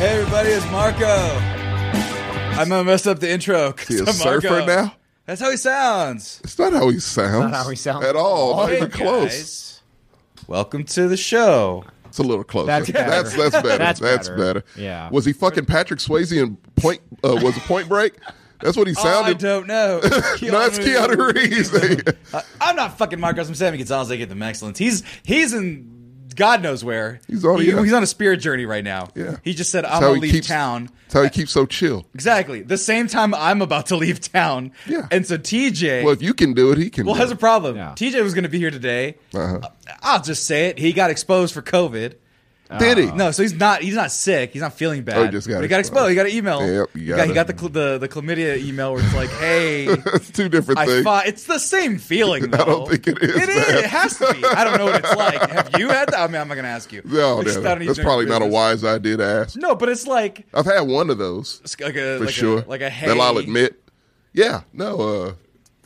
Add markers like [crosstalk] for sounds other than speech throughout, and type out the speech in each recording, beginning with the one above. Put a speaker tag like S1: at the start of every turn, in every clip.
S1: Hey everybody, it's Marco. I'm gonna mess up the intro. 'cause
S2: He a
S1: I'm Marco.
S2: surfer now?
S1: That's how he sounds.
S2: It's not how he sounds.
S3: how he sounds
S2: at all. Not
S1: Hey,
S2: even close.
S1: guys. Welcome to the show.
S2: It's a little close.
S3: That's better.
S2: that's that's better.
S3: That's
S2: that's,
S3: better.
S2: better.
S3: Yeah.
S2: Was he fucking Patrick Swayze in Point? Uh, was it Point Break? That's what he
S1: Oh, I
S2: sounded.
S1: don't know.
S2: [laughs] no, that's Keanu Reeves.
S1: I- I'm not fucking Marcos. I'm Sammy Gonzalez. They get them excellence. He's he's in God knows where.
S2: He's on-
S1: He-
S2: yeah.
S1: he's on a spirit journey right now.
S2: Yeah.
S1: He just said,
S2: That's
S1: "I'm
S2: how
S1: gonna
S2: he
S1: leave
S2: keeps-
S1: town."
S2: that's how he keeps so chill.
S1: Exactly. The same time I'm about to leave town.
S2: Yeah.
S1: And so TJ.
S2: Well, if you can do it, he can.
S1: Well,
S2: do
S1: that's
S2: it.
S1: a problem.
S3: Yeah.
S1: TJ was going to be here today.
S2: Uh-huh.
S1: I'll just say it. He got exposed for COVID. uh,
S2: Did [laughs] he?
S1: No, so he's not. He's not sick. He's not feeling bad.
S2: Oh, he just got
S1: But got exposed.
S2: exposed.
S1: He got an email.
S2: Yep, you
S1: he,
S2: got
S1: got, he
S2: it.
S1: got the, cl- the the chlamydia email where it's like,
S2: [laughs]
S1: hey.
S2: It's two different
S1: I
S2: things.
S1: fought. It's the same
S2: [laughs]
S1: feeling. Though.
S2: don't think it is,
S1: It
S2: man.
S1: It has to be. I don't know what it's like. Have you had that? I mean, I'm not going to ask you.
S2: no,
S1: It's
S2: no,
S1: just
S2: no.
S1: an easy
S2: that's probably not a
S1: business.
S2: wise idea to ask.
S1: No, but it's like
S2: I've had one of those
S1: it's like a
S2: for
S1: like
S2: sure.
S1: a like a hey.
S2: that I'll admit. Yeah, no, uh,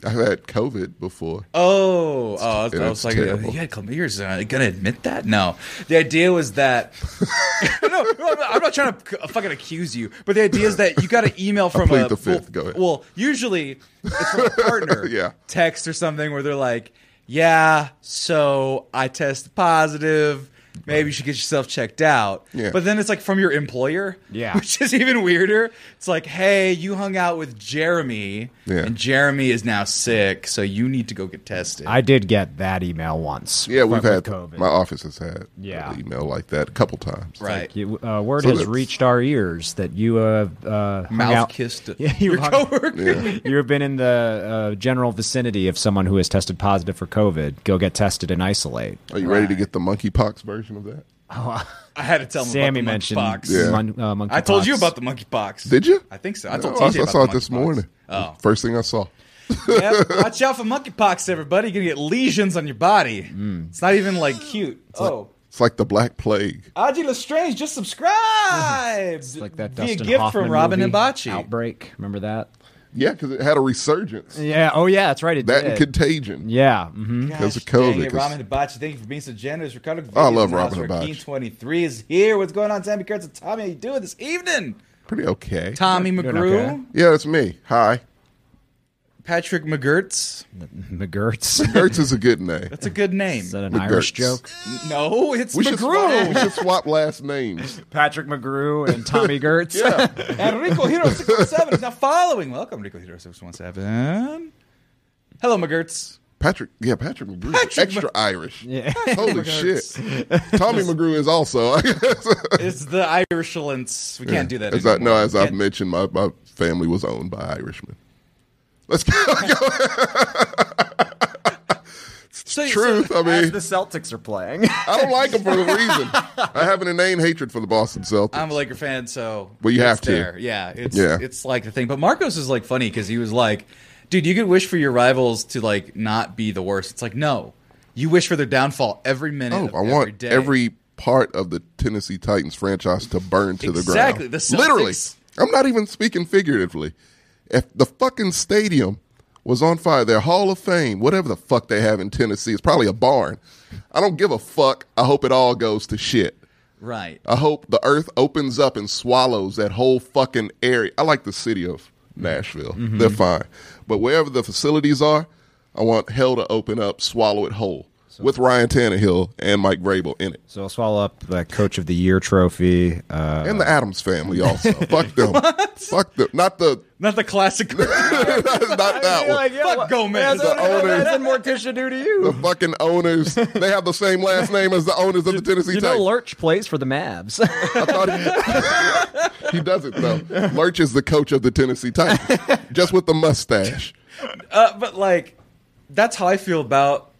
S2: I've had COVID before.
S1: Oh, oh, I was, I
S2: it's
S1: was like,
S2: terrible.
S1: you had chlamydia. Are you gonna admit that? No. The idea was
S2: [laughs]
S1: that. [laughs] no, no, I'm not- I'm not trying to c- fucking accuse you, but the idea is that you got an
S2: [laughs]
S1: email from
S2: plead
S1: a.
S2: the
S1: Well,
S2: fifth. Go ahead.
S1: well, usually it's from a partner.
S2: [laughs] Yeah.
S1: Text or something where they're like, "Yeah, so I tested positive. Maybe you should get yourself checked out."
S2: Yeah.
S1: But then it's like from your employer. [laughs]
S3: Yeah.
S1: Which is even weirder. It's like, "Hey, you hung out with Jeremy,
S2: Yeah.
S1: and Jeremy is now sick, so you need to go get tested."
S3: I did get that email once.
S2: Yeah, we've
S3: from
S2: had
S3: COVID.
S2: my office has had
S3: Yeah.
S2: an email like that a couple times.
S1: right.
S3: You- uh, word
S2: So
S3: has
S2: that's-
S3: reached our ears that you have uh, hung
S1: Mouth
S3: out- [laughs]
S1: kissed
S3: Yeah, you
S1: your
S3: hung-
S1: coworker.
S2: [laughs]
S3: You've been in the uh, general vicinity of someone who has tested positive for COVID. Go get tested and isolate.
S2: Are you ready to get the monkeypox version of that?
S1: I had to tell him
S3: Sammy
S1: about the
S3: mentioned
S1: monkeypox.
S2: Yeah.
S3: mon- uh, monkeypox.
S1: I told you about the monkeypox.
S2: Did you?
S1: I think so. I
S2: No,
S1: told
S2: I,
S1: TJ
S2: I
S1: about
S2: saw
S1: the
S2: it this
S1: monkeypox.
S2: morning. [laughs]
S1: Oh,
S2: First thing I saw.
S1: Yep, watch out for monkeypox, everybody. You're gonna get lesions on your body.
S3: Mm.
S1: It's not even like cute. oh,
S2: It's like the Black Plague.
S1: Aji Lestrange just subscribed.
S3: [laughs] It's like that
S1: Via
S3: Dustin
S1: gift
S3: Hoffman
S1: from Robin
S3: movie,
S1: and Bocce.
S3: Outbreak. Remember that?
S2: Yeah, because it had a resurgence.
S3: Yeah. Oh yeah, that's right. It
S2: That
S3: did.
S2: and contagion.
S3: yeah. hmm
S2: Because of
S1: Gosh dang
S2: COVID,
S1: it,
S2: 'cause-
S1: Ramen Hibachi, thank you for being so generous. Ricardo
S2: I
S1: Vivian
S2: love
S1: from
S2: Ramen
S1: House
S2: Hibachi.
S1: 23 is here. What's going on, Sammy Kurtz and Tommy? How you doing this evening?
S2: Pretty okay.
S1: Tommy
S3: Doing
S1: McGrew,
S3: okay.
S2: Yeah, it's me. Hi.
S1: Patrick McGurts.
S3: [laughs] McGurts.
S2: Gertz is a good name.
S1: That's a good name. [laughs]
S3: Is that an
S2: McGurts.
S3: Irish joke?
S1: No, it's
S2: We should, swap, we
S1: McGrew.
S2: should swap last names.
S3: Patrick McGrew
S1: [laughs]
S3: and Tommy Gertz. [laughs]
S2: Yeah.
S1: and
S2: [laughs]
S1: Rico Hero 617 is now following. Welcome, Rico Hero 617. Hello, McGurts.
S2: Patrick, yeah, Patrick McGrew,
S1: Patrick
S2: is extra Irish. Holy shit! Tommy McGrew is also. [laughs] I guess.
S1: It's the Irishlands. We can't do that.
S2: As I, no,
S1: anymore.
S2: as I've
S1: Can't-
S2: mentioned, my, my family was owned by Irishmen.
S1: [laughs]
S2: Let's go.
S1: So- so
S2: Truth. I mean,
S3: Celtics are playing.
S2: I don't like them for
S1: [laughs]
S2: a reason. I have an inane hatred for the Boston Celtics.
S1: I'm a Laker fan, so
S2: Well, you
S1: it's
S2: have to.
S1: There. Yeah, it's
S2: Yeah.
S1: it's like the thing. But Marcos is like funny because he was like, "Dude, you could wish for your rivals to like not be the worst." It's like, no, you wish for their downfall every minute.
S2: oh,
S1: of
S2: I
S1: every
S2: want
S1: day.
S2: every part of the Tennessee Titans franchise to burn to
S1: Exactly,
S2: the ground.
S1: the Celtics-
S2: Literally, I'm not even speaking figuratively. If the fucking stadium was on fire, their Hall of Fame, whatever the fuck they have in Tennessee, it's probably a barn. I don't give a fuck. I hope it all goes to shit.
S1: right.
S2: I hope the earth opens up and swallows that whole fucking area. I like the city of Nashville.
S3: Mm-hmm.
S2: They're fine. But wherever the facilities are, I want hell to open up, swallow it whole. with Ryan Tannehill and Mike Vrabel in it.
S3: [laughs] So I'll swallow up the Coach of the Year trophy. Uh,
S2: And the Adams
S3: [laughs]
S2: family also. Fuck them. Fuck them. Not the [laughs]
S1: Not the classic. Fuck
S3: [laughs]
S2: not that one.
S1: Fuck Gomez.
S2: The owners,
S3: Morticia do to you?
S2: the fucking owners. They have the same last name as the owners of the Tennessee
S3: You know,
S2: Titans.
S3: Lurch plays for
S2: [laughs]
S3: the Mavs.
S2: I thought he, [laughs] he doesn't though. Lurch is the coach of the Tennessee
S3: [laughs]
S2: Titans, just with the mustache.
S1: Uh, but like, that's how I feel about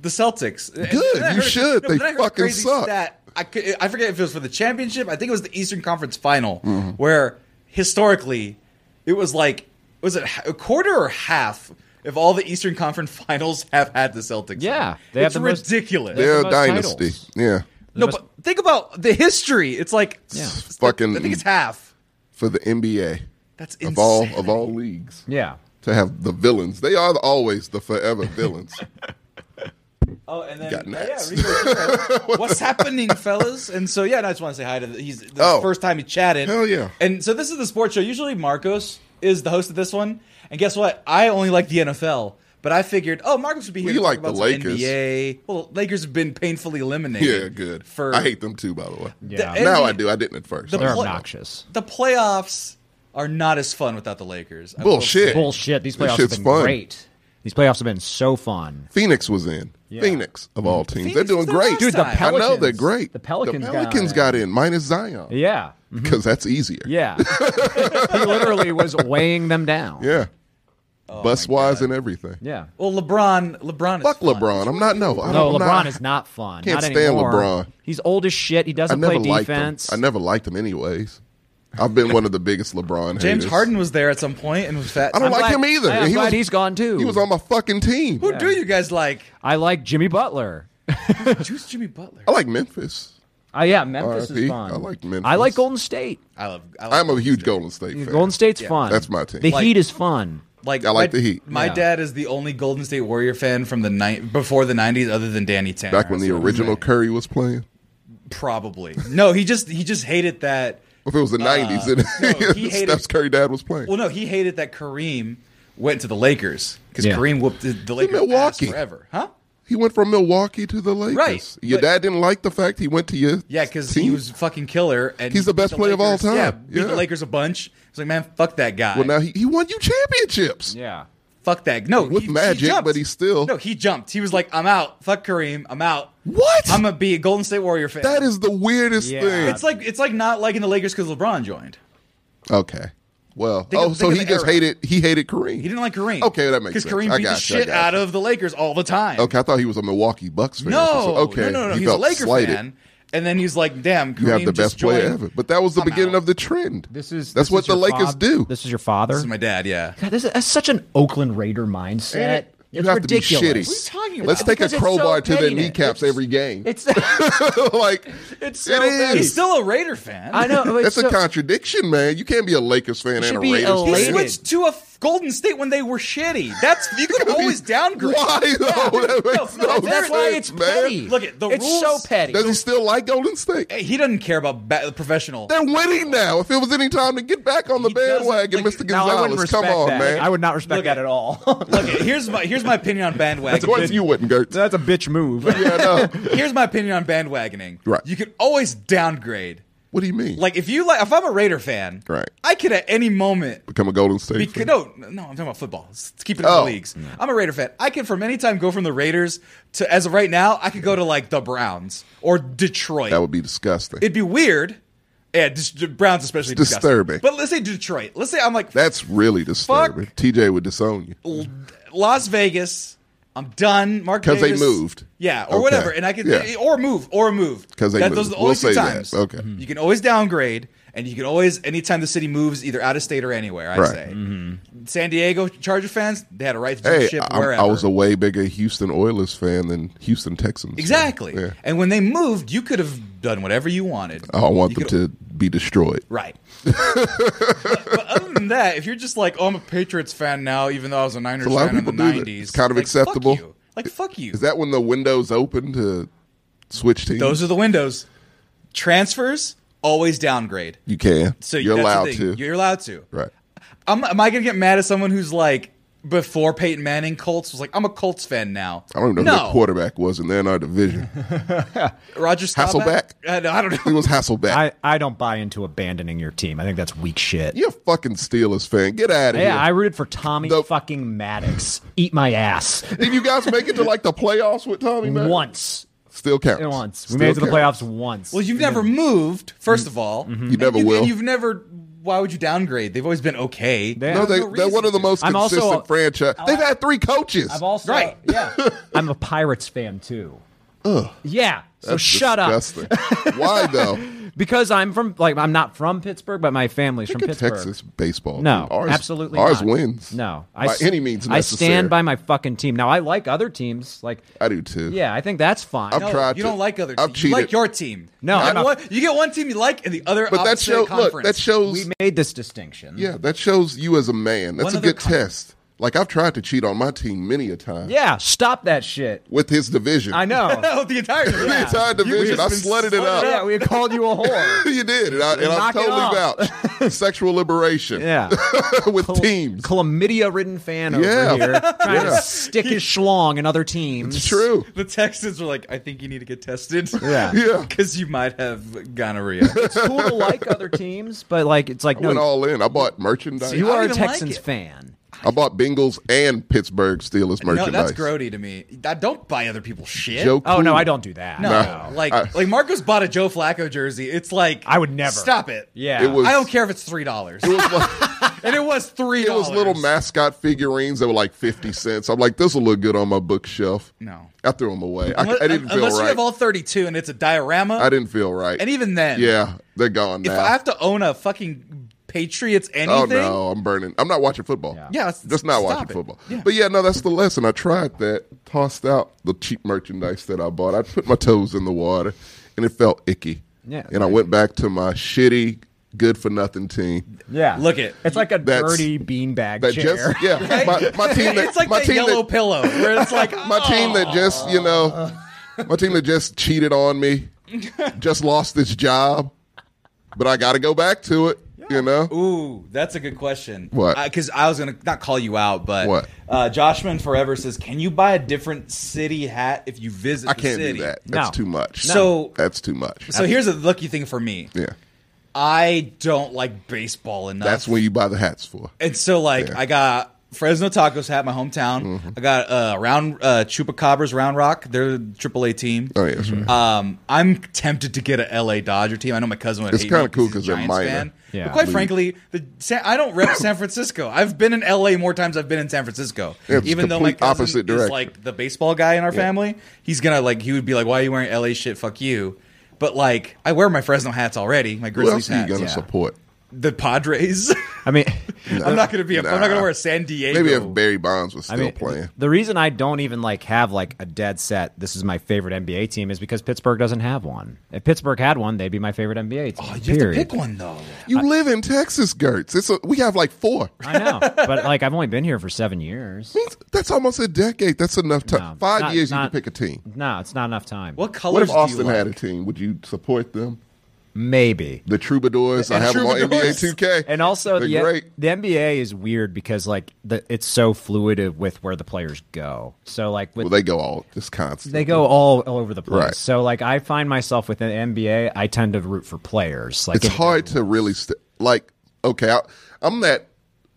S1: the Celtics. Good,
S2: you should. They fucking suck.
S1: Stat, I could, I forget if it was for the championship. I think it was the Eastern Conference Final,
S2: Mm-hmm.
S1: where historically it was like was it a quarter or half of all the Eastern Conference [laughs] Finals have had the Celtics. in?
S3: Yeah, they have
S1: it's
S3: the most-
S1: ridiculous.
S3: have
S2: They're
S3: the
S2: a
S3: most
S2: dynasty.
S3: titles.
S2: Yeah,
S1: no,
S3: most-
S1: but think about the history. It's like
S3: Yeah.
S1: it's
S2: fucking
S1: I think it's half.
S2: for the NBA.
S1: That's
S2: of
S1: insane.
S2: all of all leagues
S3: Yeah.
S2: to have the villains. They are always the
S3: [laughs]
S2: forever villains.
S1: Oh, and then
S2: Got
S1: uh,
S2: next.
S1: yeah, Rico,
S2: [laughs]
S1: Rico. what's happening, fellas? And so yeah, and I just want to say hi to. The, he's the
S2: Oh.
S1: first time he chatted.
S2: Hell yeah.
S1: And so this is the sports show. Usually Marcos is the host of this one, and guess what? I only like the NFL, but I figured oh Marcos would be here.
S2: We
S1: to talk
S2: like the
S1: about some
S2: Lakers.
S1: NBA. Well, Lakers have been painfully eliminated.
S2: yeah, good.
S1: For
S2: I hate them too, by the way.
S3: Yeah.
S1: The-
S2: Now
S1: NBA
S2: I do. I didn't at first.
S1: The
S2: I
S3: They're
S2: was
S1: pl-
S2: like,
S3: obnoxious.
S1: the playoffs are not as fun without the Lakers. I will
S2: Bullshit.
S1: say.
S3: Bullshit. These
S2: This
S3: playoffs have
S2: shit's
S3: been
S2: fun.
S3: great. These playoffs have been so fun.
S2: Phoenix was in.
S3: Yeah.
S2: Phoenix of all teams.
S1: Phoenix
S2: They're doing
S1: was there
S2: great.
S1: last Dude, the time.
S2: I know they're
S3: Pelicans-
S2: great.
S3: the Pelicans
S2: the
S3: got
S2: Pelicans
S3: in.
S2: got, in. minus Zion
S3: Yeah.
S2: because that's easier. [laughs]
S3: Yeah. he literally was weighing them down.
S2: Yeah. Bus wise and everything.
S3: Oh Yeah.
S1: Well, LeBron, LeBron. Is
S2: Fuck
S1: fun.
S2: LeBron. I'm not no. I
S3: No,
S2: don't- I'm
S3: LeBron
S2: not-
S3: is not fun.
S2: Can't
S3: not
S2: stand
S3: anymore.
S2: LeBron.
S3: He's old as shit.
S2: I
S3: He doesn't play
S2: never liked him.
S3: defense.
S2: I never liked him anyways. I've been one of the biggest LeBron
S1: James
S2: haters.
S1: Harden was there at some point and was fat.
S2: I don't like
S3: glad-
S2: him either.
S3: I am
S2: And he
S3: glad
S2: was-
S3: he's gone too.
S2: He was on my fucking team.
S1: Who do you guys
S2: [laughs]
S1: like?
S3: I like Jimmy Butler.
S1: Choose Jimmy Butler.
S2: I like Memphis.
S3: Oh yeah, Memphis
S2: RIP.
S3: is fun.
S2: I like Memphis.
S3: I like Golden State.
S1: I love. I love
S2: I'm a huge Golden State fan.
S3: Golden State's
S1: Yeah.
S3: fun.
S2: That's my team.
S3: The
S1: Like-
S3: Heat is fun.
S1: like.
S2: I like
S1: my-
S2: the Heat.
S1: My
S3: Yeah.
S1: dad is the only Golden State Warrior fan from the night before the '90s, other than Danny Tanner.
S2: Back when the
S1: so-
S2: original Curry was playing.
S1: [laughs] probably no, he just he just hated that.
S2: If it was the 90s, then
S1: [laughs] no,
S2: [laughs]
S1: he hated-
S2: Steph's Curry dad was playing.
S1: Well, no, he hated that Kareem went to the Lakers because
S3: Yeah.
S1: Kareem whooped the, the Lakers
S2: Milwaukee.
S1: ass forever, huh?
S2: He went from Milwaukee to the Lakers.
S1: Right,
S2: Your
S1: but-
S2: dad didn't like the fact he went to your
S1: Yeah, because he
S2: team?
S1: was fucking killer, and
S2: He's
S1: he
S2: the
S1: beat
S2: best player of all
S1: Lakers- Yeah,
S2: time.
S1: beat
S2: Yeah.
S1: the Lakers a bunch. He's like, man, fuck that guy.
S2: Well, now he, he won you championships.
S3: Yeah.
S1: fuck that. No,
S2: With
S1: he,
S2: Magic,
S1: he jumped.
S2: but he still-
S1: no. He jumped. He was like, I'm out. Fuck Kareem. I'm out.
S2: What?
S1: I'm gonna be a Golden State Warrior fan.
S2: that is the weirdest
S3: Yeah.
S2: thing.
S1: It's like it's like not liking the Lakers because LeBron joined.
S2: okay. Well,
S1: Think of-
S2: oh, so
S1: think of
S2: he
S1: the
S2: just
S1: era.
S2: hated he hated Kareem.
S1: He didn't like Kareem.
S2: Okay, that makes
S1: because
S2: sense.
S1: Kareem
S2: I
S1: beat the
S2: got you, I
S1: shit
S2: got
S1: out
S2: you.
S1: of the Lakers all the time.
S2: Okay, I thought he was a Milwaukee Bucks fan.
S1: No,
S2: okay,
S1: no, no, no.
S2: he
S1: He's a
S2: felt
S1: Lakers
S2: slighted.
S1: fan, and then he's like, "Damn, Kareem
S2: You have the
S1: just
S2: best player
S1: joined.
S2: ever. But that was the
S1: I'm
S2: beginning
S1: out.
S2: of the trend.
S3: This is
S2: that's
S3: this
S2: what
S3: is
S2: the
S3: your
S2: Lakers
S3: fob-
S2: do.
S3: This is your father.
S1: This is my dad. Yeah,
S3: God, this is that's such an Oakland Raider
S2: Ain't
S3: mindset.
S2: it? You
S3: It's
S2: have
S3: ridiculous.
S2: to be
S1: What are
S2: shitty.
S1: you talking about?
S2: Let's take
S3: Because
S2: a
S3: it's so
S2: crowbar to their
S3: petty.
S2: kneecaps
S3: It's-
S2: every game.
S3: It's
S2: [laughs] like
S3: it's
S2: it
S3: so bad.
S1: he's
S2: is.
S1: still a Raider fan.
S2: [laughs]
S3: I know.
S2: That's
S3: It's
S2: a
S3: so,
S2: contradiction, man. You can't be a Lakers fan and
S3: should
S2: a
S3: be
S2: Raiders
S1: He
S3: elated.
S2: fan.
S1: switched to a f- Golden State when they were shitty. That's you
S2: [laughs]
S1: can always downgrade.
S2: Why though? That
S1: No,
S2: makes
S1: no,
S2: no
S3: That's why
S2: sense,
S3: it's
S2: man.
S3: petty.
S1: Look at the
S3: it's
S1: rules-
S3: so petty.
S2: Does he still like Golden State?
S1: He doesn't care about ba- professional.
S2: They're winning now. If it was any time to get back on the
S1: He doesn't-
S2: bandwagon,
S1: like,
S2: Mr.
S3: No, I wouldn't
S2: Gonzalez, come
S3: respect
S2: on,
S3: that.
S2: man.
S3: I would not respect
S1: Look at-
S3: that at [laughs] all.
S1: Look, here's my here's my opinion on
S2: of course
S1: bandwagon.
S2: you wouldn't, Gert.
S3: That's a bitch move.
S2: Yeah, no.
S1: here's my opinion on bandwagoning.
S2: Right.
S1: You can always downgrade.
S2: What do you mean?
S1: Like if you like, if I'm a Raider fan,
S2: Right.
S1: I could at any moment.
S2: Become a Golden State
S1: Because,
S2: fan?
S1: no, no, I'm talking about football. Let's keep it in
S2: Oh.
S1: the leagues. I'm a Raider fan. I can from any time go from the Raiders to as of right now, I could go to like the Browns or Detroit.
S2: That would be disgusting.
S1: It'd be weird. Yeah, dis- the Browns especially disgusting.
S2: Disturbing.
S1: But let's say Detroit. Let's say I'm like
S2: That's really disturbing. TJ would disown you.
S1: L- Las Vegas. I'm done. Mark
S2: 'Cause they
S1: Davis-
S2: moved.
S1: Yeah, or
S2: Okay.
S1: whatever, and I can
S2: Yeah.
S1: or move or move
S2: 'Cause they
S1: That-
S2: moved.
S1: Those are the
S2: We'll
S1: only two
S2: say that.
S1: times.
S2: Okay. Mhm.
S1: you can always downgrade, and you can always anytime the city moves, either out of state or anywhere. I
S2: Right.
S1: say, San Diego Charger fans, they had a right to
S2: Hey,
S1: ship
S2: I,
S1: wherever.
S2: I was a way bigger Houston Oilers fan than Houston Texans. fan.
S1: exactly,
S2: Yeah. Oh.
S1: and when they moved, you could have done whatever you wanted.
S2: I don't want
S1: You
S2: them
S1: could-
S2: to be destroyed. [laughs]
S1: Right. but, but other than that, if you're just like, oh, I'm a Patriots fan now, even though I was a Niners
S2: A lot of
S1: fan in the
S2: people do that.
S1: 90s,
S2: It's kind of
S1: like, fuck
S2: acceptable.
S1: you. Like, fuck you.
S2: Is that when the windows open to switch teams?
S1: Those are the windows. Transfers always downgrade.
S2: you can.
S1: So
S2: you're
S1: that's the
S2: allowed to.
S1: thing. You're allowed to.
S2: right.
S1: I'm, am I going to get mad at someone who's like before Peyton Manning Colts was like, I'm a Colts fan now.
S2: I don't even know
S1: no.
S2: who the quarterback was, and they're in
S1: [laughs]
S2: our division.
S1: Roger Staubach?
S2: Hasselbeck?
S1: Uh, no, I don't
S2: it
S1: know. [laughs]
S2: was Hasselbeck.
S3: [laughs] I, I don't buy into abandoning your team. I think that's weak shit.
S2: you're a fucking Steelers fan. Get out of
S3: Yeah, I
S2: here.
S3: rooted for Tommy
S2: The-
S3: fucking Maddox. Eat my ass.
S2: Did you guys make it to like the playoffs with Tommy? Maddox?
S3: once.
S2: Still counts.
S3: Once. We
S2: Still
S3: made it to the
S2: counts.
S3: playoffs once.
S1: Well, you've never moved, first of all.
S2: Mm-hmm. You never
S1: and
S2: will.
S1: And you've never. Why would you downgrade? They've always been okay.
S3: They-
S2: No,
S3: There's
S2: they,
S1: no
S2: they're one of the
S1: reason
S2: most
S3: I'm also-
S2: consistent franchise. They've had three coaches.
S3: I've also
S1: Right.
S2: [laughs]
S3: Yeah. I'm a Pirates fan too. Ugh. Yeah. So shut up. [laughs]
S2: up. Why though?
S3: because I'm from like I'm not from Pittsburgh, but my family's from
S2: Look at
S3: Pittsburgh.
S2: Texas baseball.
S3: No,
S2: team. Ours-
S3: absolutely.
S2: Ours
S3: not.
S2: wins.
S3: No,
S2: by
S3: s-
S2: any means.
S3: I
S2: necessary.
S3: stand by my fucking team. Now I like other teams. Like,
S2: I do too.
S3: yeah, I think that's fine.
S2: I'm
S3: No,
S1: No,
S2: tried
S1: Oh, you
S2: to-
S1: don't like other
S2: I've
S1: teams. You like
S2: cheated.
S1: your team.
S3: No,
S1: you,
S3: I'm
S1: get
S3: not-
S1: one, you get one team you like and the other.
S2: but that
S1: opposite
S2: shows. Look,
S1: conference.
S2: that shows.
S3: we made this distinction.
S2: Yeah, that shows you as a man. That's
S1: One
S2: a
S1: other
S2: good
S1: con-
S2: test. Like I've tried to cheat on my team many a time.
S3: yeah. Stop that shit.
S2: With his division. [laughs]
S3: I know.
S1: [laughs] no, the entire division.
S2: The entire division.
S1: just
S2: I
S1: been
S2: slutted it
S1: slutted
S2: up.
S3: yeah, we called you a whore.
S2: [laughs] you did, and, I, and I'm
S3: Knock it
S2: totally about sexual liberation.
S3: Yeah,
S2: [laughs] with teams.
S3: [laughs] chlamydia-ridden fan over
S2: Yeah. [laughs]
S3: here trying
S2: Yeah.
S3: to stick his schlong in other teams.
S2: It's true.
S1: The Texans were like, I think you need to get tested.
S3: [laughs] Yeah.
S1: [laughs]
S2: Yeah.
S1: Because you might have
S2: [laughs]
S1: gonorrhea.
S3: It's cool to like other teams, but like it's like
S2: I
S3: no,
S2: went all in. I bought merchandise.
S1: I
S3: you
S1: don't
S3: are a
S1: even like
S3: Texans
S1: it.
S3: fan.
S2: I bought Bengals and Pittsburgh Steelers
S1: no,
S2: merchandise.
S1: that's grody to me. I don't buy other people's shit.
S2: Joe
S3: Oh
S2: Cool.
S3: no, I don't do that.
S1: No,
S2: Nah.
S1: like
S2: I-
S1: like Marcos bought a Joe Flacco jersey. It's like
S3: I would never.
S1: stop it.
S3: Yeah.
S2: It was-
S1: I don't care if it's three dollars,
S2: It was, like,
S1: and it was three.
S2: [laughs] it was little mascot figurines that were like fifty cents. I'm like, this will look good on my bookshelf.
S1: No.
S2: I threw them away. I-
S1: Unless,
S2: I, didn't feel
S1: unless you
S2: right.
S1: have all thirty-two, and it's a diorama.
S2: I didn't feel right.
S1: and even then,
S2: yeah, they're gone
S1: If
S2: now.
S1: I have to own a fucking Patriots
S2: oh
S1: anything,
S2: no, I'm burning. I'm not watching football.
S3: Yeah.
S1: yeah, it's-
S2: just not
S1: stop
S2: watching
S1: it.
S2: football.
S1: Yeah.
S2: But yeah, no, that's the lesson. I tried that, tossed out the cheap merchandise that I bought. I put my toes in the water, and it felt icky.
S3: Yeah.
S2: and I went back to my shitty, good for nothing team.
S3: Yeah,
S1: Look it.
S3: It's like a
S2: That's-
S3: dirty beanbag
S2: That
S3: chair.
S2: [laughs]
S1: [laughs]
S2: just yeah, my, my team. That,
S1: it's like
S2: my
S1: the
S2: team
S1: yellow Oh.
S2: that,
S1: pillow, where it's like
S2: [laughs] my team that just you know, my team that just cheated
S1: [laughs]
S2: on me, just lost its job, but I got to go back to it. You know,
S1: Ooh, that's a good question.
S2: What?
S1: Because I, was gonna not call you out, but
S2: What?
S1: Uh, Joshman Forever says, "Can you buy a different city hat if you visit?"
S2: I
S1: the
S2: can't
S1: city?
S2: do that. That's
S3: No.
S2: too much.
S1: So-
S2: that's too much.
S1: So here's a lucky thing for me.
S2: yeah,
S1: I don't like baseball enough.
S2: that's what you buy the hats for.
S1: And so like
S2: Yeah. Mm-hmm.
S1: I got Fresno Tacos hat, my hometown. I got uh, round uh, Chupacabras Round Rock. They're the AAA team.
S2: Oh yeah, that's right.
S1: Um, I'm tempted to get a LA Dodger team. I know my cousin would.
S2: It's
S1: hate
S2: kinda
S1: me
S2: cool
S1: he's a
S2: 'cause they're
S1: Giants
S2: minor.
S1: fan.
S3: Yeah.
S1: But quite
S2: League.
S1: frankly, the San, I don't rep San Francisco. I've been in LA more times. I've been in San Francisco.
S2: Yeah, it's
S1: Even though my
S2: complete
S1: cousin
S2: opposite
S1: is
S2: direction.
S1: like the baseball guy in our family, he's gonna like he would be like, "Why are you wearing LA shit? Fuck you." But like, I wear my Fresno hats already. My
S2: Who
S1: Grizzlies
S2: else are you
S1: hats.
S2: gonna
S3: yeah.
S2: support?
S1: The Padres. [laughs]
S3: I mean,
S1: I'm not gonna be. A, I'm not
S2: Nah.
S1: gonna wear a San Diego.
S2: Maybe if Barry Bonds was still
S3: I mean,
S2: playing.
S3: the reason I don't even like have like a dead set. This is my favorite NBA team is because Pittsburgh doesn't have one. If Pittsburgh had one, they'd be my favorite NBA team.
S1: Oh, you
S3: period.
S1: have to pick one though.
S2: You live in Texas, Gertz. It's a, we have like four.
S3: I know, [laughs] but like I've only been here for seven years.
S2: That's almost a decade. That's enough time.
S3: No,
S2: Five
S3: not-
S2: years, you
S3: not-
S2: can pick a team.
S3: No, it's not enough time.
S1: What colors?
S2: What if
S1: do
S2: Austin
S1: you like?
S2: had a team? Would you support them?
S3: Maybe.
S2: The Troubadours. I
S1: And
S2: have them on
S1: Troubadours.
S2: NBA 2K.
S3: And also
S2: They're
S3: the
S2: great.
S3: the NBA is weird because like the, it's so fluid with where the players go. So like with
S2: Well, they go all just constant.
S3: They go all, all over the place.
S2: Right.
S3: So like I find myself with an NBA, I tend to root for players. Like
S2: it's
S3: if-
S2: hard to really st- like. Okay, I, I'm that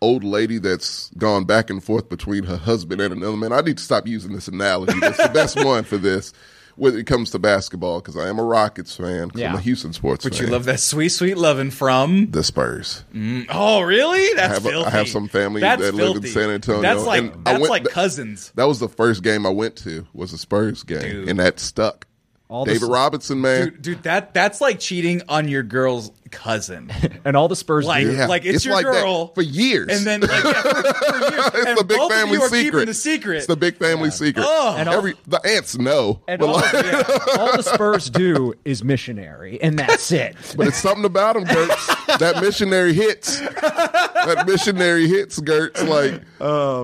S2: old lady that's gone back and forth between her husband and another man. I need to stop using this analogy. It's the
S1: [laughs]
S2: best one for this when it comes to basketball because I am a Rockets fan. 'cause I'm
S3: Yeah.
S2: a Houston sports
S1: But
S2: fan.
S1: you love that sweet, sweet loving from.
S2: the Spurs.
S1: Oh, really? That's
S2: I have, a,
S1: filthy.
S2: I have some family
S1: That's
S2: that live in
S1: filthy.
S2: San Antonio.
S1: That's like
S2: and I
S1: that's
S2: went-
S1: like
S2: th-
S1: cousins.
S2: That was the first game I went to was a Spurs game,
S1: Dude.
S2: and that stuck.
S3: All
S2: David
S3: this-
S2: Robinson, man,
S1: Dude, dude, that that's like cheating on your girl's cousin.
S3: and all the Spurs
S1: Like,
S3: do.
S2: Yeah.
S1: like it's,
S2: It's
S1: your
S2: like that
S1: girl
S2: for years.
S1: and then like, yeah, for, for years.
S2: [laughs] it's
S1: and
S2: the big
S1: both of
S2: family
S1: you are
S2: secret.
S1: Keeping the secret.
S2: It's the big family secret.
S1: Ugh.
S3: And all-
S2: Every the ants know,
S3: And
S2: but,
S3: all,
S2: like-
S3: yeah,
S2: [laughs]
S3: all the Spurs do is missionary, and that's it.
S2: but it's something about them, Gertz. that missionary hits. That missionary hits, Gertz. Like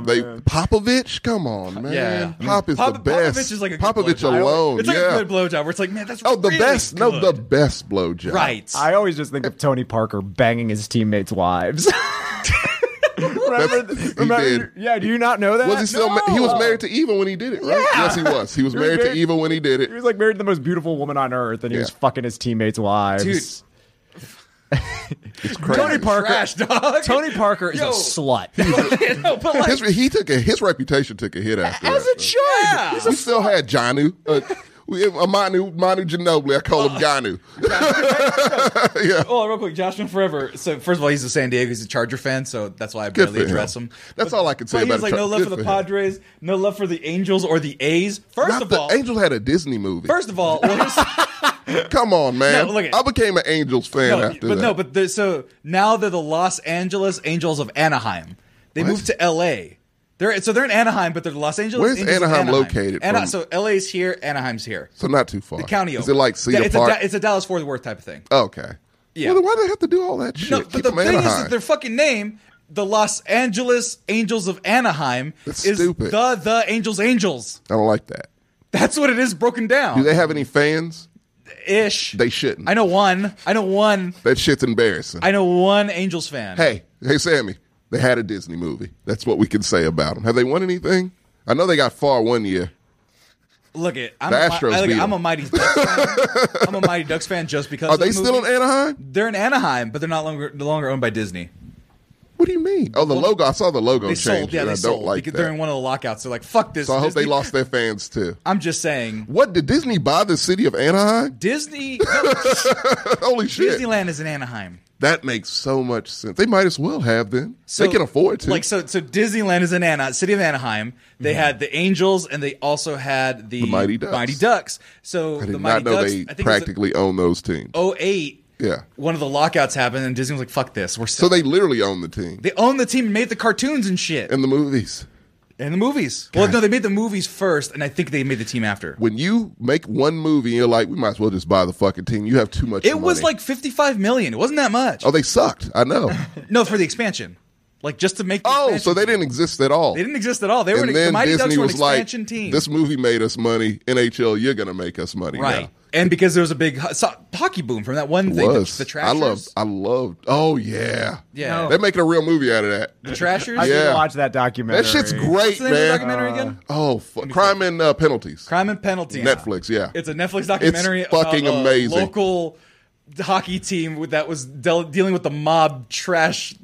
S2: they Popovich. Come on, man.
S1: Yeah. Mm-hmm.
S2: Pop is
S1: Pop-
S2: the best.
S1: Popovich is like a good
S2: Popovich
S1: blowjob.
S2: alone.
S1: It's like
S2: yeah.
S1: a good blowjob where it's like, man, that's
S2: oh, the
S1: really
S2: best. No, the
S1: good.
S2: best blowjob.
S1: right.
S3: I always just think of Tony Parker banging his teammates' wives. [laughs] remember,
S2: That's- he
S3: remember
S2: did.
S3: yeah, do you not know that?
S2: Was
S1: Uh,
S2: he still?
S3: No.
S2: Ma- he was married to Eva when he did it, right? Yes,
S1: [laughs]
S2: he was. He was
S3: He was
S2: married to
S3: married-
S2: Eva when he did
S3: He
S2: it.
S3: was like married to the most beautiful woman on earth, and he
S2: Yeah.
S3: was fucking his teammates' wives.
S1: Dude.
S2: [laughs] It's crazy.
S3: Tony
S2: [laughs]
S3: Parker.
S1: Trash [laughs] dog.
S3: Tony Parker is
S1: Yo.
S3: a slut.
S1: no, but like,
S2: His, he took a, his reputation took a hit after
S3: As
S2: that.
S3: it should.
S1: Yeah.
S3: He's a
S2: we still had Janu. Uh, we, uh, Manu, Manu Ginobili. I
S1: [laughs]
S2: call him Ganu.
S1: Oh, real quick, Joshman Forever. So first of all, he's a San Diego. He's a Charger fan, so that's why I
S2: Good
S1: barely
S2: for him.
S1: address him.
S2: That's all I can say
S1: But he
S2: about
S1: was like
S2: the
S1: no
S2: Char-
S1: love
S2: good
S1: for
S2: for
S1: the
S2: him.
S1: Padres, no love for the Angels or the A's. First
S2: Not
S1: of
S2: the
S1: all,
S2: Angel had a Disney movie.
S1: first of all, well, here's-
S2: [laughs] Come on, man.
S1: No, look at-
S2: I became an Angels fan
S1: No,
S2: after
S1: but
S2: that.
S1: no, but they're- so now they're the Los Angeles Angels of Anaheim. They moved to L.A. They're so they're in Anaheim, but they're the Los Angeles.
S2: Where's
S1: Angels of
S2: Anaheim located
S1: Ana-
S2: from?
S1: so L.A.'s here, Anaheim's here.
S2: so not too far.
S1: The county
S2: Is
S1: over.
S2: it like Cedar
S1: yeah, it's
S2: Park?
S1: A, Da- it's a Dallas Fort Worth type of thing.
S2: okay.
S1: Yeah.
S2: Well, then why do they have to do all that shit?
S1: No,
S2: Keep
S1: but the
S2: them
S1: thing is
S2: Anaheim.
S1: that their fucking name, the Los Angeles Angels of Anaheim,
S2: That's
S1: is
S2: stupid.
S1: the the Angels Angels.
S2: I don't like that.
S1: That's what it is broken down.
S2: Do they have any fans?
S1: Ish.
S2: They shouldn't.
S1: I know one. I know one.
S2: That shit's embarrassing.
S1: I know one Angels fan.
S2: hey, hey, Sammy, they had a Disney movie. That's what we can say about them. Have they won anything? I know they got far one year.
S1: Look it. I'm,
S2: The
S1: a, mi-
S2: Astros
S1: I- look,
S2: beat 'em.
S1: I'm a mighty Ducks
S2: [laughs]
S1: fan. I'm a mighty Ducks fan just because.
S2: Are
S1: of the
S2: they still in
S1: movie.
S2: Anaheim?
S1: They're in Anaheim, but they're not longer no longer owned by Disney.
S2: What do you mean? Oh, the logo. I saw the logo
S1: They
S2: change.
S1: sold. Yeah,
S2: and
S1: they
S2: I don't
S1: sold.
S2: like
S1: because
S2: that.
S1: they're in one of the lockouts. They're like, fuck this.
S2: so I hope they
S1: Disney.
S2: lost their fans too.
S1: I'm just saying.
S2: What did Disney buy the city of Anaheim? [laughs]
S1: Disney. no,
S2: Holy shit!
S1: Disneyland is in Anaheim.
S2: That makes so much sense. They might as well have then.
S1: So,
S2: they can afford to. Mm-hmm.
S1: Like so, so Disneyland is in Anaheim, city of Anaheim. They had the Angels, and they also had the,
S2: The Mighty Ducks.
S1: Ducks. So
S2: I did
S1: the
S2: not
S1: Mighty
S2: know
S1: Ducks.
S2: they
S1: I think it Oh.
S2: practically own those teams.
S1: was 08,
S2: Yeah.
S1: One of the lockouts happened, and Disney was like, "Fuck this, we're
S2: So
S1: so
S2: they literally own the team
S1: they owned the team and made the cartoons and shit
S2: and the movies.
S1: and the movies. Well, no, they made the movies first, and I think they made the team after.
S2: When you make one movie, you're like, we might as well just buy the fucking team. You have too much.
S1: It was
S2: money.
S1: like fifty-five million. It wasn't that much.
S2: oh, they sucked.
S1: [laughs]
S2: I know.
S1: No, for the expansion, like just to make. The
S2: oh,
S1: expansion
S2: so they
S1: team.
S2: didn't exist at all.
S1: They didn't exist at all. They were
S2: and
S1: an, the
S2: then
S1: Mighty
S2: Disney
S1: Ducks were an
S2: was like,
S1: expansion team.
S2: this movie made us money. NHL, you're gonna make us money, now."
S1: Right. And because there was a big ho- so- hockey boom from that one
S2: It
S1: thing,
S2: was
S1: the, the Trashers.
S2: I loved. I loved. Oh yeah.
S1: Yeah. No.
S2: They're making a real movie out of that.
S1: the Trashers.
S3: I
S2: Yeah.
S3: did watch that documentary.
S2: That shit's great,
S1: What's the name of the
S2: man.
S1: documentary again?
S2: Oh, fu- crime and uh, penalties.
S1: Crime and Penalties.
S2: Netflix, yeah.
S1: It's a Netflix documentary.
S2: It's fucking
S1: about a
S2: amazing.
S1: Local hockey team with- that was del- dealing with the mob trash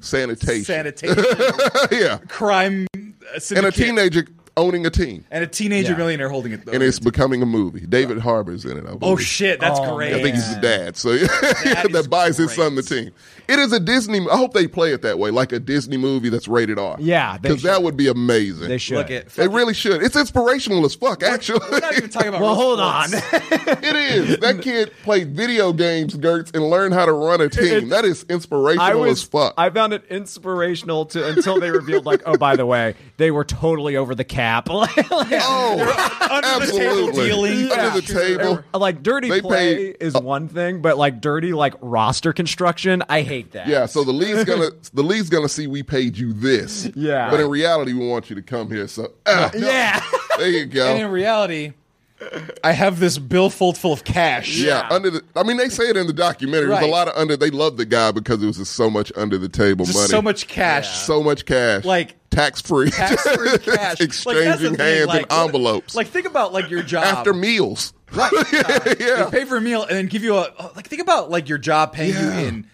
S2: Sanitation.
S1: sanitation
S2: [laughs] yeah.
S1: crime uh,
S2: And a
S1: syndicate,
S2: teenager owning a team.
S1: and a teenager
S3: Yeah.
S1: millionaire holding it.
S2: And it's becoming a movie. David Harbour's in it. I
S1: oh
S2: believe.
S1: shit, that's
S3: Oh,
S1: great.
S2: I think he's the dad, so [laughs] that,
S1: is
S2: buys his
S1: great.
S2: son the team. It is a Disney. I hope they play it that way, like a Disney movie that's rated R.
S3: Yeah, they
S2: because that
S3: should.
S2: would be amazing.
S3: They should.
S1: Look at.
S2: They really should. It's inspirational as fuck. Actually,
S1: We're not even talking about.
S3: [laughs] Well,
S1: real
S3: hold on.
S1: sports.
S2: it is. That kid played video games, Gertz, and learned how to run a team.
S3: It-
S2: that is inspirational
S3: [laughs] I
S2: as
S3: was.
S2: fuck.
S3: I found it inspirational to until they revealed, like, oh, by the way, they were totally over the cap. [laughs]
S1: [laughs]
S2: oh,
S1: Under the table
S2: absolutely.
S1: dealing.
S3: Yeah.
S2: Under the table.
S3: like dirty
S2: They
S3: play
S2: paid-
S3: is one thing, but like dirty like roster construction, I hate that.
S2: Yeah, so the league's gonna the league's gonna see we paid you this.
S3: Yeah.
S2: but in reality, we want you to come here. So ah,
S3: Yeah.
S2: there you go.
S1: And in reality, I have this billfold full of cash.
S2: Yeah,
S3: Yeah.
S2: under the. I mean, they say it in the documentary. There's
S1: Right.
S2: a lot of under. They love the guy because it was just so much under the table
S1: Just
S2: money,
S1: so much cash.
S2: so much cash,
S1: Like-
S2: tax free, [laughs]
S1: Tax-free cash. Like, that's the
S2: exchanging
S1: thing,
S2: hands
S1: like,
S2: and envelopes
S1: Like think about like your job
S2: after meals. [laughs]
S1: Right. Yeah.
S2: Yeah.
S1: They pay for a meal and then give you a oh, like think about like your job paying
S2: Yeah.
S1: you in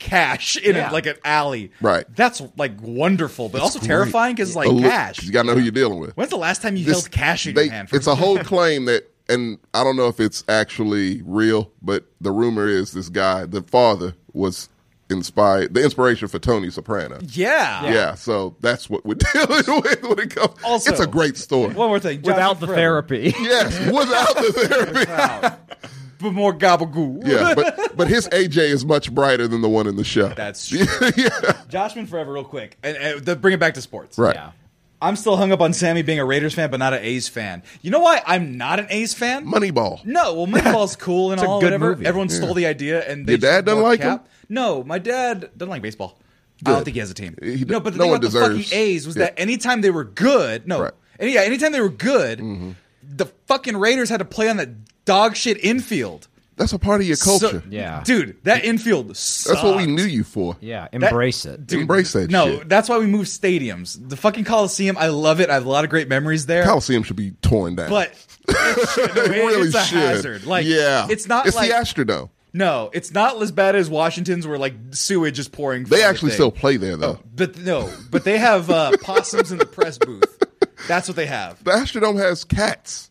S1: cash in
S3: Yeah.
S1: a, like an alley.
S2: Right.
S1: That's like wonderful, but also
S2: great.
S1: terrifying because it's like
S2: A li-
S1: cash.
S2: You gotta know who you're dealing with.
S1: When's the last time you
S2: This-
S1: held cash in
S2: they-
S1: your hand? For
S2: It's a whole claim that, and I don't know if it's actually real, but the rumor is this guy, the father, was inspired, the inspiration for Tony Soprano.
S1: yeah.
S2: Yeah, so that's what we're [laughs] dealing with when it comes.
S1: Also-
S2: it's a great story.
S1: One more thing. Johnson
S3: Without the
S1: Forever.
S3: therapy.
S2: Yes, without the therapy.
S1: But more gabagool.
S2: Yeah,
S1: [laughs]
S2: but but his AJ is much brighter than the one in the show. [laughs]
S1: That's true. Joshman forever, real quick, and, and to bring it back to sports.
S2: right.
S3: Yeah.
S1: I'm still hung up on Sammy being a Raiders fan, but not an A's fan. You know why I'm not an A's fan?
S2: Moneyball.
S1: No,
S2: [laughs]
S1: well, Moneyball's cool and
S3: It's a
S1: all.
S3: good
S1: whatever.
S3: movie.
S1: Everyone stole the idea, and they
S2: Your dad
S1: just
S2: doesn't
S1: wore a
S2: like
S1: cap.
S2: him?
S1: No, my dad doesn't like baseball. I don't think he has a team.
S2: He d-
S1: no, but the
S2: no
S1: thing
S2: one
S1: about the
S2: deserves-
S1: fucking A's was
S2: Yeah.
S1: that anytime they were good, no,
S2: Right. Mm-hmm.
S1: any, yeah, anytime they were good, the fucking Raiders had to play on that dog shit infield.
S2: That's a part of your culture.
S1: So-
S3: Yeah.
S1: dude, that infield. Sucked.
S2: that's what we knew you for.
S3: Yeah.
S1: That-
S3: Embrace it.
S1: Dude,
S2: Embrace that
S1: No,
S2: shit.
S1: that's why we moved stadiums. The fucking Coliseum, I love it. I have a lot of great memories there.
S2: Coliseum should be torn down. [laughs]
S1: but it's, shit, no,
S2: it really
S1: it's a
S2: should.
S1: hazard. Like,
S2: yeah,
S1: it's not
S2: It's
S1: like
S2: the Astrodome.
S1: No, it's not as bad as Washington's, where like sewage is pouring. from
S2: They
S1: the
S2: actually
S1: thing. Oh.
S2: still play there though.
S1: but no, but they have uh,
S2: [laughs]
S1: possums in the press booth. That's what they have.
S2: The Astrodome has cats.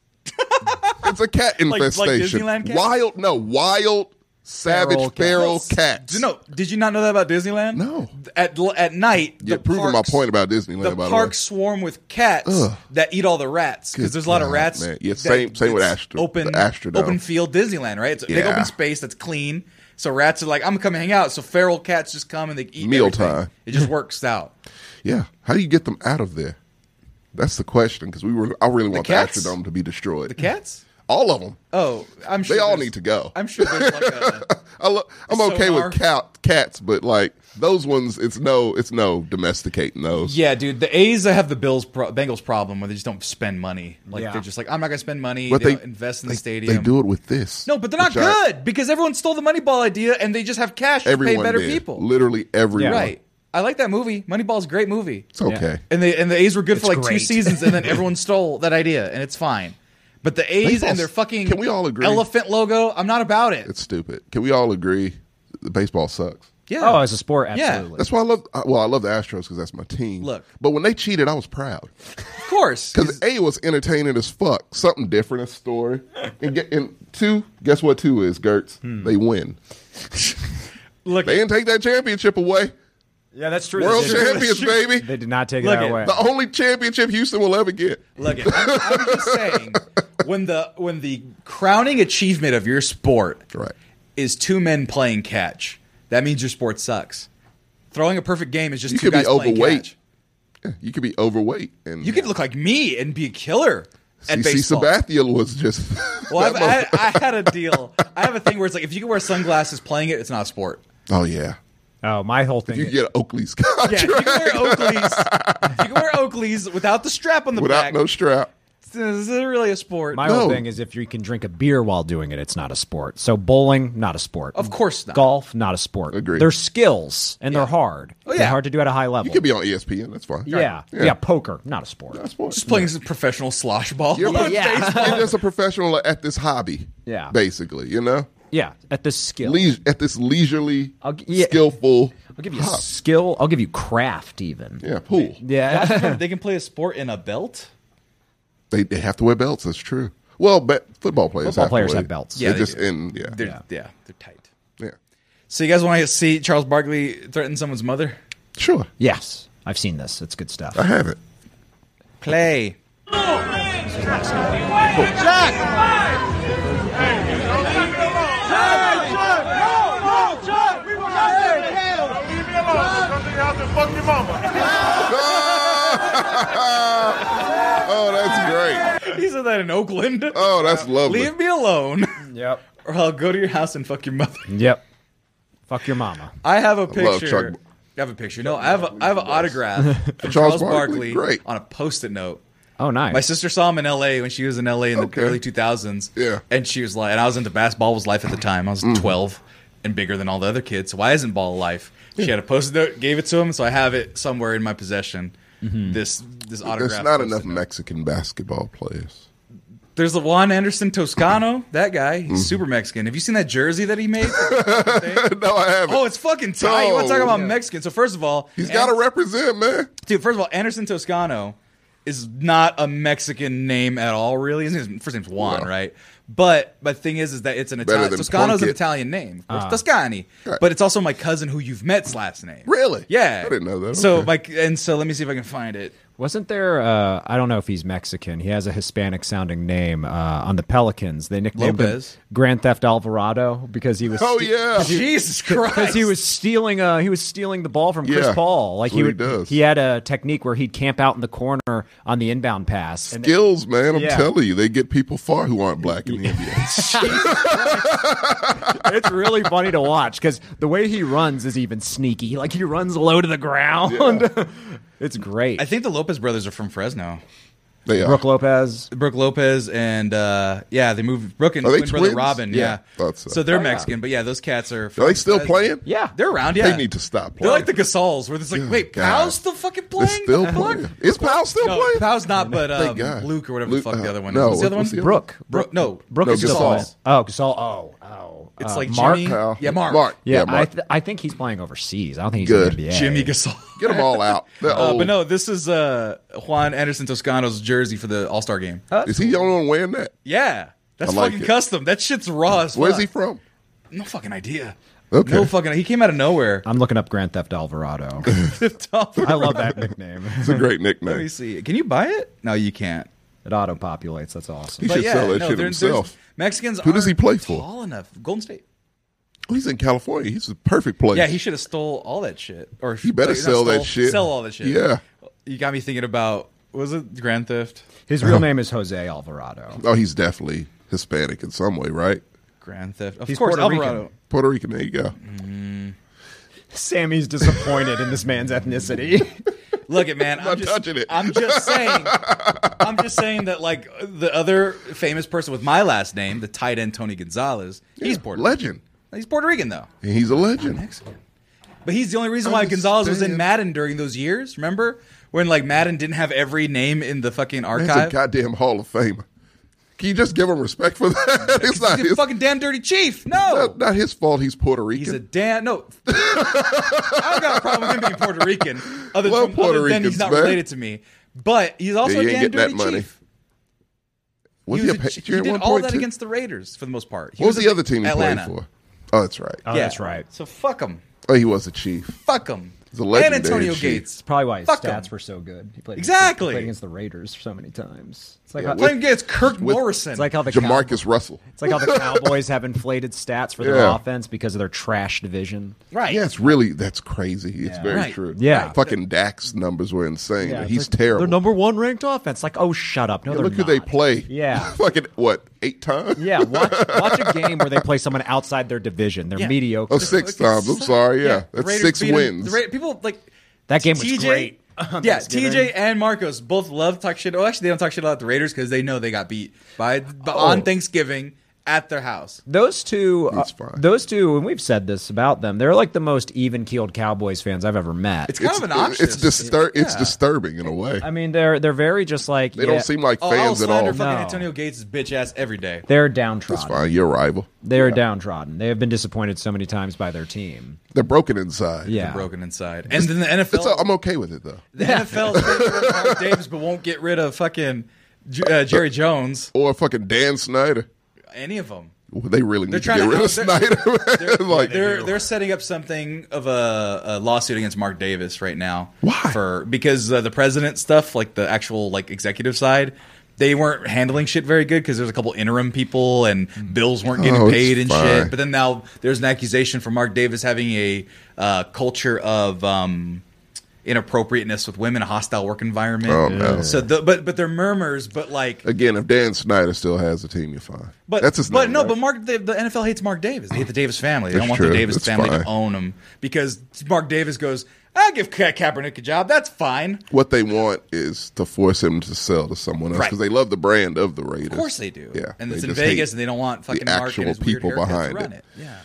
S2: it's a cat
S1: [laughs] like
S2: infestation.
S1: Disneyland cats?
S2: Wild, no, wild savage
S3: Feral
S2: feral
S3: cats.
S2: cats.
S1: Do you know? Did you not know that about Disneyland?
S2: No.
S1: At at night,
S2: You're
S1: the
S2: proving
S1: parks-
S2: my point about Disneyland.
S1: The
S2: by
S1: parks swarm with cats
S2: Ugh.
S1: that eat all the rats because
S2: Good
S1: there's a lot of
S2: God,
S1: rats.
S2: man. Yeah,
S1: that-
S2: same- same with
S1: it's
S2: Astro-
S1: Open
S2: the Astrodome.
S1: open field Disneyland, right? It's a big
S2: Yeah.
S1: open space that's clean. So rats are like, I'm gonna come hang out. So feral cats just come and they eat
S2: Meal
S1: everything.
S2: time.
S1: It just works
S2: [laughs]
S1: out.
S2: the way. Yeah. How do you get them out of there? That's the question because we were. I really want the,
S1: cats?
S2: Astrodome to be destroyed.
S1: The cats?
S2: All of them.
S1: Oh, I'm sure
S2: They all
S1: there's-
S2: need to go.
S1: I'm sure there's like a.
S2: I lo- I'm
S1: So
S2: okay
S1: far.
S2: with cat, cats, but like those ones, it's no, it's no domesticating
S1: [laughs]
S2: those.
S1: Yeah, dude, the A's have the Bills pro- Bengals problem where they just don't spend money. Like
S3: Yeah.
S1: they're just like, I'm not gonna spend money.
S2: But
S1: they,
S2: they,
S1: don't invest in the
S2: they-
S1: stadium.
S2: They do it with this.
S1: No, but they're not
S2: which I-
S1: good because everyone stole the Moneyball idea and they just have cash to pay
S2: everyone
S1: better
S2: did.
S1: people.
S2: Literally everyone.
S1: Right. I like that movie. Moneyball's a great movie.
S2: It's okay.
S1: And they and the A's were good for like two
S3: great.
S1: seasons [laughs] and then everyone stole that idea and it's fine. But the A's
S2: Baseball's-
S1: and their fucking
S2: can we all agree?
S1: elephant logo, I'm not about it.
S2: It's stupid. Can we all agree? The baseball sucks.
S1: yeah.
S3: Oh, as a sport,
S1: Yeah.
S3: absolutely.
S2: That's why I love. I- Well, I love the Astros because that's my team.
S1: Look.
S2: but when they cheated, I was proud
S1: of course.
S2: because A was entertaining as fuck. Something different, a story, and, get, and two. Guess what? Two is Gertz.
S1: Hmm.
S2: They win.
S1: Look,
S2: They didn't take that championship away.
S3: yeah, that's true.
S2: World
S3: they, did,
S2: champions,
S1: [laughs]
S2: baby.
S3: they did not take
S1: Look
S3: that
S1: at-
S3: away.
S2: The only championship Houston will ever get.
S1: Look, it, I'm, I'm just saying when the when the crowning achievement of your sport
S2: Right.
S1: is two men playing catch, that means your sport sucks. Throwing a perfect game is just
S2: You
S1: two
S2: could
S1: guys
S2: be
S1: playing
S2: overweight.
S1: catch.
S2: Yeah, you could be overweight, and
S1: You could look like me and be a killer at
S2: CC
S1: baseball.
S2: Sabathia was just.
S1: [laughs] Well, I've,
S2: [laughs] that
S1: I,
S2: motherfucker-
S1: I had a deal. I have a thing where it's like if you can wear sunglasses playing it, it's not a sport.
S2: oh yeah,
S3: oh, my whole thing.
S2: you get Oakley's contract
S1: Yeah, if you can wear Oakleys. if you can wear Oakleys without the strap on the
S2: [laughs] without
S1: back.
S2: no strap.
S1: this isn't really a sport.
S3: my
S2: No.
S3: whole thing is if you can drink a beer while doing it, it's not a sport. So bowling, not a sport.
S1: Of course not.
S3: Golf, not a sport.
S2: Agreed.
S3: They're skills and they're hard.
S1: Oh, yeah.
S3: They're hard to do at a high level.
S2: You could be on E ESPN. That's fine.
S3: yeah.
S2: Yeah.
S3: yeah, Poker, not a sport.
S2: That's fine.
S1: just playing professional slosh ball.
S2: You're,
S3: Yeah, yeah.
S2: You're just a professional at this hobby.
S3: Yeah.
S2: Basically, you know,
S3: Yeah, at the skill.
S2: Leis- at this leisurely,
S3: I'll g- yeah.
S2: skillful.
S3: I'll give you skill. I'll give you craft, even.
S2: Yeah, pool.
S1: [laughs]
S3: Yeah.
S1: they can play a sport in a belt.
S2: They, they have to wear belts. That's true. Well, but football players
S3: Football
S2: have to
S3: players
S2: wear-
S3: have belts.
S1: Yeah,
S2: They
S1: they
S2: just
S1: do.
S2: in yeah
S1: They're, yeah.
S3: Yeah.
S1: they're tight.
S2: yeah
S1: So you guys want to see Charles Barkley threaten someone's mother?
S2: sure.
S3: yes, I've seen this. It's
S2: [laughs]
S3: good stuff.
S2: I have it.
S1: Play.
S2: Oh, that's great.
S1: [laughs] He said that in Oakland.
S2: Oh, that's lovely.
S1: Leave me alone, [laughs]
S3: Yep.
S1: or I'll go to your house and fuck your mother.
S3: Yep. Fuck your mama.
S1: I have a
S2: love
S1: picture.
S2: Chuck-
S1: I have a picture. No, I have a, I have an autograph from Charles,
S2: [laughs] Charles
S1: Barkley
S2: Barkley, great.
S1: on a post-it note.
S3: Oh, nice.
S1: My sister saw him in L.A. when she was in L.A. in the
S2: Okay.
S1: early 2000s.
S2: Yeah. Mm-hmm.
S1: and she was like, and I was into basketball was life at the time. I was 12 and bigger than all the other kids. So why isn't ball life? She had a post-it note, gave it to him, so I have it somewhere in my possession. This this autograph.
S2: There's not
S1: post-it
S2: enough
S1: note.
S2: Mexican basketball players. [laughs]
S1: There's the Juan Anderson Toscano. That guy,
S2: Mm-hmm.
S1: he's super Mexican. Have you seen that jersey that he
S2: [laughs]
S1: made?
S2: no, I haven't.
S1: oh, it's fucking tight. You want to talk
S2: No.
S1: about Mexican? So first of all,
S2: He's
S1: An-
S2: got to represent, man.
S1: dude. First of all, Anderson Toscano is not a Mexican name at all. Really, his name- first name's Juan,
S2: Well.
S1: right? But but thing is, is that it's an
S2: Better
S1: Italian.
S2: than
S1: Toscano's an
S2: Plunkett.
S1: Italian name, Or Toscani.
S2: Right.
S1: But it's also my cousin who you've met's last name.
S2: Really?
S1: Yeah,
S2: I didn't know that.
S1: So
S2: Okay.
S1: like, and so let me see if I can find
S2: [laughs]
S1: it.
S3: Wasn't there? Uh, I don't know if he's Mexican. He has a Hispanic sounding name uh, on the Pelicans. They nicknamed
S1: Lopez.
S3: him Grand Theft Alvarado because he was.
S2: Oh
S3: ste-
S2: yeah. [laughs]
S1: Jesus Christ!
S3: Because he was stealing, uh, he was stealing the ball from Chris
S2: Yeah.
S3: Paul. Like
S2: That's
S3: he
S2: what
S3: would,
S2: he does.
S3: he had a technique where he'd camp out in the corner on the inbound
S2: [laughs]
S3: pass. And
S2: Skills, man. I'm
S3: Yeah.
S2: telling you, they get people far who aren't black in the NBA.
S1: [laughs]
S3: it's really funny to watch because the way he runs is even sneaky. Like he runs low to the ground. [laughs] it's great.
S1: I think the Lopez brothers are from Fresno.
S2: They are.
S3: Brooke Lopez.
S1: Brooke Lopez and uh, yeah, they moved Brooke and
S2: Are they
S1: twin brother
S2: twins?
S1: Robin.
S2: Yeah,
S1: Yeah,
S2: thought
S1: so.
S2: so.
S1: they're Mexican, but yeah, those cats are.
S2: Are they still playing?
S3: Yeah,
S1: they're around. Yeah,
S2: They need to stop
S1: They're
S2: playing.
S1: like the Gasols, where it's like, wait,
S2: God.
S1: Pow's still fucking
S2: They're
S1: playing.
S2: still
S1: The fuck?
S2: playing. Is Powell still
S1: No,
S2: playing? Oh,
S1: Pow's not, but
S2: Thank
S1: um,
S2: God.
S1: Luke or whatever
S2: Luke-
S1: the fuck the
S2: uh,
S1: other one.
S2: no,
S1: is. What's the other one?
S2: what's the other one?
S3: Brooke.
S1: Bro- no,
S3: Brooke
S2: No,
S3: is the
S2: Gasol.
S3: fall. Oh, Gasol. Oh, oh.
S1: It's
S3: Uh,
S1: like
S3: Mark.
S1: Jimmy.
S2: Powell.
S1: Yeah, Mark.
S2: Mark.
S3: Yeah, I,
S2: Mark.
S3: th- I think he's playing overseas. I don't think he's
S2: Good.
S3: in the NBA.
S1: Jimmy Gasol.
S2: get them all out. Oh,
S1: [laughs]
S2: They're
S1: Uh,
S2: old.
S1: but no, this is uh, Juan Anderson Toscano's jersey for the All Star game.
S2: Is he the only one wearing that?
S1: yeah, that's
S2: I like
S1: fucking
S2: it.
S1: custom. That shit's raw as
S2: Where's
S1: fuck.
S2: he from?
S1: No fucking idea.
S2: Okay.
S1: No fucking. He came out of nowhere. [laughs]
S3: I'm looking up Grand
S2: [laughs]
S3: Theft Alvarado. [laughs] I love that nickname.
S2: It's
S1: Hmm.
S2: a great
S1: Let me
S2: nickname.
S1: see. Can you buy it? No, you can't.
S3: It auto populates. That's awesome.
S2: He should sell that shit
S1: there- there's-
S2: himself.
S1: Mexicans.
S2: Who does he
S1: aren't
S2: play for?
S1: Tall enough. Golden State.
S2: Oh, he's in California. He's the perfect place.
S1: Yeah, he should have stole all that shit. Or
S2: You better
S1: not
S2: sell that
S1: stole,
S2: shit.
S1: Sell all that shit.
S2: Yeah.
S1: You got me thinking about was it Grand Theft?
S3: His real name is Jose Alvarado.
S2: Oh, he's definitely Hispanic in some way, right?
S1: Grand Theft. Of
S3: He's
S1: course,
S3: Puerto Rican.
S1: Alvarado.
S2: Puerto Rican. There you go.
S3: Sammy's disappointed in this
S2: [laughs]
S3: man's ethnicity.
S1: Look it, man. I'm,
S2: not
S1: just,
S2: touching it.
S1: I'm just saying. I'm just saying that like the other famous person with my last name, the tight end Tony Gonzalez, he's
S2: Yeah,
S1: Puerto.
S2: legend.
S1: He's Puerto Rican though.
S2: And he's a legend.
S1: Mexican. But he's the only reason why Gonzalez was in
S2: Understand.
S1: Madden during those years. Remember when like Madden didn't have every name in the fucking
S2: That's a
S1: archive?
S2: goddamn Hall of Famer. Can you just give him respect for that? it's
S1: [laughs]
S2: not
S1: He's a
S2: his,
S1: fucking damn dirty chief. No,
S2: not, not his fault. He's Puerto Rican.
S1: he's a damn no. I don't got a problem with him being Puerto Rican. Other,
S2: Love
S1: than,
S2: Puerto
S1: other than
S2: Ricans,
S1: he's not
S2: man.
S1: related to me, but he's also
S2: Yeah, you
S1: a
S2: ain't
S1: damn
S2: getting that
S1: dirty
S2: money.
S1: chief.
S2: was
S1: he,
S2: he,
S1: was
S2: a
S1: a, ch- he
S2: Patriot at
S1: did
S2: one
S1: all
S2: point,
S1: that
S2: too?
S1: against the Raiders for the most part. He
S2: What was
S1: at
S2: the other team he
S1: Atlanta.
S2: played for? Oh, that's right.
S3: Oh,
S1: Yeah.
S3: that's right.
S1: So fuck him.
S2: Oh, he was a chief.
S1: Fuck him.
S2: He's a legendary
S1: and Antonio
S2: chief.
S1: Gates.
S3: It's probably why his
S1: Fuck
S3: stats
S1: him.
S3: were so good. He played
S1: Exactly.
S3: Against, he played against the Raiders so many times. It's like,
S2: Yeah,
S3: how,
S2: with-
S1: Playing against Kirk
S2: with-
S1: Morrison.
S3: it's like how the Cow-
S2: Jamarcus Russell.
S3: it's like
S2: [laughs]
S3: how the Cowboys have inflated stats for their
S2: Yeah.
S3: offense because of their trash division.
S1: right.
S2: Yeah, it's really that's crazy. It's very
S1: Right.
S2: true.
S3: Yeah. Right.
S2: fucking Dax numbers were insane.
S3: it's
S2: he's
S3: like,
S2: terrible.
S3: They're number one ranked offense. Like, oh, shut up. No,
S2: Yeah,
S3: they're
S2: look who they
S3: not.
S2: play.
S3: Yeah.
S2: [laughs] fucking what eight times?
S3: Yeah, watch, watch a game where they play someone outside their division. They're
S1: Yeah.
S3: mediocre.
S2: Oh, six
S1: Fucking
S2: times. I'm
S1: suck.
S2: sorry. Yeah, that's
S1: Raiders
S2: six
S1: beat 'em.
S2: wins.
S1: The Ra- people like
S3: That game was
S1: TJ,
S3: great.
S1: [laughs] Yeah, TJ and Marcos both love talk shit. Oh, actually, they don't talk shit about the Raiders because they know they got beat by but on Thanksgiving at their house.
S3: Those two, uh,
S2: It's fine.
S3: those two, and we've said this about them. They're like the most even-keeled Cowboys fans I've ever met.
S1: It's kind of obnoxious.
S2: It's distur- It's
S1: Yeah.
S2: disturbing in a way.
S3: I mean, they're they're very just like
S2: they don't seem like
S1: Oh, I'll
S2: fans at
S1: slander
S2: all.
S1: fucking
S3: No.
S1: Antonio Gates' bitch ass every day.
S3: they're
S2: That's
S3: downtrodden.
S2: fine. You're a rival.
S3: They're downtrodden. They have been disappointed so many times by their team.
S2: They're broken inside.
S3: Yeah,
S1: Broken inside, and then the
S2: It's a,
S3: [laughs]
S1: NFL.
S2: I'm okay with it though.
S1: The NFL is getting rid of Mark Davis, but won't get rid of fucking J- uh, Jerry Jones.
S2: Or fucking Dan Snyder.
S1: Any of them.
S2: They really
S1: They're
S2: need to
S1: trying
S2: get
S1: to
S2: rid of
S1: help- they're-
S2: Snyder. [laughs] man. like
S1: they're they're setting up something of a, a lawsuit against Mark Davis right now.
S2: Why?
S1: For because uh, the president stuff, like the actual like executive side, they weren't handling shit very good because there's a couple interim people and bills weren't getting
S2: Oh, it's
S1: paid and
S2: fine.
S1: shit. But then now there's an accusation for Mark Davis having a uh, culture of. Um, inappropriateness with women, a hostile work environment.
S2: Oh, no.
S1: So, the, but but they're murmurs, but like
S2: again, if Dan Snyder still has the team, you're fine.
S1: but
S2: that's his
S1: but
S2: name,
S1: no,
S2: right?
S1: but Mark the, the NFL hates Mark Davis. They hate the Davis family. They
S2: That's
S1: don't want
S2: true.
S1: the Davis
S2: That's
S1: family
S2: fine.
S1: to own him because Mark Davis goes, "I'll give Ka- Kaepernick a job. That's fine." Of
S2: what they want is to force him to sell to someone else
S1: Right.
S2: because they love the brand of the Raiders. Of
S1: course they do.
S2: Yeah,
S1: and
S2: they
S1: it's in
S2: just
S1: Vegas,
S2: hate
S1: and they don't want fucking
S2: the
S1: Mark
S2: actual
S1: and his
S2: people
S1: weird haircut to
S2: behind
S1: run
S2: it.
S1: it. Yeah,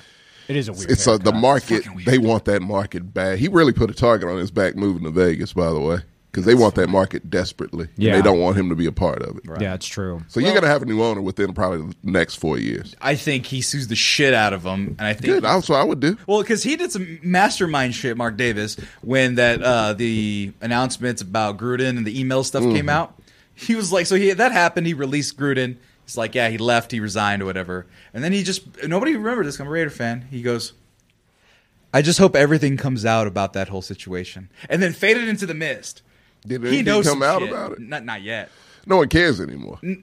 S3: it is a weird.
S2: It's uh, the
S3: haircut.
S2: market.
S1: fucking weird.
S2: They want that market bad. He really put a target on his back moving to Vegas, by the way, because they want that market desperately.
S3: Yeah.
S2: and they don't want him to be a part of it.
S3: Yeah, it's true.
S2: So you're gonna have a new owner within probably the next four years.
S1: I think he sues the shit out of him, and I think
S2: Good. That's what I would do.
S1: Well, because he did some mastermind shit, Mark Davis, when that uh, the announcements about Gruden and the email stuff
S2: Mm-hmm.
S1: came out. He was like, so he that happened. He released Gruden. He's like, yeah, he left, he resigned, or whatever. And then he just nobody remembered this. I'm a Raider fan. He goes, I just hope everything comes out about that whole situation, and then faded into the mist.
S2: Did
S1: he
S2: anything
S1: knows
S2: come
S1: some
S2: out
S1: shit.
S2: about it?
S1: Not not yet.
S2: No one cares anymore. Maybe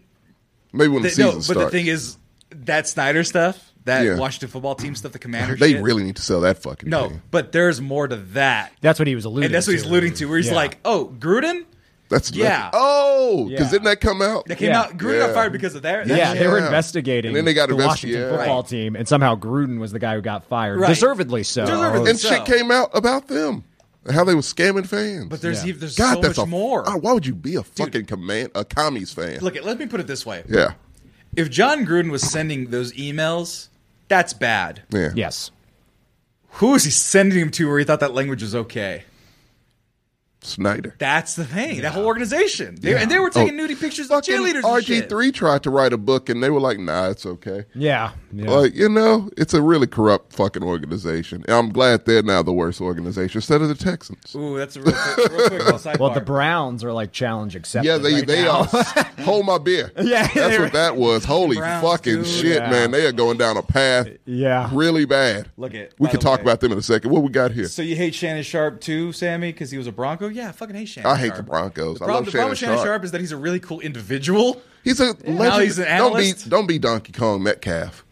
S2: when the
S1: Th-
S2: season
S1: no, but
S2: starts.
S1: the thing is that Snyder stuff, that
S2: Yeah.
S1: Washington football team stuff, the Commander.
S2: they
S1: shit,
S2: really need to sell that fucking
S1: no,
S2: team.
S1: but there's more to that.
S3: That's what he was alluding.
S1: and that's what he's
S3: to.
S1: alluding to, where he's
S3: Yeah.
S1: like, "Oh, Gruden,
S2: That's
S1: Yeah.
S2: nothing. Oh,
S3: Yeah.
S2: because didn't that come out?
S1: that came
S3: Yeah.
S1: out. Gruden
S2: Yeah.
S1: got fired because of that." that
S3: Yeah,
S1: shit.
S3: they were
S2: Yeah.
S3: investigating
S2: And then they got
S3: the
S2: investi-
S3: Washington
S2: yeah.
S3: football
S1: Right.
S3: team, and somehow Gruden was the guy who got fired,
S1: Right.
S3: deservedly so.
S1: Deservedly.
S2: and
S1: So-
S2: shit came out about them, how they were scamming fans.
S1: but there's
S3: Yeah.
S1: even there's
S2: God,
S1: so
S2: that's
S1: much
S2: a,
S1: more.
S2: Oh, why would you be a fucking command a commies fan?
S1: Look, at, let me put it this way:
S2: yeah,
S1: if John Gruden was sending those emails, that's bad.
S2: yeah,
S3: Yes,
S1: Who is he sending them to? Where he thought that language was okay?
S2: Snyder.
S1: That's the thing. That whole organization. They, And they were taking nudie pictures of
S2: Oh, Fucking
S1: cheerleaders. and shit.
S2: RG3 tried to write a book and they were like, nah, it's okay.
S3: Yeah. yeah.
S2: Like, you know, it's a really corrupt fucking organization. And I'm glad they're now the worst organization instead of the Texans.
S1: Ooh, that's a real quick, real quick
S3: [laughs]
S1: little sidebar.
S3: well, the Browns are like challenge accepted.
S2: Yeah, they
S3: right
S2: they
S3: now.
S2: all hold my beer.
S3: [laughs] Yeah,
S2: that's
S3: they were-
S2: what that was. Holy
S1: Browns,
S2: fucking
S1: dude.
S2: shit,
S3: Yeah.
S2: man! They are going down a path.
S3: Yeah.
S2: really bad.
S1: Look at-
S2: we
S1: by
S2: can
S1: the
S2: talk
S1: way.
S2: about them in a second. What we got here?
S1: So you hate Shannon Sharp too, Sammy, because he was a Bronco? Yeah, I fucking hate Shannon.
S2: I hate
S1: Sharp.
S2: the Broncos. I
S1: Problem-
S2: love
S1: the
S2: Shannon
S1: problem with Shannon
S2: Sharp.
S1: Sharp. is that he's a really cool individual.
S2: He's a legend.
S1: Now he's an
S2: don't be
S1: analyst?
S2: don't be Donkey Kong Metcalf.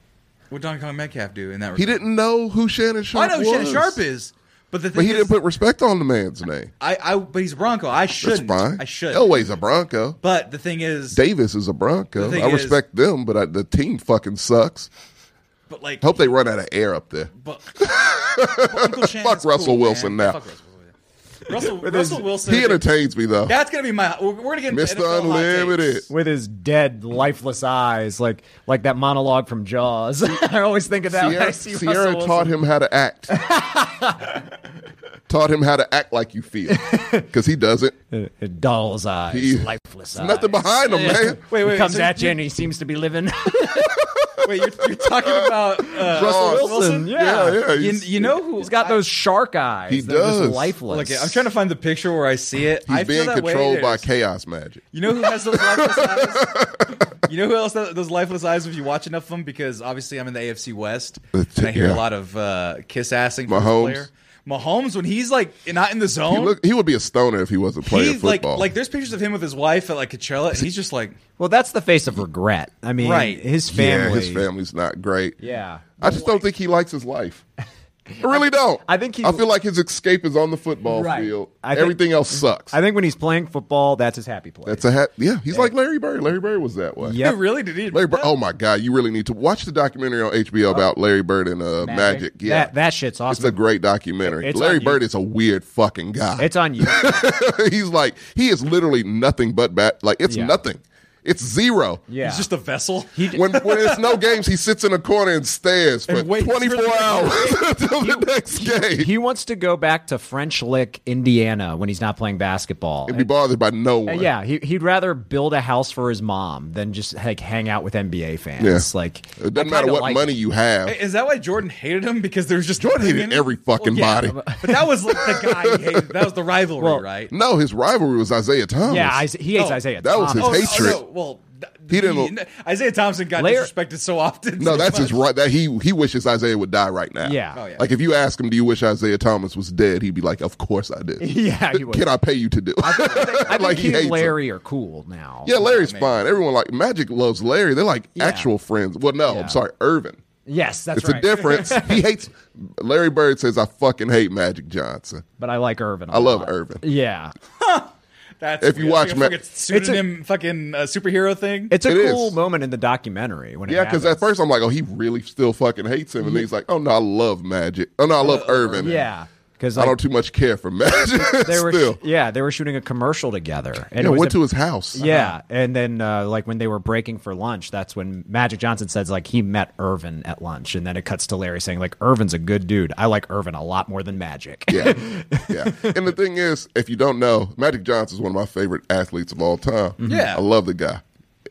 S1: What Don Kong Metcalf do in that? Regard?
S2: He didn't know who Shannon
S1: I
S2: Sharp.
S1: know who
S2: was.
S1: Shannon Sharp is, but the thing
S2: but he
S1: is,
S2: didn't put respect on the man's name.
S1: I, I, but he's a Bronco. I
S2: That's
S1: shouldn't.
S2: fine.
S1: I should.
S2: Elway's a Bronco.
S1: But the thing is,
S2: Davis is a Bronco.
S1: The thing
S2: I
S1: is-
S2: respect them, but I, the team fucking sucks.
S1: but like,
S2: Hope they run out of air up there. [laughs]
S1: but, but Uncle Shannon's
S2: Fuck Russell
S1: cool, man.
S2: Wilson now.
S1: Fuck Russell Wilson. Russell,
S2: [laughs]
S1: Russell Wilson.
S2: He entertains me though.
S1: that's gonna be my. We're, we're gonna get into
S2: Mr.
S1: NFL hot takes.
S2: Unlimited.
S3: [laughs] with his dead, lifeless eyes, like like that monologue from Jaws. [laughs] I always think of that. when [laughs] I
S2: Sierra,
S3: see
S2: Sierra
S3: Russell
S2: taught
S3: Wilson.
S2: him how to act. taught him how to act like you feel, because he doesn't.
S3: Uh, Doll's eyes,
S2: He-
S3: lifeless eyes.
S2: Nothing behind him, man.
S1: Wait, wait,
S3: he comes
S1: so
S3: at
S1: you-
S3: you and he seems to be living.
S1: Wait, you're, you're talking about
S2: [laughs]
S1: uh,
S2: Russell
S1: Russell Wilson?
S3: Wilson, yeah.
S2: Yeah, yeah.
S1: You, [laughs]
S2: he's-
S1: you know who?
S3: [laughs] He's got those shark eyes.
S2: He
S3: that are just
S2: does.
S1: I,
S3: lifeless.
S1: look, I'm trying to find the picture where I see it.
S2: He's
S1: I feel
S2: being
S1: that way
S2: controlled by
S1: is-
S2: chaos magic.
S1: You know who has those lifeless eyes? You know who else has those lifeless eyes if you watch enough of them? Because obviously I'm in the AFC West
S2: That's
S1: and
S2: it,
S1: I hear
S2: yeah.
S1: a lot of uh, kiss assing from
S2: Mahomes.
S1: this player. Mahomes, when he's like not in the
S2: He,
S1: zone,
S2: look, he would be a stoner if he wasn't playing
S1: he like
S2: football.
S1: like there's pictures of him with his wife at like Coachella, and he's just like
S3: Well, that's the face of regret. I mean,
S1: Right.
S3: his
S2: yeah,
S3: family.
S2: his family's not great.
S3: Yeah.
S2: I just don't think he likes his life. I really don't.
S3: I think he-
S2: I feel like his escape is on the football
S3: Right.
S2: field.
S3: I think-
S2: Everything else sucks.
S3: I think when he's playing football, that's his happy place.
S2: That's a hat. Yeah, he's like Larry Bird. Larry Bird was that way.
S3: Yep.
S1: "Dude, really did he?
S2: Larry Bird. Oh my God, you really need to watch the documentary on HBO about Larry Bird and uh, Magic. Yeah,
S3: That, that shit's
S2: It's a
S3: awesome.
S2: great documentary.
S3: It's
S2: Larry
S3: on
S2: Bird is a weird fucking guy.
S3: it's on you.
S2: [laughs] he's like he is literally nothing but bat. Like it's
S3: Yeah.
S2: nothing. It's zero.
S3: Yeah.
S1: He's just a vessel."
S2: When when it's no games, he sits in a corner and stares for
S1: And waits for
S2: twenty four
S1: the-
S2: hours [laughs] until the next game.
S3: he wants to go back to French Lick, Indiana when he's not playing basketball.
S2: and be bothered by no
S3: Uh,
S2: one.
S3: yeah, he, he'd rather build a house for his mom than just like hang out with NBA fans.
S2: Yeah.
S3: Like
S2: It
S3: I
S2: doesn't matter
S3: kinda
S2: what
S3: like
S2: money
S3: it.
S2: you have.
S1: [laughs] Is that why Jordan hated him? Because there was just
S2: Jordan hated every fucking
S1: yeah,
S2: body.
S1: But that was like the guy he hated. That was the rivalry,
S3: Well,
S1: right?
S2: No, his rivalry was Isaiah Thomas.
S3: Yeah, I, he hates
S1: Oh,
S3: Isaiah.
S2: that was his
S3: Thomas.
S2: hate- hatred.
S1: well, th-
S2: He didn't-
S1: he- Isaiah Thompson got
S3: Layer-
S1: disrespected so often. [laughs]
S2: no,
S1: so
S2: that's his
S1: much.
S2: right. That he he wishes Isaiah would die right now.
S3: Yeah.
S1: Oh, yeah.
S2: Like if you ask him, do you wish Isaiah Thomas was dead? He'd be like, of course I did.
S3: [laughs] [laughs] Yeah,
S2: [laughs]
S3: he would.
S2: Can I pay you to do? it? [laughs]
S3: I think
S2: like, he
S3: he
S2: hates
S3: and
S2: him.
S3: Larry are cool now.
S2: yeah, Larry's
S1: man.
S2: fine. Everyone like Magic loves Larry. They're like
S3: Yeah.
S2: actual friends. Well, no,
S3: Yeah.
S2: I'm sorry, Irvin.
S3: Yes, that's
S2: It's
S3: right.
S2: a
S3: [laughs]
S2: difference. he hates Larry Bird says I fucking hate Magic Johnson.
S3: But I like Irvin. I
S2: I love Irvin.
S3: Yeah,
S1: That's
S2: If you
S1: weird.
S2: watch
S1: Like a
S2: Ma-
S1: fucking pseudonym fucking uh, superhero thing.
S3: it's a
S2: It
S3: cool
S2: is.
S3: moment in the documentary when it
S2: Yeah, because
S3: happens.
S2: at first I'm like, oh, he really still fucking hates him, and then he's like, oh no, I love Magic. Oh no, I love Irvin.
S3: Uh, yeah, because
S2: I don't too much care for Magic.
S3: they
S2: [laughs]
S3: were
S2: still,
S3: yeah they were shooting a commercial together and
S2: yeah,
S3: it was
S2: went
S3: the-
S2: to his house.
S3: yeah and then uh, like when they were breaking for lunch that's when magic johnson says like he met irvin at lunch and then it cuts to larry saying like irvin's a good dude i like irvin a lot more than magic
S2: yeah, yeah. And the thing is, if you don't know, Magic Johnson is one of my favorite athletes of all time.
S1: Yeah.
S2: I love the guy,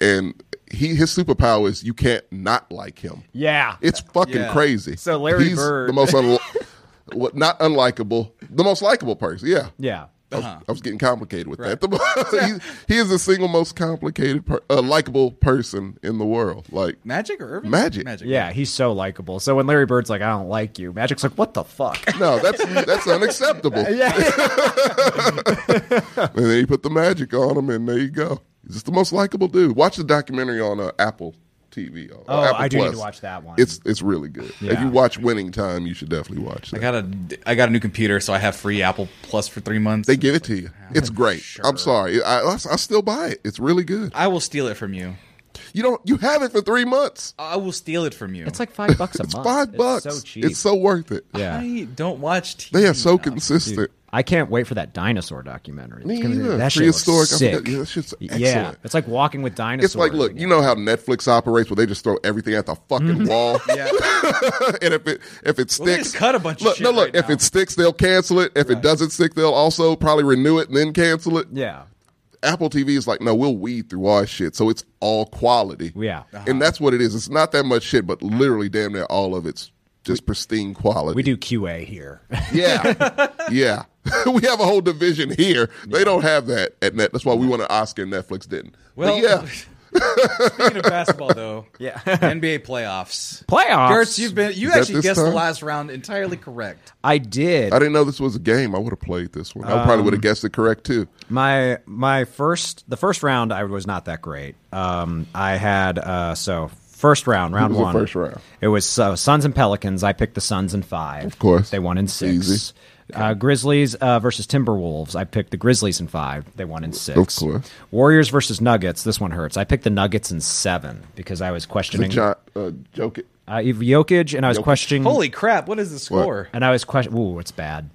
S2: and he his superpower is you can't not like him.
S3: [laughs] yeah
S2: It's fucking
S1: Yeah.
S2: crazy.
S3: So Larry
S2: He's
S3: Bird-
S2: the most unli-
S3: [laughs]
S2: what not unlikable, the most likable person. Yeah,
S3: yeah
S2: I
S3: Uh-huh.
S2: was, I was getting complicated with that. The, [laughs] he, he is the single most complicated, per, uh, likable person in the world. Like
S1: Magic or Irvin?
S2: Magic.
S1: Magic.
S3: yeah he's so likable so when larry bird's like i don't like you magic's like what
S2: [laughs]
S3: the fuck
S2: No, that's that's unacceptable.
S3: [laughs] yeah
S2: [laughs] And then he put the magic on him, and there you go. He's just the most likable dude. Watch the documentary on uh, Apple TV. uh,
S3: Oh,
S2: Apple
S3: I do need
S2: Plus.
S3: to watch that one.
S2: It's it's really good. If
S3: Yeah.
S2: you watch Winning Time, you should definitely watch
S1: I
S2: that.
S1: got a I got a new computer, so I have free Apple Plus for three months.
S2: They give it to you. It's great. I'm sorry. I, I, I still buy it. It's really good.
S1: I will steal it from you.
S2: You don't. You have it for three months.
S1: I will steal it from you.
S3: it's like five bucks a
S2: It's
S3: month
S2: five
S3: Uh, It's
S2: bucks.
S3: so cheap
S2: It's so worth it.
S3: yeah
S1: I don't watch TV.
S2: They are so
S1: now.
S2: consistent.
S3: I can't wait for that dinosaur documentary.
S2: Me
S3: It's gonna be-
S2: either.
S3: That shit looks
S2: Prehistoric, I
S3: sick.
S2: forget- yeah, that shit's
S3: Yeah,
S2: excellent.
S3: it's like walking with dinosaurs.
S2: It's like, look, you know how Netflix operates, where they just throw everything at the fucking wall,
S1: Mm-hmm. [laughs] Yeah.
S2: [laughs] and if it if it sticks,
S1: they just cut a bunch of
S2: look,
S1: shit
S2: No, look,
S1: right
S2: if
S1: now.
S2: it sticks, they'll cancel it. If it doesn't stick, they'll also probably renew it and then cancel it.
S3: Yeah,
S2: Apple TV is like, no, we'll weed through our shit, so it's all quality.
S3: Yeah. Uh-huh.
S2: and that's what it is. It's not that much shit, but literally, damn near all of it's just pristine quality.
S3: we do QA here. [laughs]
S1: [laughs]
S2: Yeah. yeah. [laughs] we have a whole division here. They don't have that at net. That's why we won an Oscar and Netflix didn't.
S1: Mm-hmm. Well,
S2: But
S1: [laughs]
S2: yeah.
S1: speaking of basketball, though,
S3: Yeah. [laughs]
S1: NBA playoffs.
S3: Playoffs?
S1: Gertz, you've been you
S2: Is that
S1: actually
S2: this
S1: guessed the
S2: time?
S1: last round entirely correct.
S3: I did.
S2: I didn't know this was a game. I would have played this one. I probably
S3: Um,
S2: would have guessed it correct too.
S3: My my first the first round I was not that great. Um, I had uh, so first round round
S2: was the
S3: one
S2: first round?
S3: It was uh, Suns and Pelicans. I picked the Suns in five. Of
S2: course.
S3: they won in six.
S2: Easy.
S3: Uh, Grizzlies uh, versus Timberwolves. I picked the Grizzlies in five. They won in six.
S2: course.
S3: Warriors versus Nuggets. This one hurts. I picked the Nuggets in seven because I was
S2: The
S3: questioning
S2: John, uh, joke it.
S3: uh, Jokic and I was
S2: Hmm.
S3: questioning.
S1: Holy crap! What is the
S3: [laughs]
S1: score?
S3: And I was question. Ooh, it's bad.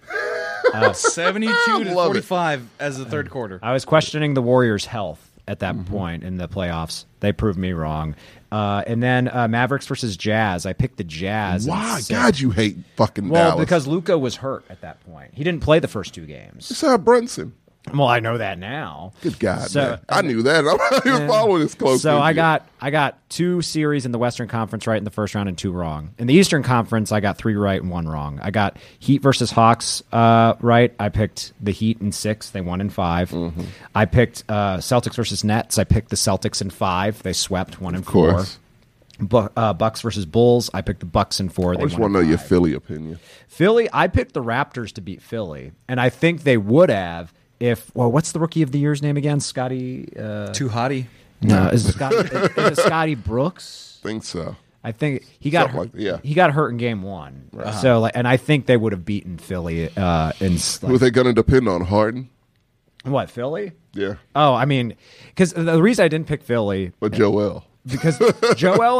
S1: Seventy-two to
S2: Love it.
S1: forty-five as the third quarter.
S3: I was questioning the Warriors' health at that
S2: Mm-hmm.
S3: point in the playoffs. They proved me wrong. Uh, and then uh, Mavericks versus Jazz. I picked the Jazz. in
S2: Why?
S3: six.
S2: God, you hate fucking
S3: Well,
S2: Dallas.
S3: because Luca was hurt at that point. He didn't play the first two games.
S2: it's not Brunson.
S3: Well, I know that now.
S2: Good God,
S3: So-
S2: man. I knew that. [laughs] I'm not even following this close.
S3: So
S2: as
S3: I
S2: you.
S3: got I got two series in the Western Conference right in the first round and two wrong. In the Eastern Conference, I got three right and one wrong. I got Heat versus Hawks uh, right. I picked the Heat in six. They won in 5
S2: Mm-hmm.
S3: I picked uh, Celtics versus Nets. I picked the Celtics in five. They swept one and four.
S2: course.
S3: Bu- uh, Bucks versus Bulls. I picked the Bucks in four.
S2: I
S3: They
S2: just want
S3: won
S2: to
S3: in
S2: know your
S3: five.
S2: Philly opinion.
S3: Philly, I picked the Raptors to beat Philly, and I think they would have if. Well, what's the rookie of the year's name again? Scotty. Uh,
S1: Too hottie.
S3: no, Uh,
S2: [laughs]
S3: is it Scotty, is it Scotty Brooks?
S2: Think so.
S3: I think he got
S2: Something
S3: hurt,
S2: like- yeah.
S3: he got hurt in game one. So like, and I think they would have beaten Philly. Uh, in s-
S2: Who are
S3: like,
S2: they going to depend on? Harden?
S3: what Philly?
S2: Yeah.
S3: Oh, I mean, because the reason I didn't pick
S2: [laughs]
S3: Philly
S2: But Joel.
S3: because Joel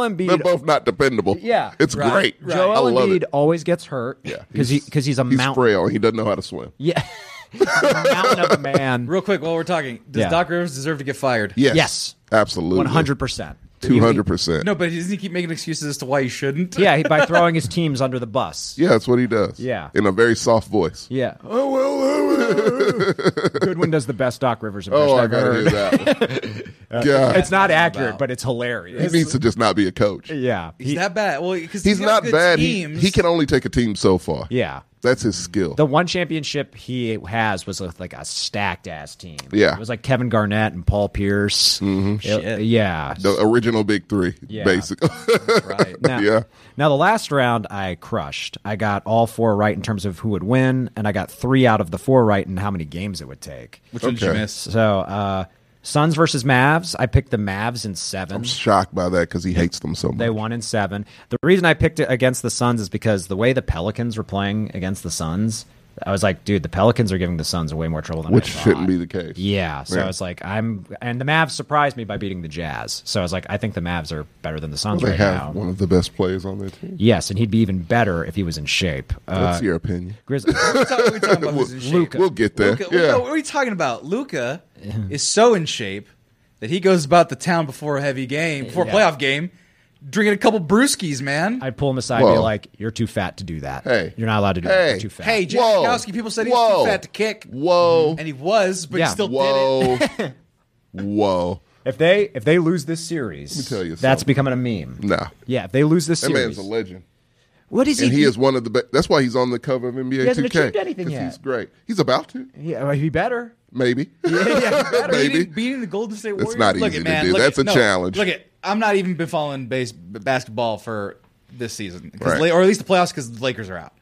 S2: [laughs] They're
S3: Embiid.
S2: both not dependable.
S3: Yeah.
S2: It's
S1: Right,
S2: great.
S1: right.
S2: I
S3: Joel
S2: love
S3: Embiid
S2: it.
S3: always gets hurt.
S2: Yeah,
S3: because he
S2: he's-
S3: because he's a
S2: He's
S3: mountain.
S2: frail. He doesn't know how to swim.
S3: Yeah, [laughs] he's a mountain of
S2: [laughs]
S3: a man.
S1: Real quick, while we're talking, does
S3: Yeah.
S1: Doc Rivers deserve to get fired?
S2: Yes.
S3: Yes.
S2: Absolutely.
S3: One hundred percent.
S2: 200%.
S1: No, but doesn't he keep making excuses as to why he shouldn't?
S3: Yeah, he, by throwing his teams under the bus.
S2: Yeah, that's what he does.
S3: Yeah.
S2: In a very soft voice.
S3: Yeah.
S2: Oh, well, oh, well.
S3: Goodwin does the best Doc Rivers
S2: [laughs]
S3: impression
S2: oh I
S3: I've
S2: got to
S3: ever
S2: hear
S3: heard.
S2: that.
S3: [laughs]
S2: one. God.
S3: It's not accurate,
S1: about.
S3: but it's hilarious.
S2: he needs to just not be a coach.
S3: yeah.
S1: he's
S3: He-
S1: that bad. Well, because
S2: He's not bad. He,
S1: Teams.
S2: he can only take a team so far.
S3: yeah.
S2: That's his skill.
S3: The one championship he has was with like a stacked ass team.
S2: Yeah. Mm-hmm.
S3: It was like Kevin Garnett and Paul Pierce. It- uh,
S1: Shit.
S3: Yeah.
S2: The original big three,
S3: Yeah.
S2: basically. [laughs]
S1: right.
S3: Now,
S2: Yeah.
S3: now the last round I crushed. I got all four right in terms of who would win, and I got three out of the four right in how many games it would take.
S1: Which one did you
S2: Okay.
S1: miss?
S3: So uh Suns versus Mavs, I picked the Mavs in seven.
S2: Shocked by that because he hates them so much.
S3: They won in seven. The reason I picked it against the Suns is because the way the Pelicans were playing against the Suns, I was like, dude, the Pelicans are giving the Suns way more trouble than
S2: which
S3: I thought.
S2: shouldn't be the case.
S3: Yeah, so
S2: Yeah.
S3: I was like, I'm, and the Mavs surprised me by beating the Jazz. So I was like, I think the Mavs are better than the Suns
S2: They
S3: right
S2: have
S3: now.
S2: one of the best players on their team.
S3: Yes, and he'd be even better if he was in shape. Uh,
S2: That's your opinion.
S3: Grizzly,
S1: We're talking, we're talking about who's in shape.
S3: Luka.
S2: We'll get there.
S1: Luca,
S2: yeah.
S1: no, what are we talking about? Luca is so in shape that he goes about the town before a heavy game, before a
S3: Yeah.
S1: playoff game, drinking a couple brewskis, man.
S3: I'd pull him aside and
S2: Whoa.
S3: be like, "You're too fat to do that.
S2: Hey.
S3: You're not allowed to do
S2: Hey.
S3: that. You're too fat."
S1: hey, Jack
S2: Whoa.
S1: Kowski, people said he was
S2: Whoa.
S1: too fat to kick,
S2: Whoa.
S1: and he was, but
S3: Yeah.
S1: he still did it. [laughs]
S2: Whoa. Whoa.
S3: if they if they lose this series,
S2: Let me tell you
S3: that's
S2: something.
S3: becoming a meme.
S2: Nah.
S3: Yeah, if they lose this
S2: That
S3: series,
S2: man's a legend.
S3: what is
S2: And
S3: he?
S2: he is one of the best. That's why he's on the cover of NBA 2K.
S3: hasn't achieved anything
S2: 'cause
S3: yet.
S2: He's great. He's about to,
S3: Yeah, well, he'd be
S2: [laughs]
S3: better.
S1: [laughs]
S2: maybe.
S1: Better
S2: Maybe.
S1: Beating, beating the Golden State Warriors.
S2: not
S1: look
S2: easy
S1: at,
S2: to
S1: man,
S2: do.
S1: Look
S2: That's
S1: at,
S2: a challenge.
S1: Look at, I'm not even been following base basketball for this season, 'Cause
S2: Right.
S1: la- or at least the playoffs because the Lakers are out.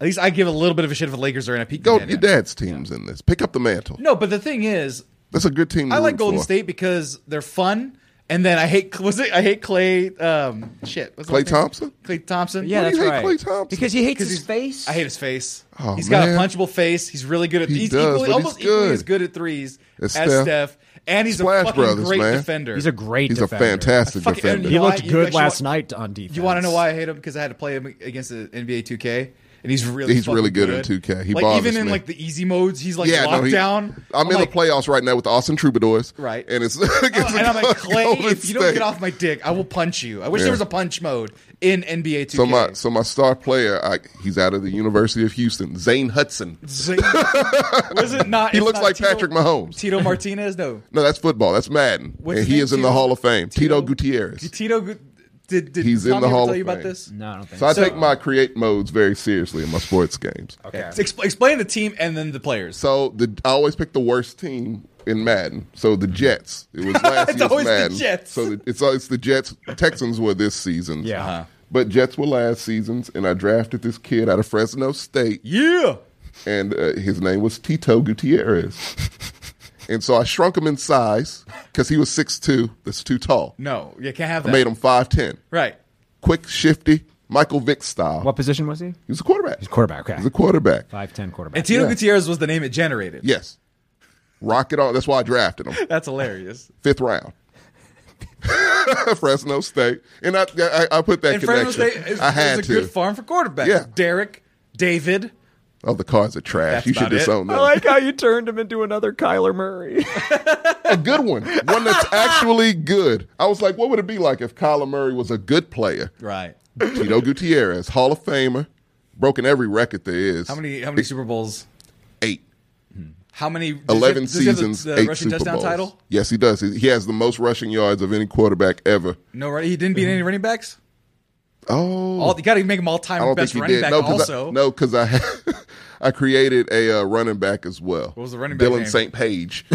S1: At least I give a little bit of a shit if the Lakers are in a peak.
S2: Go, your
S1: contender.
S2: dad's team's in this. Pick up the mantle.
S1: No, but the thing is,
S2: That's a good team. to
S1: I like
S2: root
S1: Golden
S2: for.
S1: State because they're fun, and then I hate [laughs] was it I hate Clay. Um, shit, what's
S2: Clay
S1: his name?
S2: Thompson?
S1: Clay Thompson.
S3: Yeah,
S2: Why
S3: that's
S2: do you hate
S3: right.
S2: Klay Thompson?
S3: Because he hates
S1: 'Cause
S3: his
S1: he's-
S3: face.
S1: I hate his face.
S2: Oh,
S1: he's got
S2: man.
S1: a punchable face. He's really good at.
S2: He
S1: he's
S2: does, but
S1: equally,
S2: he's
S1: almost equally
S2: good.
S1: as good at threes
S2: As
S1: as
S2: Steph.
S1: Steph, and he's
S2: Splash
S1: a fucking
S2: Brothers,
S1: great
S2: man.
S1: defender.
S3: He's a great.
S2: He's
S3: defender.
S2: a fantastic
S1: Fucking-
S2: defender.
S1: You
S3: He looked
S1: know why- you
S3: good
S1: actually
S3: last
S1: want-
S3: night on defense.
S1: You want to know why I hate him? Because I had to play him against the NBA 2K, and he's really
S2: He's really
S1: fucking
S2: good in 2K. He
S1: like
S2: bothers
S1: even in
S2: me.
S1: like the easy modes, he's like
S2: yeah, no,
S1: locked
S2: he-
S1: down.
S2: I'm, in
S1: like,
S2: the playoffs right now with the Austin Troubadours.
S1: Right.
S2: and it's [laughs] against
S1: and I'm
S2: [laughs]
S1: like
S2: the
S1: Clay.
S2: Golden
S1: If you don't
S2: State.
S1: get off my dick, I will punch you. I wish
S2: Yeah.
S1: there was a punch mode in NBA 2K.
S2: So my so my star player, I, he's out of the University of Houston. Zane Hudson.
S1: [laughs] Zing. was it not?
S2: He
S1: it's
S2: looks
S1: not
S2: like
S1: Tito-
S2: Patrick Mahomes.
S1: Tito Martinez,
S2: [laughs]
S1: no.
S2: No, that's football. That's Madden.
S1: What's
S2: and
S1: his
S2: he
S1: name?
S2: is in
S1: Tito-
S2: the Hall of Fame. Tito,
S1: Tito-
S2: Gutierrez.
S1: Tito, Gu- did, did
S2: He's in
S1: Tommy
S2: the
S1: ever
S2: Hall
S1: tell
S2: of
S1: you about
S2: Fame.
S1: this?
S3: No, I don't think
S2: So I
S1: So-
S2: take my create modes very seriously in my sports games.
S1: Okay. Expl- explain the team and then the players.
S2: So the I always pick the worst team in Madden. So the Jets.
S1: [laughs]
S2: It was last
S1: It's
S2: year's
S1: always the
S2: Madden.
S1: Jets.
S2: So the, it's it's the Jets. Texans were this season.
S3: Yeah. Uh-huh.
S2: But Jets were last season's, and I drafted this kid out of Fresno State,
S1: yeah.
S2: and uh, his name was Tito Gutierrez.
S1: [laughs]
S2: and so I shrunk him in size because he was 6'2". That's too tall.
S1: No, you can't have that.
S2: I made him five ten.
S1: Right.
S2: Quick, shifty, Michael Vick style.
S3: What position was he?
S2: He was a quarterback. He's
S3: Quarterback. Okay.
S2: He's a quarterback.
S3: Five ten quarterback.
S1: And Tito
S2: Yeah.
S1: Gutierrez was the name it generated.
S2: Yes. Rocket on. That's why I drafted him.
S1: That's hilarious.
S2: Fifth round. [laughs] Fresno State. And I, I, I put that
S1: And Fresno
S2: connection.
S1: State is,
S2: I
S1: is
S2: had
S1: a
S2: to.
S1: good farm for quarterbacks.
S2: Yeah.
S1: Derek, David.
S2: oh, the cards are trash.
S1: That's
S2: you should
S1: about it.
S2: disown them.
S3: how you turned him into another Kyler Murray.
S2: a good one.
S1: [laughs]
S2: One that's actually good. I was like, what would it be like if Kyler Murray was a good player?
S1: Right.
S2: Tito Gutierrez, Hall of Famer, broken every record there is.
S1: How many? How many Super Bowls?
S2: Eight.
S1: How many? does he have-
S2: 11
S1: does he have the-
S2: seasons,
S1: The,
S2: eight
S1: rushing
S2: Super
S1: touchdown
S2: Bowls.
S1: title.
S2: Yes, he does. He he has the most rushing yards of any quarterback ever.
S1: No, right. He didn't beat
S2: Mm-hmm.
S1: any running backs.
S2: Oh,
S1: All you got to make him all
S2: I
S1: time
S2: don't
S1: best
S2: think
S1: running
S2: he did.
S1: back.
S2: No, because
S1: also,
S2: I, no, 'cause I had- [laughs] I created a uh, running back as well. What
S1: was the running back
S2: Dylan
S1: name?
S2: St. Page, [laughs]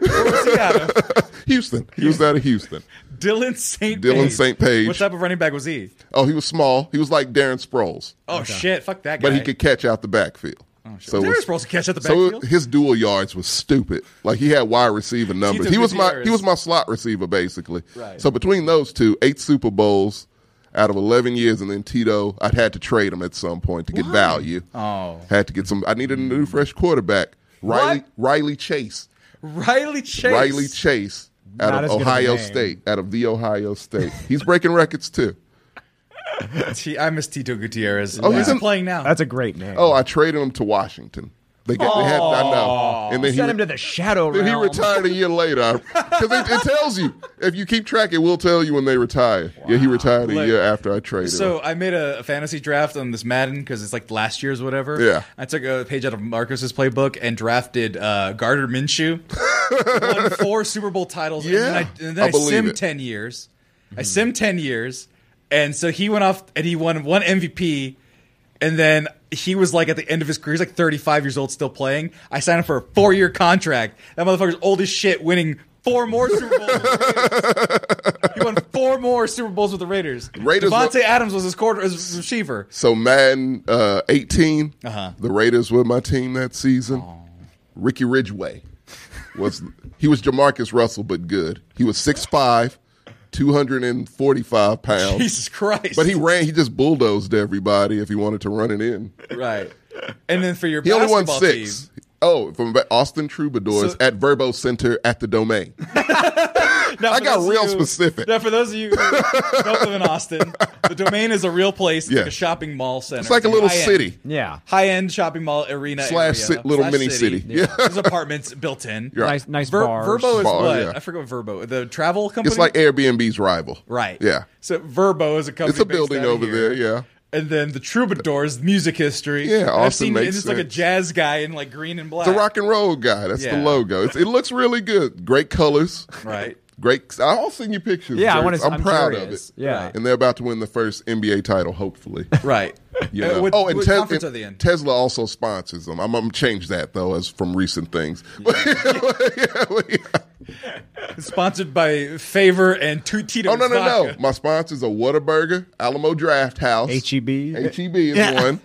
S1: Where's he out of?
S2: [laughs] Houston. He was out of Houston.
S1: Dylan Saint.
S2: Dylan
S1: Page.
S2: Saint Page.
S1: What type of running back was he?
S2: Oh, he was small. He was like Darren Sproles,
S1: Oh shit! Fuck that guy.
S2: but he could catch out the backfield.
S1: So
S2: it
S1: Darren
S2: was-
S1: Sproles could catch at the
S2: So
S1: backfield.
S2: his dual yards was stupid. Like he had wide receiver numbers.
S1: Tito
S2: He was my
S1: Gutierrez.
S2: he was my slot receiver basically.
S1: Right.
S2: So between those two, eight Super Bowls out of eleven years, and then Tito, I'd had to trade him at some point to get value.
S1: Oh.
S2: had to get some. I needed a new fresh quarterback. Riley Riley Chase.
S1: Riley Chase.
S2: Riley Chase out
S3: Not as
S2: of
S3: good of a
S2: Ohio
S3: name.
S2: State. Out of the Ohio State, he's breaking records too.
S1: T- I miss Tito Gutierrez.
S2: Oh,
S1: Oh, he's
S2: he's in-
S1: playing now.
S3: [laughs] That's a great name.
S2: Oh, I traded him to Washington. They got they had I know, and then
S3: sent
S2: he
S3: him to the shadow
S2: Then he
S3: realm.
S2: retired a year later [laughs] because it, it tells you if you keep track, it will tell you when they retire. Yeah, he retired a
S1: Like-
S2: year after I traded. him.
S1: So I made a, a fantasy draft on this Madden because it's like last year's whatever.
S2: Yeah.
S1: I took a page out of Marcus's playbook and drafted uh, Gardner
S2: [laughs]
S1: Minshew. won four Super Bowl titles.
S2: Yeah,
S1: and then I, and
S2: I
S1: then I,
S2: believe
S1: sim
S2: it. Mm-hmm.
S1: ten years. I sim ten years, and so he went off and he won one MVP, and then. He was like at the end of his career. He's like 35 years old, still playing. I signed him for a four year contract. That motherfucker's old as shit, winning four more Super Bowls. with the Raiders. he won four more Super Bowls with the Raiders.
S2: Raiders
S1: Devontae
S2: were-
S1: Adams was his quarter as his receiver.
S2: So Madden uh, 18,
S1: Uh-huh. Oh.
S2: the Raiders were my team that season. Ricky Ridgway was he was Jamarcus Russell, but good. He was 6'5", 245 pounds.
S1: Jesus Christ!
S2: Oh. But he ran. He just bulldozed everybody if he wanted to run it in.
S1: right. And then for your
S2: He only
S1: basketball
S2: won six.
S1: team,
S2: Oh, from ba- Austin Troubadours
S1: So-
S2: at Verbo Center at the Domain.
S1: Now,
S2: I
S1: for
S2: got
S1: those of
S2: real
S1: you-
S2: specific.
S1: Now, for those of you who don't live in Austin, the Domain is a real place, it's
S2: Yeah.
S1: like a shopping mall center.
S2: It's like a little
S1: High-end-
S2: city.
S3: yeah.
S1: high-end shopping mall arena
S2: Slash
S1: area,
S2: ci- little
S1: slash
S2: mini city. Yeah.
S1: There's apartments built in.
S2: Right.
S3: Nice, nice
S1: Ver-
S3: bars.
S1: Verbo is
S2: Bar,
S1: what
S2: yeah.
S1: I forget what Verbo. The travel company.
S2: It's like Airbnb's rival.
S1: right.
S2: Yeah.
S1: So Verbo is a company.
S2: It's a
S1: based
S2: building
S1: out of
S2: over
S1: here.
S2: there. Yeah.
S1: And then the Troubadours, music history.
S2: Yeah,
S1: And I've
S2: Austin
S1: seen
S2: makes
S1: it's just like a
S2: sense.
S1: jazz guy in like green and black.
S2: The rock and roll guy. That's the
S1: Yeah.
S2: logo. It's, it looks really good. Great colors. [laughs]
S1: Right.
S2: Great. I'll send you pictures.
S3: Yeah, I
S2: Jerks.
S3: want to.
S2: I'm, proud
S3: curious.
S2: of it.
S3: Yeah.
S1: Right.
S2: And they're about to win the first NBA title,
S1: [laughs]
S2: hopefully.
S1: Right.
S2: You
S1: Uh,
S2: know.
S1: what-
S2: oh, and,
S1: what
S2: Tes-
S1: conference
S2: and
S1: are they in?
S2: Tesla also sponsors them. I'm, I'm gonna change that though, as from recent things. Yeah, yeah.
S1: Sponsored by Favor and Two Tito's
S2: [laughs] Oh no no no! [laughs]
S1: Vodka.
S2: My sponsors are Whataburger, Alamo Draft House,
S1: E
S3: H-E-B.
S2: HEB E is
S3: Yeah.
S2: one.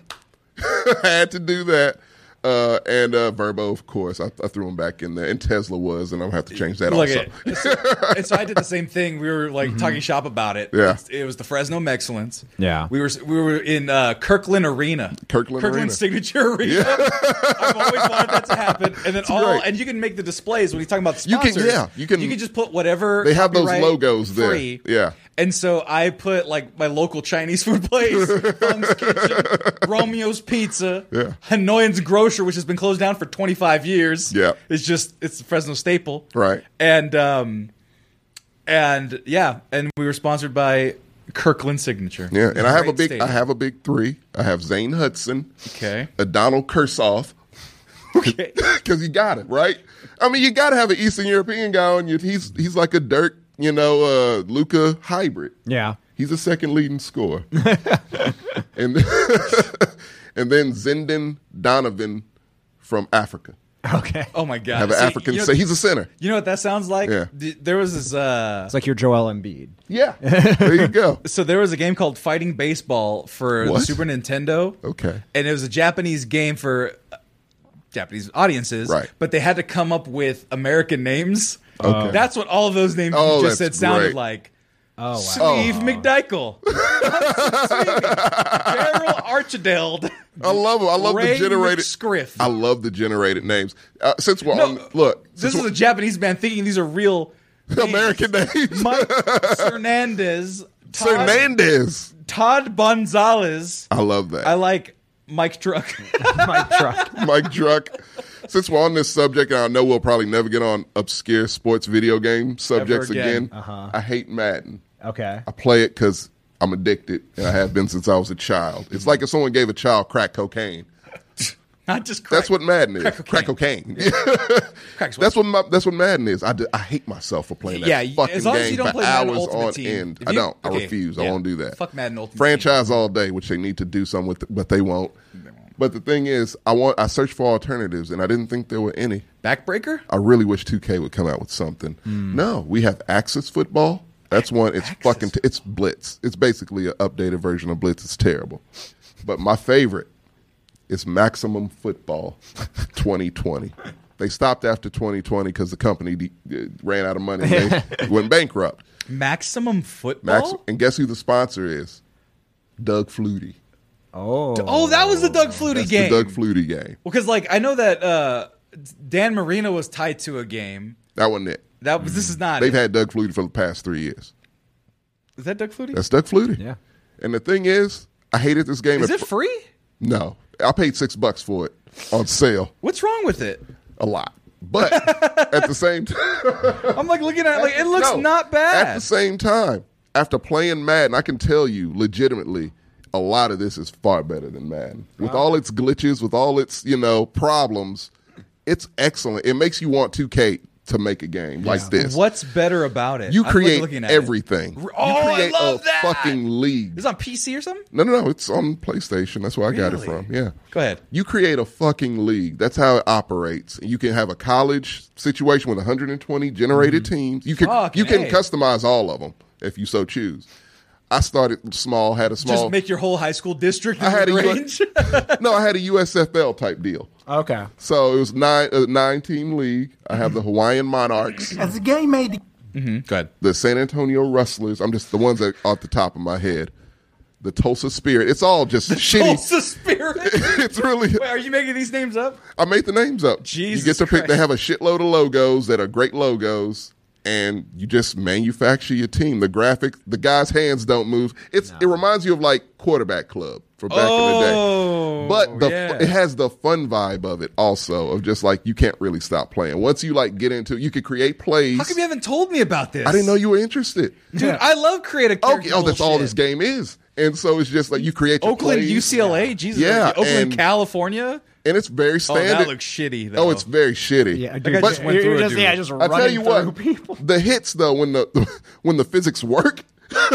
S2: [laughs] I had to do that, uh, and uh, Verbo, of course. I, I threw him back in there, and Tesla was, and I'm gonna have to change that
S1: Look
S2: also. Mm-hmm.
S1: at it. So, and so I did the same thing. We were like talking shop about it.
S2: Yeah.
S1: It's- It was the Fresno Excellence.
S3: Yeah.
S1: We were we were in uh, Kirkland Arena.
S2: Kirkland Arena.
S1: Signature Arena. [laughs] I've always wanted that to happen. And then all
S2: great.
S1: and you can make the displays when you're talking about
S2: You can-
S1: sponsors.
S2: yeah, you can-
S1: you can just put whatever
S2: They have those
S1: copyright
S2: logos there.
S1: free.
S2: Yeah.
S1: And so I put like my local Chinese food place, Fung's Kitchen,
S2: [laughs]
S1: Romeo's Pizza,
S2: Yeah.
S1: Hanoian's Grocer, which has been closed down for 25 years.
S2: Yeah.
S1: It's just, it's the Fresno staple.
S2: Right.
S1: And, um, and yeah, and we were sponsored by Kirkland Signature.
S2: Yeah, and I have a
S1: Great
S2: big
S1: steak.
S2: I have a big three. I have Zane Hudson,
S1: Okay.
S2: a Donald Kursoff, [laughs]
S1: Okay.
S2: because you got it right. I mean, you got to have an Eastern European guy on you. He's he's like a Dirk, you know, uh, Luca hybrid.
S3: Yeah.
S2: He's a second leading
S1: [laughs]
S2: scorer, and [laughs] and then Zenden Donovan from Africa.
S3: Okay.
S1: Oh my God.
S2: Have an
S1: See,
S2: African.
S1: You know,
S2: so he's a center.
S1: you know what that sounds like?
S2: Yeah.
S1: D- There was this, uh,
S3: It's like your Joel
S2: [laughs]
S3: Embiid.
S1: [laughs]
S2: Yeah, there you go.
S1: so there was a game called Fighting Baseball for the
S2: What? Oh,
S1: Super Nintendo.
S2: Okay.
S1: And it was a Japanese game for uh, Japanese audiences.
S2: Right.
S1: But they had to come up with American names.
S2: Okay.
S1: That's what all of those names
S2: Oh,
S1: you just said
S2: that's
S1: sounded
S2: great.
S1: like.
S3: Oh wow.
S1: Steve
S2: [laughs]
S1: McDykel. Daryl Archideld.
S2: I love him. I love
S1: Ray
S2: the generated
S1: McScriff.
S2: I love the generated names. Uh, since we're on, look,
S1: This
S2: since
S1: is a Japanese man thinking these are real
S2: we're-
S1: [laughs]
S2: American names. [laughs]
S1: Mike Hernandez. Todd,
S2: Fernandez.
S1: Todd Gonzalez.
S2: I love that.
S1: I like Mike Druck.
S3: my truck.
S2: Mike Druck. Since we're on this subject, and I know we'll probably never get on obscure sports video game subjects
S1: again.
S2: again. Uh-huh. I hate Madden.
S3: Okay.
S2: I play it because I'm addicted, and I have been since I was a child. It's like if someone gave a child crack cocaine.
S1: [laughs] Not just crack.
S2: That's what Madden is. Crack cocaine. [laughs]
S1: Crack's
S2: that's what my, that's what Madden is. I, do- I hate myself for playing that
S1: Yeah, you-
S2: fucking
S1: as long
S2: game
S1: as you don't
S2: for
S1: play Madden
S2: hours
S1: Ultimate
S2: on
S1: Team.
S2: end.
S1: If
S2: I
S1: you-
S2: don't. I
S1: okay,
S2: refuse. I
S1: yeah.
S2: won't do that.
S1: Fuck Madden Ultimate Team.
S2: Franchise all day, which they need to do something with, but they won't. But the thing is, I want I searched for alternatives, and I didn't think there were any.
S1: Backbreaker?
S2: I really wish 2K would come out with something. No, we have Axis Football. That's one. It's
S1: Hmm. Axis
S2: fucking. T- it's Blitz. It's basically an updated version of Blitz. It's terrible. But my favorite is Maximum Football 2020. They stopped after 2020 because the company de- uh, ran out of money. and
S1: [laughs]
S2: They went bankrupt.
S1: Maximum football?
S2: Max- and guess who the sponsor is? Doug Flutie.
S3: Oh.
S1: oh, that was the Doug Flutie
S2: That's
S1: game.
S2: the Doug Flutie game.
S1: Well, because like I know that uh, Dan Marino was tied to a game.
S2: That wasn't it.
S1: That was this is not.
S2: Mm. They've
S1: it.
S2: had Doug Flutie for the past three years.
S1: is that Doug Flutie?
S2: That's Doug Flutie.
S3: Yeah.
S2: And the thing is, I hated this game.
S1: Is
S2: at
S1: it
S2: fir-
S1: free?
S2: No, I paid six bucks for it on sale.
S1: What's wrong with it?
S2: A lot,
S1: [laughs]
S2: but at the same time,
S1: I'm like looking at it, like it looks
S2: No.
S1: not
S2: At
S1: bad.
S2: the same time, after playing Madden, I can tell you legitimately, a lot of this is far better than Madden. With all its glitches, with all its you know problems, it's excellent. It makes you want 2K to make a game like this.
S1: What's better about it?
S2: you
S1: I'm
S2: create
S1: looking at it.
S2: everything?
S1: R- oh,
S2: you
S1: I
S2: create
S1: love
S2: a
S1: that!
S2: fucking league.
S1: Is it on PC or something?
S2: No, no, no. It's on PlayStation. That's where I got it
S1: Really?
S2: from. Yeah.
S1: Go ahead.
S2: You create a fucking league. That's how it operates. You can have a college situation with 120 generated
S1: Mm-hmm.
S2: teams. You can
S1: Fucking
S2: you can
S1: A.
S2: customize all of them if you so choose. I started small, had a small.
S1: Just make your whole high school district in
S2: I had a
S1: the
S2: U-
S1: range.
S2: [laughs] no, I had a USFL type deal.
S3: Okay.
S2: So it was nine a nine team league. I have the Hawaiian Monarchs,
S4: As a gay made
S1: [laughs] Go ahead.
S2: the San Antonio Rustlers. I'm just the ones that off the top of my head. The Tulsa Spirit. It's all just shitty.
S1: Tulsa Spirit.
S2: [laughs] it's really
S1: Wait, are you making these names up?
S2: I made the names up.
S1: Jesus
S2: you get to pick. They
S1: Christ.
S2: have a shitload of logos that are great logos, and you just manufacture your team. The graphic, the guy's hands don't move. It's it reminds you of like quarterback club from back
S1: Oh,
S2: in the day. But the
S1: yeah.
S2: it has the fun vibe of it also of just like you can't really stop playing. Once you like get into, you can create plays.
S1: How come you haven't told me about this?
S2: I didn't know you were interested.
S1: dude. I love creative.
S2: Okay,
S1: character
S2: oh, that's all
S1: bullshit.
S2: this game is. And so it's just like you create your
S1: Oakland,
S2: plays.
S1: UCLA, Jesus,
S2: Yeah,
S1: like, Oakland,
S2: and-
S1: California.
S2: and it's very
S1: Oh,
S2: standard.
S1: that looks shitty. Though.
S2: Oh, it's very shitty.
S3: Yeah.
S1: Like I just went through a dude.
S3: yeah, just
S2: I tell
S3: running
S2: you
S3: through
S2: what,
S3: people.
S2: [laughs] the hits though when the [laughs] when the physics work, [laughs]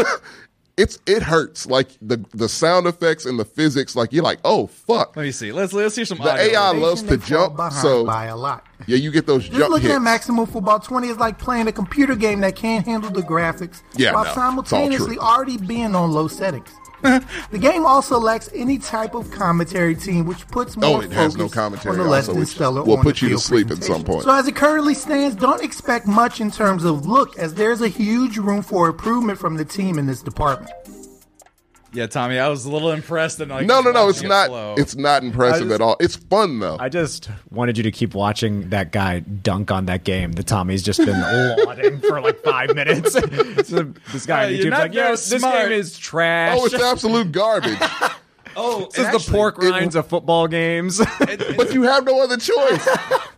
S2: it's it hurts like the the sound effects and the physics. Like you're like, oh fuck,
S1: Let me see. Let's let's hear some.
S2: the
S1: audio.
S2: AI loves to
S4: They fall
S2: jump.
S4: behind
S2: So
S4: by a lot.
S2: yeah, you get those
S4: Just
S2: jump
S4: looking
S2: hits.
S4: at Maximum Football 20 is like playing a computer game that can't handle the graphics
S2: Yeah,
S4: while
S2: no, it's all true.
S4: simultaneously already being on
S2: [laughs]
S4: low settings. the game also lacks any type of commentary team, which puts more
S2: Oh, it has
S4: focus
S2: no commentary
S4: on the less
S2: also,
S4: than
S2: which
S4: stellar.
S2: will
S4: on
S2: put you to
S4: field
S2: sleep at some
S4: presentation.
S2: point.
S4: So as it currently stands, don't expect much in terms of look, as there's a huge room for improvement from the team in this department.
S1: Yeah, Tommy, I was a little impressed. And like,
S2: No, no, no. It's
S1: watching it
S2: not.
S1: flow.
S2: It's not impressive
S3: just-
S2: at all. It's fun though.
S3: I just wanted you to keep watching that guy dunk on that game that Tommy's just [laughs] been lauding for like five [laughs] minutes. So this guy on
S1: Hey, you're
S3: YouTube's
S1: not
S3: like, yeah,
S1: very
S3: this
S1: smart."
S3: game is trash.
S2: oh, it's absolute garbage.
S1: oh,
S3: this is the pork rinds of football [laughs] games.
S2: but you have no other choice.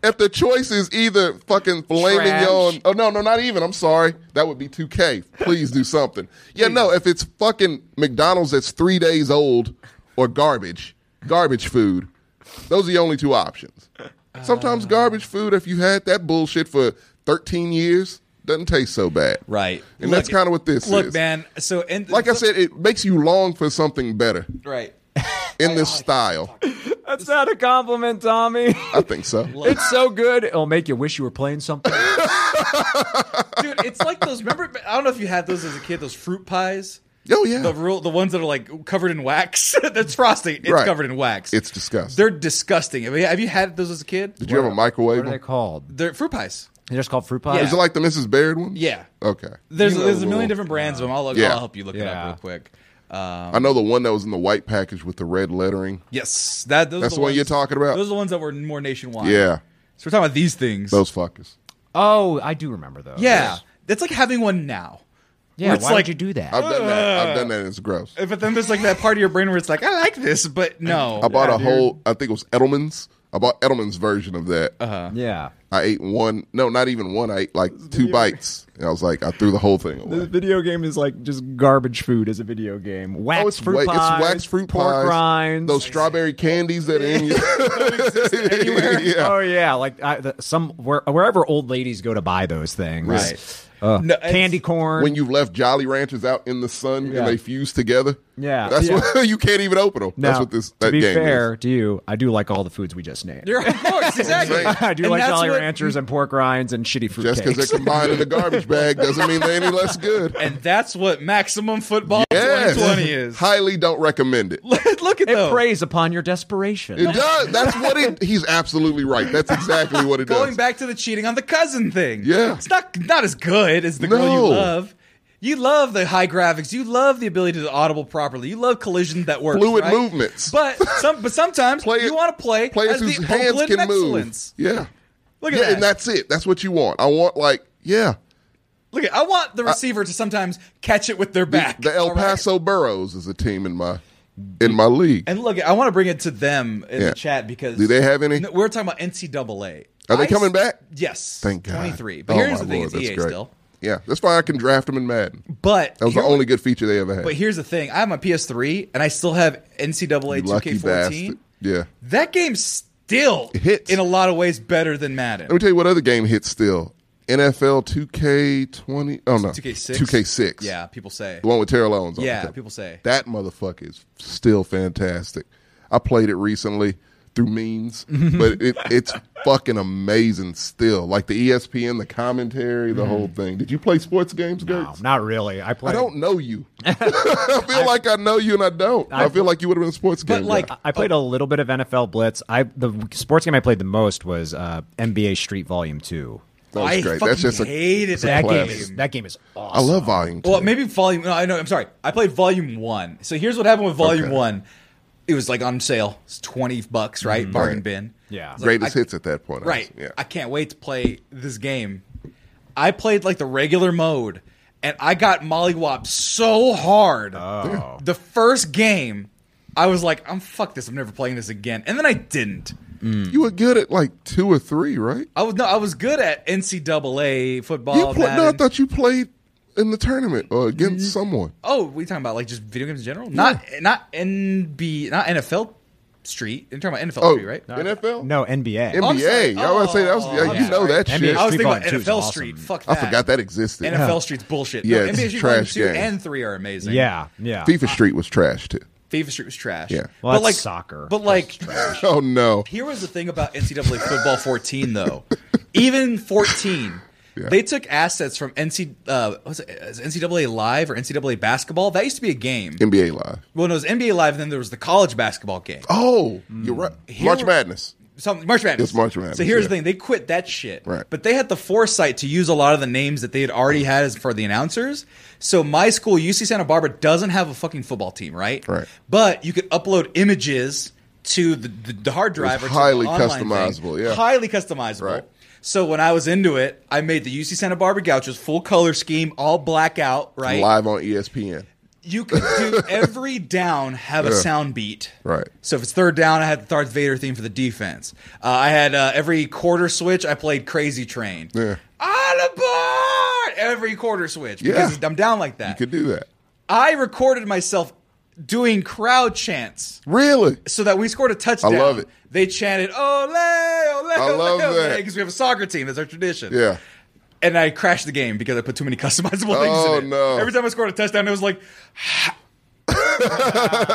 S2: if the choice is either fucking filet
S3: Trash.
S2: mignon. Oh no, no, not even. I'm sorry. That would be 2K. Please do something. Yeah, no. If it's fucking McDonald's that's three days old or garbage, garbage food. Those are the only two options. Sometimes garbage food. If you had that bullshit for 13 years, doesn't taste so bad.
S1: Right.
S2: And
S1: Look,
S2: that's kind of what this
S1: Look,
S2: is.
S1: man. So, and
S2: Like I said, it makes you long for something better
S1: [laughs] right.
S2: in this style.
S3: That's not a compliment, Tommy.
S2: I think so.
S3: [laughs] It's so good, it'll make you wish you were playing [laughs] something.
S1: Dude, it's like those. Remember, I don't know if you had those as a kid. Those fruit pies.
S2: Oh yeah.
S1: The real, the ones that are like covered in wax. [laughs] That's frosting. It's
S2: Right.
S1: covered in wax.
S2: It's disgusting.
S1: They're disgusting. I mean, have you had those as a kid?
S2: Did you have a microwave?
S3: What are they
S2: one?
S3: called?
S1: They're fruit pies.
S3: They're just called fruit pies.
S2: Is it like the Mrs. Baird one?
S1: Yeah.
S2: Okay.
S1: There's
S2: You know
S1: there's a
S2: the
S1: million
S2: little-
S1: different brands of them. I'll, look,
S2: Yeah.
S1: I'll help you look it
S3: Yeah.
S1: up real quick. Um,
S2: I know the one that was in the white package with the red lettering.
S1: yes, that those
S2: That's
S1: are
S2: the one you're
S1: ones-
S2: talking about?
S1: Those are the ones that were more nationwide.
S2: Yeah.
S1: So we're talking about these things.
S2: Those fuckers.
S3: Oh, I do remember those.
S1: yeah, that's like having one now.
S3: Yeah,
S1: Where it's
S3: why
S1: like-
S3: did you do that?
S2: I've done that. I've done that and it's gross.
S1: But then there's like that part of your brain where it's like, I like this, but no.
S2: I bought
S1: Yeah,
S2: a
S1: dude.
S2: whole I think it was Edelman's. I bought Edelman's version of that.
S3: yeah.
S2: I ate one no, not even one. I ate like two bites. And I was like, I threw the whole thing away.
S3: video game is like just garbage food as a video game. Wax
S2: Oh, it's, wa- it's wax fruit pies, those strawberry candies that are in you. [laughs] yeah.
S3: Oh yeah, like I, the, some where, wherever old ladies go to buy those things.
S1: Right.
S3: Uh,
S1: No, it's-
S3: candy corn.
S2: when you've left Jolly Ranchers out in the sun
S3: Yeah.
S2: and they fuse together.
S3: Yeah.
S2: that's
S3: Yeah.
S2: what [laughs] you can't even open them. that's
S3: Now,
S2: what this
S3: to
S2: that
S3: be
S2: game
S3: fair
S2: is.
S3: to you, I do like all the foods we just named.
S1: [laughs] You're of course exactly. [laughs]
S3: [laughs] I do
S1: And
S3: like
S1: that's
S3: Jolly
S1: what-
S3: Ranchers and pork rinds and shitty fruit
S2: Just because
S1: [laughs]
S3: cakes.
S2: they're combined in the garbage bag doesn't mean they're any less good.
S1: And that's what maximum football
S2: Yes.
S1: 2020 is.
S2: [laughs] highly don't recommend
S1: [laughs]
S2: it.
S1: Look at
S3: It
S1: those.
S3: preys upon your desperation.
S1: [laughs]
S2: It does. That's what it. He's absolutely right. That's exactly what it
S1: Going
S2: does.
S1: back to the cheating on the cousin thing.
S2: Yeah.
S1: It's not not as good as the girl
S2: No.
S1: you love. You love the high graphics. You love the ability to audible properly. You love collision that works.
S2: Fluid
S1: right?
S2: movements.
S1: But some but sometimes
S2: Play-
S1: you want to play
S2: Players
S1: as the
S2: whose hands
S1: Oakland
S2: can
S1: excellence.
S2: move. Yeah.
S1: Look at
S2: yeah,
S1: that.
S2: and that's it. That's what you want. I want like yeah,
S1: Look at I want the receiver to sometimes catch it with their back.
S2: the El
S1: all right?
S2: Paso Burros is a team in my in my league.
S1: And look, I want to bring it to them in
S2: Yeah.
S1: the chat because
S2: Do they have any?
S1: No, We're talking about NCAA.
S2: Are they
S1: I
S2: coming
S1: s-
S2: back?
S1: Yes.
S2: Thank God.
S1: Twenty three. But
S2: Oh,
S1: here's
S2: my
S1: the thing:
S2: Lord,
S1: it's
S2: that's
S1: EA
S2: great.
S1: still.
S2: Yeah, that's why I can draft him in Madden.
S1: But
S2: That was
S1: here-
S2: the only good feature they ever had.
S1: But here's the thing: I have my PS3, and I still have NCAA
S2: You lucky
S1: 2K14.
S2: bastard. Yeah.
S1: That game still
S2: hits. Oh,
S1: in a lot of ways better than Madden.
S2: Let me tell you what other game hits still. NFL 2K20. Oh no,
S1: 2K6.
S2: 2K6.
S1: Yeah, people say.
S2: the one with Terrell Owens. on
S1: Yeah,
S2: the cover.
S1: people say.
S2: that motherfucker is still fantastic. I played it recently
S1: [laughs]
S2: through means, but it, it's fucking amazing still. Like the E ESPN, the commentary,
S1: Mm-hmm.
S2: the whole thing. Did you play sports games,
S3: no,
S2: Gertz?
S3: not really. I play.
S2: I don't
S1: [laughs]
S2: know you. [laughs] I feel like I know you and I don't. I, feel like you would have been a sports
S1: But
S2: game.
S1: like,
S2: guy.
S3: I played a little bit of NFL Blitz. I the sports game I played the most was uh, NBA Street Volume Two.
S2: that was
S1: I
S2: great.
S1: fucking
S2: That's just a,
S1: hated
S2: that's a
S1: that
S3: That game
S2: classic.
S3: is that game is awesome.
S2: I love Volume. Two.
S1: Well, maybe volume. No, I know. I'm sorry. I played volume one. So here's what happened with volume
S2: Okay.
S1: one. It was like on sale. It's twenty bucks, right? Bargain
S2: Mm-hmm. Right.
S1: bin.
S3: Yeah.
S1: I was like,
S2: greatest
S1: I-
S2: hits at that point. I
S1: Right.
S2: guess. Yeah.
S1: I can't wait to play this game. I played like the regular mode, and I got mollywopped so hard.
S3: Oh.
S1: The first game, I was like, "I'm fuck this. I'm never playing this again." And then I didn't.
S2: you were good at like two or three, right?
S1: I was no, I was good at NCAA football.
S2: You pla- no, I
S1: Madden.
S2: thought you played in the tournament or against someone.
S1: oh, we talking about like just video games in general, not not NB, not NFL Street. You're talking about NFL
S2: Oh,
S1: Street, right? Oh,
S2: NFL?
S3: No NBA.
S1: I'm sorry.
S2: NBA. I was say that was
S1: Oh,
S2: yeah,
S1: I'm
S2: you know
S1: sorry.
S2: that
S3: NBA
S2: shit.
S1: I was
S3: Street
S1: thinking about
S3: Volume 2 is
S1: NFL
S3: awesome.
S1: Street. Fuck
S2: I
S1: that.
S2: forgot that existed.
S1: NFL Street's bullshit.
S2: [laughs] Yeah,
S1: no,
S2: it's
S1: NBA Street
S2: trash
S1: 2
S2: game.
S1: and 3 are amazing.
S3: yeah, yeah.
S2: FIFA Street was trash too.
S1: FIFA Street was trash.
S2: Yeah.
S3: Well,
S1: but
S3: that's
S1: like
S3: soccer.
S1: But like,
S2: Oh no.
S1: here was the thing about NCAA football 14 though. Even 14,
S2: [laughs] Yeah.
S1: they took assets from NC uh, what's it, is it NCAA Live or NCAA Basketball. That used to be a game.
S2: NBA Live.
S1: Well, no, it was NBA Live, and then there was the college basketball game.
S2: Oh, you're right. March Madness.
S1: Some March Madness.
S2: It's March Madness,
S1: So here's the
S2: yeah.
S1: thing: they quit that shit,
S2: Right.
S1: But they had the foresight to use a lot of the names that they had already had as for the announcers. So my school, UC Santa Barbara, doesn't have a fucking football team, right?
S2: Right.
S1: But you could upload images to the, the, the hard drive. Or to the
S2: highly
S1: online
S2: customizable,
S1: thing.
S2: yeah.
S1: Highly customizable.
S2: Right.
S1: So when I was into it, I made the UC Santa Barbara Gauchos full color scheme, all blackout, right?
S2: live on E ESPN.
S1: You could
S2: [laughs]
S1: do every down have a sound beat.
S2: Right.
S1: So if it's third down, I had the Darth Vader theme for the defense. Uh, I had uh, every quarter switch, I played Crazy Train.
S2: Yeah.
S1: On the board! Every quarter switch because
S2: Yeah.
S1: I'm down like that.
S2: You could do that.
S1: I recorded myself doing crowd chants
S2: Really?
S1: so that we scored a touchdown.
S2: I love it.
S1: They chanted "Ole, ole, ole,
S2: love
S1: ole"
S2: that.
S1: because we have a soccer team. That's our tradition.
S2: Yeah.
S1: And I crashed the game because I put too many customizable [laughs]
S2: Oh,
S1: things in it.
S2: no.
S1: Every time I scored a touchdown, it was like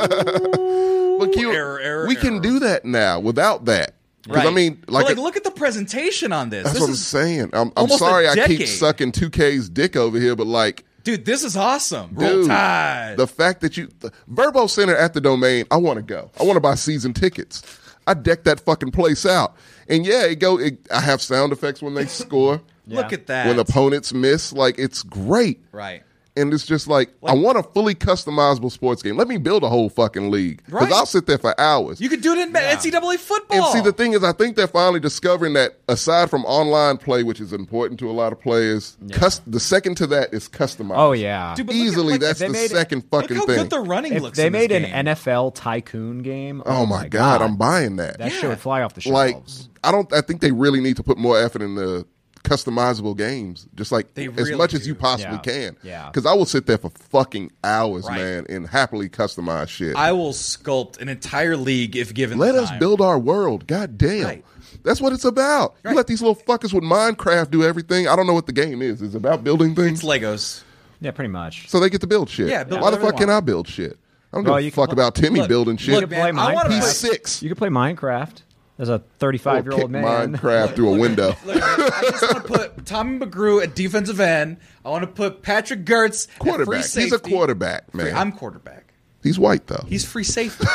S2: Look, you,
S1: error, error,
S2: we
S1: error.
S2: can do that now without that. Because I mean,
S1: But, like,
S2: like,
S1: look at the presentation on this.
S2: that's
S1: This
S2: what I'm
S1: is,
S2: saying. I'm, I'm
S1: almost a
S2: sorry I keep
S1: decade.
S2: sucking 2K's dick over here, but like,
S1: dude, this is awesome. Roll
S2: dude,
S1: Tide.
S2: the fact that you, the, Verbo Center at the Domain, I want to go. I want to buy season tickets. I deck that fucking place out, and yeah, it go. It, I have sound effects when
S1: [laughs]
S2: they score,
S1: Look at that.
S2: when opponents miss. Like it's great,
S1: right.
S2: and it's just like, I want a fully customizable sports game. Let me build a whole fucking league because
S1: Right.
S2: I'll sit there for hours.
S1: You could do it in NCAA football.
S2: And see, the thing is, I think they're finally discovering that aside from online play, which is important to a lot of players, cus- the second to that is customized.
S3: Oh yeah.
S1: Dude, but look at-
S2: easily
S1: look-
S2: that's
S3: they
S2: the
S3: made-
S2: second
S1: look
S2: fucking
S1: how
S2: thing.
S1: good the running
S3: If
S1: looks.
S3: they
S1: in this
S3: made an
S1: game.
S3: NFL tycoon game.
S2: oh my god, I'm buying that.
S3: That shit would fly off the
S2: like,
S3: shelves.
S2: I don't. I think they really need to put more effort in the customizable games, just like
S1: They
S2: as
S1: really
S2: much as
S1: do.
S2: you possibly
S3: Yeah.
S2: can.
S3: Yeah.
S2: Because I will sit there for fucking hours,
S1: Right.
S2: man, and happily customize shit.
S1: I will sculpt an entire league if given.
S2: Let
S1: the
S2: us
S1: time.
S2: build our world. God damn.
S1: Right.
S2: That's what it's about.
S1: Right.
S2: You let these little fuckers with Minecraft do everything. I don't know what the game is. It's about building things.
S1: It's Legos.
S3: Yeah, pretty much.
S2: so they get to build shit.
S1: Yeah, build
S2: Why the
S1: whatever
S2: fuck
S1: they
S2: can I
S1: want.
S2: build shit? I don't
S3: Well,
S2: give
S3: you
S2: a
S3: can
S2: fuck
S3: pl-
S2: about Timmy
S1: look,
S2: building
S3: You
S2: shit.
S3: could
S1: look,
S3: play
S1: man, I wanna
S3: Minecraft.
S1: play-
S2: He's six.
S3: You could play Minecraft as a
S2: We'll
S3: 35 year
S2: kick
S3: old man.
S2: Minecraft through a window.
S1: Look, I just want to put Tommy McGrew at defensive end. I want to put Patrick Gertz at free
S2: quarterback. He's a
S1: safety.
S2: quarterback,
S1: Free-
S2: man.
S1: I'm quarterback.
S2: He's white though.
S1: He's free
S2: [laughs]
S1: safety.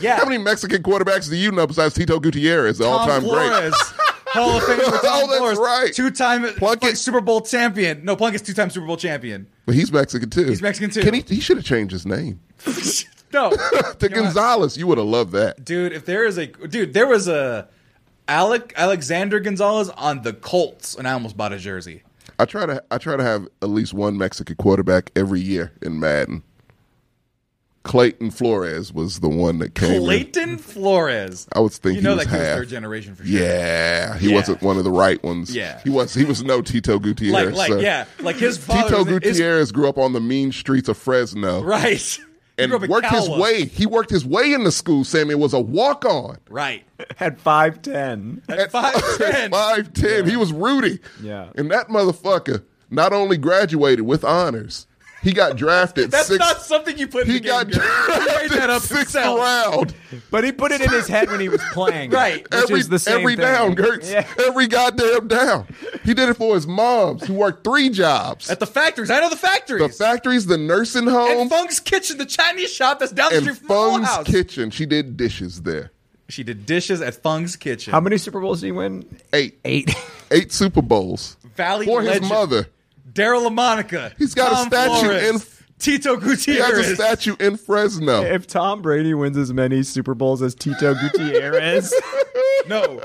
S1: yeah.
S2: How many Mexican quarterbacks do you know besides Tito Gutierrez, the
S1: Tom
S2: all-time great?
S1: Flores. [laughs] Hall
S2: [laughs]
S1: of Famer Tom
S2: Oh, that's
S1: Flores,
S2: right.
S1: two-time
S2: Plunkett.
S1: fucking Super Bowl champion. No, Plunkett's two-time Super Bowl
S2: [laughs]
S1: champion.
S2: But he's Mexican too.
S1: He's Mexican, too.
S2: Can he? He should have changed his name
S1: no,
S2: to Gonzalez. You would have loved that.
S1: dude. If there is a dude, there was a Alec Alexander Gonzalez on the Colts, and I almost bought a jersey.
S2: I try to I try to have at least one Mexican quarterback every year in Madden. Clayton Flores was the one that came. in.
S1: Clayton Flores.
S2: I was thinking
S1: you know
S2: he was
S1: that kid was
S2: half.
S1: third generation for sure.
S2: Yeah, he
S1: Yeah.
S2: wasn't one of the right ones.
S1: Yeah.
S2: he was. He was no Tito Gutierrez.
S1: like like
S2: sir.
S1: yeah, like his father.
S2: Tito
S1: was- his-
S2: Gutierrez grew up on the mean streets of
S1: [laughs]
S2: Fresno,
S1: right? [laughs] He
S2: and
S1: grew up in
S2: worked his
S1: Cowal.
S2: way. He worked his way into school. Sammy was a walk on.
S1: Right
S3: [laughs] At 5'10.
S1: at five [laughs] ten.
S2: [laughs] Five ten. He was Rudy.
S3: Yeah.
S2: and that motherfucker not only graduated with honors, he got
S1: [laughs]
S2: drafted.
S1: That's
S2: six,
S1: not something you put in the
S2: he
S1: game.
S2: got
S1: Gary. He made
S2: drafted
S1: that up
S2: sixth
S1: himself.
S2: round.
S3: But he put it in his head when he was playing.
S1: Right.
S3: Which
S2: every
S3: is the same
S2: every
S3: thing.
S2: down, Gertz.
S3: Yeah.
S2: Every goddamn down. He did it for his moms who worked three jobs.
S1: At the factories. I know the
S2: the
S1: factories.
S2: factories, the nursing
S1: and
S2: home,
S1: Fung's kitchen, the Chinese shop that's down the
S2: and
S1: street from the Full
S2: Fung's
S1: House.
S2: kitchen. She did dishes there.
S1: she did dishes at Fung's kitchen.
S3: How many Super Bowls did he win?
S2: Eight.
S3: Eight. [laughs]
S2: Eight Super Bowls.
S1: Valley
S2: for
S1: legend.
S2: his mother.
S1: Daryl LaMonica.
S2: He's got a
S1: Tom
S2: statue
S1: Flores,
S2: in-
S1: Tito
S2: He has
S1: Gutierrez.
S2: a statue in Fresno.
S3: if Tom Brady wins as many Super Bowls as Tito
S2: [laughs]
S3: Gutierrez,
S1: No,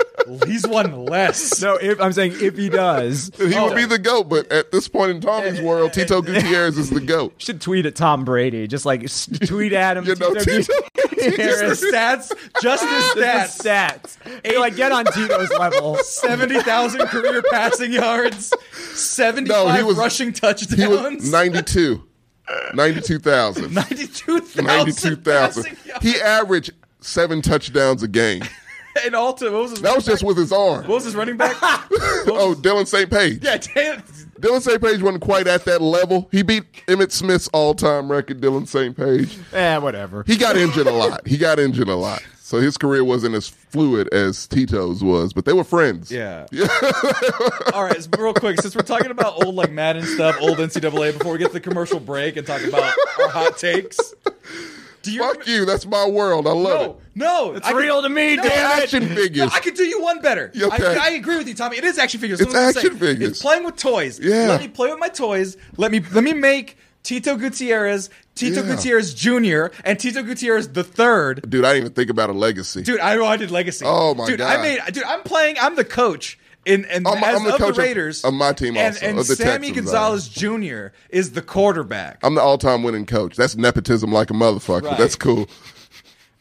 S1: he's one less.
S3: no, if I'm saying if he does,
S2: He would
S3: Oh.
S2: be the GOAT, but at this point in Tommy's
S1: [laughs]
S2: world, Tito Gutierrez is the GOAT.
S3: should tweet at Tom Brady, just like s- tweet at him.
S2: You know, Tito
S1: Just [laughs]
S3: Gutierrez.
S1: the stats. Just
S3: [laughs]
S1: the
S3: Just the
S1: stats.
S3: stats. Be like get on Tito's [laughs] level.
S1: 70,000 career passing yards, 75
S2: No, he was-
S1: rushing touchdowns,
S2: He was 92.
S3: [laughs]
S2: 92,000.
S1: 92,000
S2: 92,000.
S1: passing yards.
S2: He averaged seven touchdowns a game.
S1: and Alta, what was his,
S2: That was just with his arm.
S1: what was his running
S2: [laughs]
S1: back?
S2: Oh, Dylan St. Page.
S1: yeah, Dan-
S2: Dylan St. Page wasn't quite at that level. He beat Emmett Smith's all time record, Dylan St. Page.
S3: eh, whatever.
S2: He got injured a lot. He got injured a lot. So his career wasn't as fluid as Tito's was, but they were friends.
S1: Yeah. All right, so real quick, since we're talking about old like Madden stuff, old NCAA, before we get to the commercial break and talk about our hot takes, Do you
S2: Fuck
S1: remember-
S2: you. That's my world. I love
S1: No, no, it's
S3: real to me,
S2: it.
S3: damn
S2: Action
S1: No,
S2: figures.
S1: I could do you one better.
S2: You okay?
S1: I, I agree with you, Tommy. It is action figures.
S2: It's
S1: That's what I'm
S2: action
S1: saying.
S2: figures.
S1: It's playing with toys.
S2: Yeah.
S1: Let me play with my toys. Let me let me make Tito Gutierrez, Tito
S2: Yeah.
S1: Gutierrez Jr. and Tito Gutierrez the third.
S2: Dude, I didn't even think about a legacy.
S1: Dude, I know I did Legacy.
S2: Oh, my
S1: dude,
S2: God.
S1: I made dude. I'm playing. I'm the coach. In, and
S2: I'm-
S1: as
S2: I'm the
S1: of
S2: coach of-
S1: the Raiders
S2: of my team
S1: and,
S2: also,
S1: and
S2: of the
S1: Sammy
S2: Texans, Uh, I am.
S1: Gonzalez Jr. is the quarterback.
S2: I'm the all-time winning coach. That's nepotism like a motherfucker.
S1: Right.
S2: That's cool.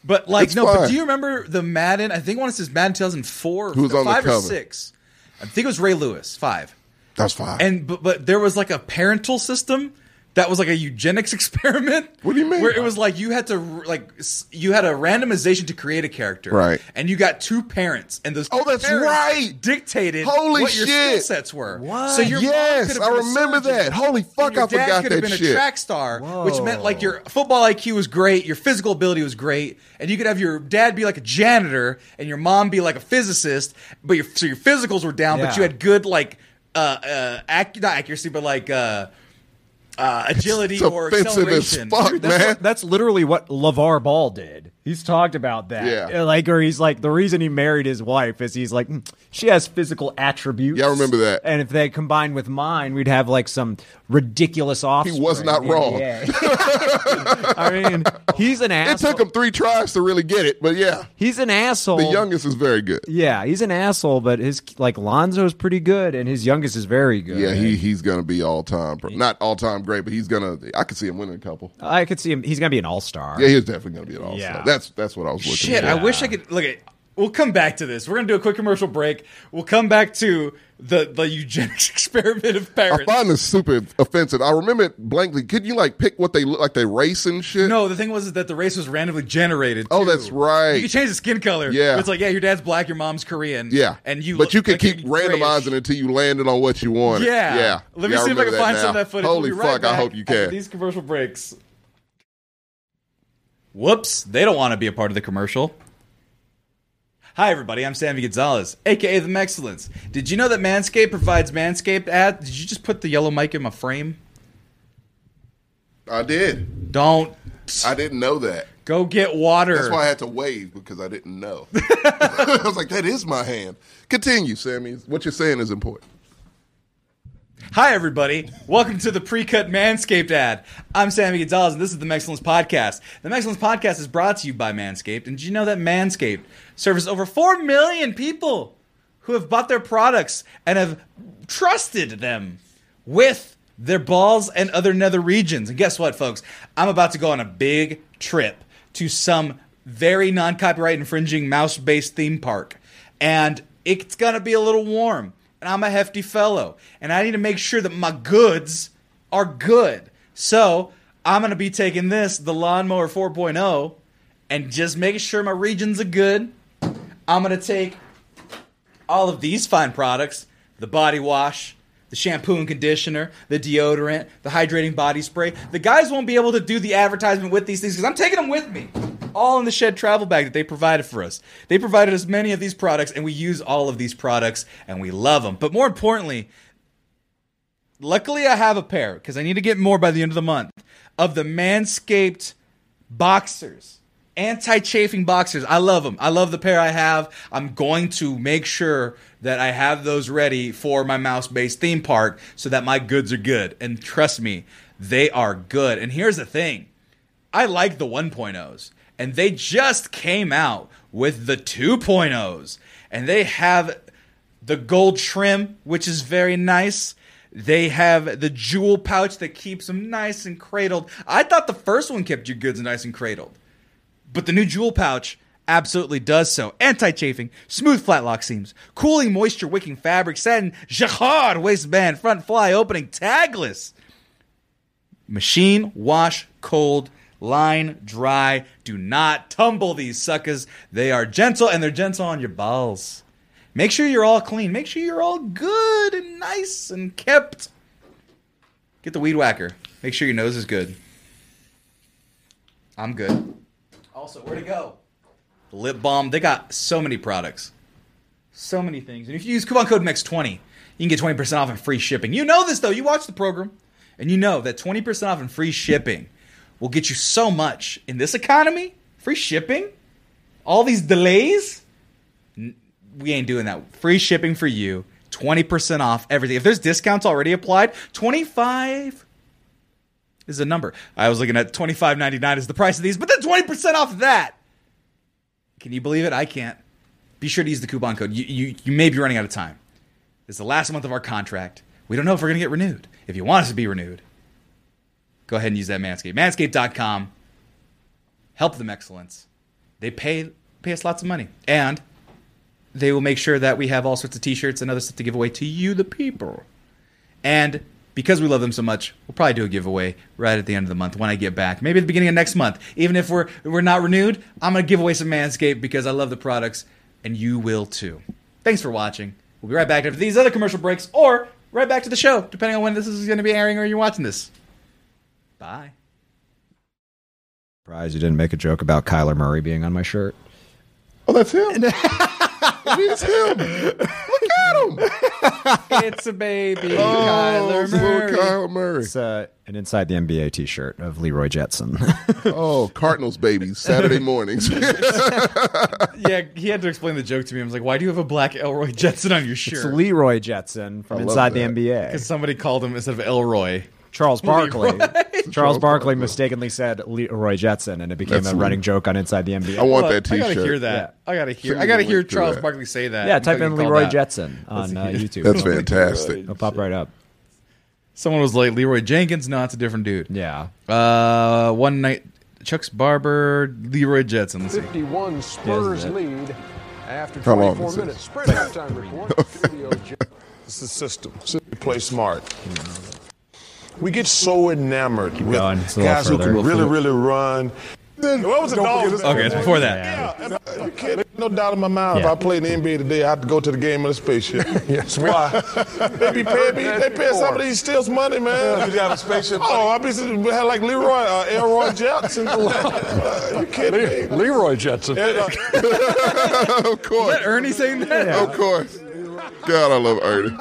S1: But like,
S2: It's
S1: no.
S2: fine.
S1: But do you remember the Madden? I think one of says Madden 2004,
S2: Who was on the
S1: five or
S2: cover?
S1: six. I think it was Ray Lewis, five.
S2: That's fine.
S1: And but, but there was like a parental system that was like a eugenics [laughs] experiment.
S2: What do you mean?
S1: Where it was like you had to like s- you had a randomization to create a character,
S2: Right.
S1: And you got two parents, and those
S2: Oh,
S1: two
S2: that's
S1: parents
S2: right.
S1: dictated
S2: Holy
S1: what your skill
S2: shit.
S1: sets were.
S3: What?
S1: So your mom
S2: yes,
S1: could've
S2: I
S1: been a
S2: remember
S1: surgeon,
S2: that. Holy fuck,
S1: and your
S2: I
S1: dad
S2: forgot
S1: could
S2: that
S1: have been
S2: shit.
S1: a track star, which meant like
S3: Whoa.
S1: your football IQ was great, your physical ability was great, and you could have your dad be like a janitor and your mom be like a physicist, but your so your physicals were down, but
S3: Yeah.
S1: you had good like uh uh ac- not accuracy, but like uh uh agility
S2: It's
S1: or
S2: offensive as
S1: acceleration.
S2: fuck,
S3: That's,
S2: man.
S3: what- that's literally what LeVar Ball did. He's talked about that.
S2: Yeah.
S3: Uh, Like, or he's like, the reason he married his wife is he's like, "Hmm, she has physical attributes.
S2: Yeah, I remember that.
S3: And if they combined with mine, we'd have like some ridiculous offspring.
S2: not
S3: Yeah,
S2: wrong.
S3: yeah. [laughs] I mean, he's an
S2: it
S3: asshole.
S2: took him three tries to really get it, but yeah,
S3: he's an asshole.
S1: Oh.
S2: the youngest is very good.
S3: Yeah, he's an asshole, but his like Lonzo's pretty good, and his youngest is very good.
S2: Yeah, he he's gonna be all time, not all time great, but he's gonna. I could see him winning a couple.
S1: Uh,
S3: I could see him. He's gonna be an all star.
S2: Yeah, he's definitely gonna be an all star.
S3: Yeah.
S2: That's that's what I was looking.
S1: Shit,
S2: for.
S1: I wish I could look at we'll come back to this. We're gonna do a quick commercial break. We'll come back to the the eugenics [laughs] experiment of
S2: I
S1: parents.
S2: find this super offensive. I remember it blankly. Could you like pick what they look like? They race and shit.
S1: No, the thing was is that the race was randomly generated.
S2: Oh,
S1: too.
S2: that's right.
S1: You can change the skin color.
S2: Yeah.
S1: It's like, yeah, your dad's black, your mom's Korean.
S2: Yeah,
S1: and you.
S2: But you could
S1: like,
S2: keep
S1: you're grayish.
S2: randomizing until you landed on what you wanted.
S1: Yeah,
S2: yeah.
S1: Let me
S2: Yeah,
S1: see if I
S2: remember
S1: can find some of
S2: now.
S1: that footage. We'll
S2: Holy
S1: be right
S2: fuck! I
S1: back
S2: hope you
S1: after
S2: can.
S1: These commercial breaks. Whoops! They don't want to be a part of the commercial. Hi, everybody. I'm Sammy Gonzalez, aka The Mexcellence. Did you know that Manscaped provides Manscaped ad? Did you just put the yellow mic in my frame?
S2: I did.
S1: Don't
S2: I didn't know that.
S1: go get water.
S2: That's why I had to wave because I didn't know. [laughs] I was like, that is my hand. Continue, Sammy. What you're saying is important.
S1: Hi, everybody. Welcome to the pre cut Manscaped ad. I'm Sammy Gonzalez, and this is the Mexcellence Podcast. The Mexcellence Podcast is brought to you by Manscaped. And did you know that Manscaped serves over 4 million people who have bought their products and have trusted them with their balls and other nether regions? And guess what, folks? I'm about to go on a big trip to some very non copyright infringing mouse based theme park. And it's going to be a little warm. And I'm a hefty fellow. And I need to make sure that my goods are good. So I'm going to be taking this, the Lawnmower 4.0, and just making sure my regions are good. I'm going to take all of these fine products the body wash, the shampoo and conditioner, the deodorant, the hydrating body spray. The guys won't be able to do the advertisement with these things because I'm taking them with me. All in the shed travel bag that they provided for us. They provided us many of these products, and we use all of these products, and we love them. But more importantly, luckily I have a pair because I need to get more by the end of the month of the Manscaped boxers, anti chafing boxers. I love them. I love the pair I have. I'm going to make sure that I have those ready for my mouse based theme park so that my goods are good. And trust me, they are good. And here's the thing. I like the 1.0s, and they just came out with the 2.0s, and they have the gold trim, which is very nice. They have the jewel pouch that keeps them nice and cradled. I thought the first one kept your goods nice and cradled. But the new Jewel Pouch absolutely does so. Anti-chafing, smooth flat lock seams, cooling moisture wicking fabric, satin, jacquard waistband, front fly opening, tagless. Machine, wash, cold, line, dry. Do not tumble these suckers. They are gentle and they're gentle on your balls. Make sure you're all clean. Make sure you're all good and nice and kept. Get the weed whacker. Make sure your nose is good. I'm good. Also, where to go? The lip balm. They got so many products, so many things. And if you use coupon code MEX20, you can get 20% off and free shipping. You know this though. You watch the program, and you know that 20% off and free shipping will get you so much in this economy, free shipping, all these delays. N- We ain't doing that. Free shipping for you, 20% off everything. If there's discounts already applied, 25 is the number. I was looking at twenty five ninety nine is the price of these, but then twenty percent off that. Can you believe it? I can't. Be sure to use the coupon code. You, you you may be running out of time. It's the last month of our contract. We don't know if we're gonna get renewed. If you want us to be renewed, go ahead and use that Manscaped. Manscaped.com. Help them excellence. They pay pay us lots of money. And they will make sure that we have all sorts of t-shirts and other stuff to give away to you, the people. And because we love them so much, we'll probably do a giveaway right at the end of the month when I get back. Maybe at the beginning of next month. Even if we're we're not renewed, I'm gonna give away some Manscaped because I love the products, and you will too. Thanks for watching. We'll be right back after these other commercial breaks, or right back to the show, depending on when this is gonna be airing or you're watching this. Bye.
S3: Surprised you didn't make a joke about Kyler Murray being on my shirt.
S2: Oh, that's him. it is him. Look at him.
S1: It's a baby,
S2: Oh,
S1: Kyler Murray.
S2: little Kyle Murray.
S3: It's uh, an Inside the NBA t shirt of Leroy Jetson. [laughs]
S2: Oh, Cardinals
S1: [laughs]
S2: babies. Saturday mornings.
S1: Yeah, he had to explain the joke to me. I was like, "Why do you have a black Elroy Jetson on your
S3: it's
S1: shirt?"
S3: Leroy Jetson from
S2: I love
S3: Inside the
S2: that.
S1: Because
S3: NBA.
S1: somebody called him instead of Elroy. [laughs]
S3: Charles Barkley. Charles
S2: Charles
S3: Barkley
S2: Barkley.
S3: mistakenly said Leroy Jetson, and it became
S2: That's
S3: a running
S2: me.
S3: joke on Inside the NBA.
S2: I want
S1: Well,
S2: that
S1: I gotta hear
S2: T-shirt.
S1: that. I gotta hear.
S2: Send
S1: I gotta
S2: me a
S1: hear
S2: link to
S1: Charles
S2: that.
S1: Barkley say that.
S3: yeah,
S1: until
S3: type
S1: you
S3: in
S1: call
S3: Leroy
S1: that.
S3: Jetson on uh, YouTube.
S2: That's fantastic.
S3: It'll pop right up.
S1: Someone was like Leroy Jenkins. No, it's a different dude.
S3: Yeah.
S1: Uh, one night, Chuck's barber, Leroy Jetson. Let's see.
S5: 51 Spurs
S3: that.
S5: lead after
S2: How
S5: 24
S2: long this is?
S5: minutes. Sprint halftime report. Studio J-
S6: It's the system. We play smart. We get so enamored with
S3: going. It's a little
S6: guys who
S3: further.
S6: can really, really run. What was the dog's name?
S1: Okay, it's before that.
S6: Yeah, you can't- no doubt in my mind.
S3: Yeah.
S6: If I played in the NBA today, I'd go to the game of the spaceship. yes, why? they be paying me. They paying some of these steals money, man. You got a spaceship. Oh, I be like Leroy, uh, Elroy Johnson. Uh, [laughs] you kidding me?
S5: Leroy Jetson.
S6: And, uh,
S2: of course.
S1: Ernie saying that? Oh,
S2: Of course. God, I love Ernie.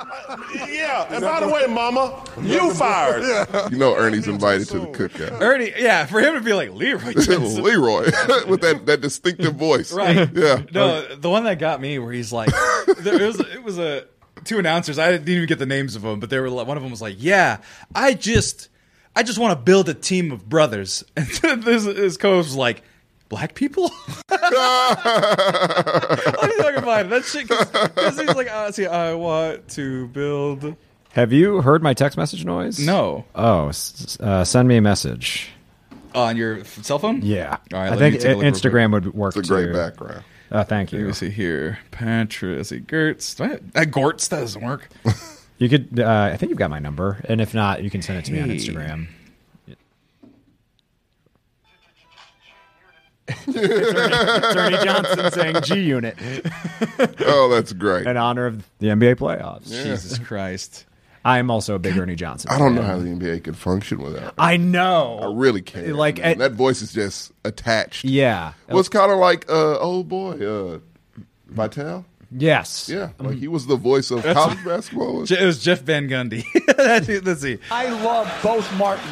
S6: yeah. And by the way, Mama, you fired.
S2: You know Ernie's invited to the cookout.
S1: Ernie, yeah. For him to be like
S2: [laughs]
S1: Leroy Jetson.
S2: Leroy [laughs] with that, that distinctive voice.
S3: [laughs]
S1: Right.
S2: Yeah.
S1: [laughs] No, the one that got me where he's like, there, it was it was a two announcers. I didn't even get the names of them, but they were like, one of them was like, "Yeah, I just, I just want to build a team of brothers." [laughs] And then this, his co-host was like, "Black
S3: [laughs]
S1: people." [laughs] what are you talking about? That shit. Because he's like, uh, "See, I want to build."
S3: Have you heard my text message noise?
S1: No,
S3: Oh, s- s- uh, send me a message.
S1: on your f- cell phone.
S3: Yeah.
S1: All right.
S3: I
S1: let me
S3: think
S1: take a
S3: I-
S1: look real quick.
S3: Instagram would work
S2: It's a great
S3: too.
S2: background.
S3: Oh, thank you.
S1: Let me see here. Patrick, let's see Gertz. Do I have- That Gortz that doesn't work.
S3: You could. Uh, I think you've got my number, and if not, you can send it to me on
S1: Hey.
S3: Instagram. Attorney Johnson saying G Unit
S2: Oh, that's great.
S3: in honor of the NBA playoffs.
S1: Jesus Christ.
S3: I am also a big Ernie Johnson.
S2: I don't know
S3: fan.
S2: how the NBA could function without.
S3: I
S2: I
S3: know.
S2: really can't.
S3: Like,
S2: man.
S3: I-
S2: that voice is just attached.
S3: yeah.
S2: Well, it's kind of like uh, old boy uh, Vital.
S3: yes.
S2: Yeah, like he was the voice of college basketball.
S1: Um, [laughs] Je- It was Jeff Van Gundy. [laughs] That's it, Let's see.
S7: I love both Martins.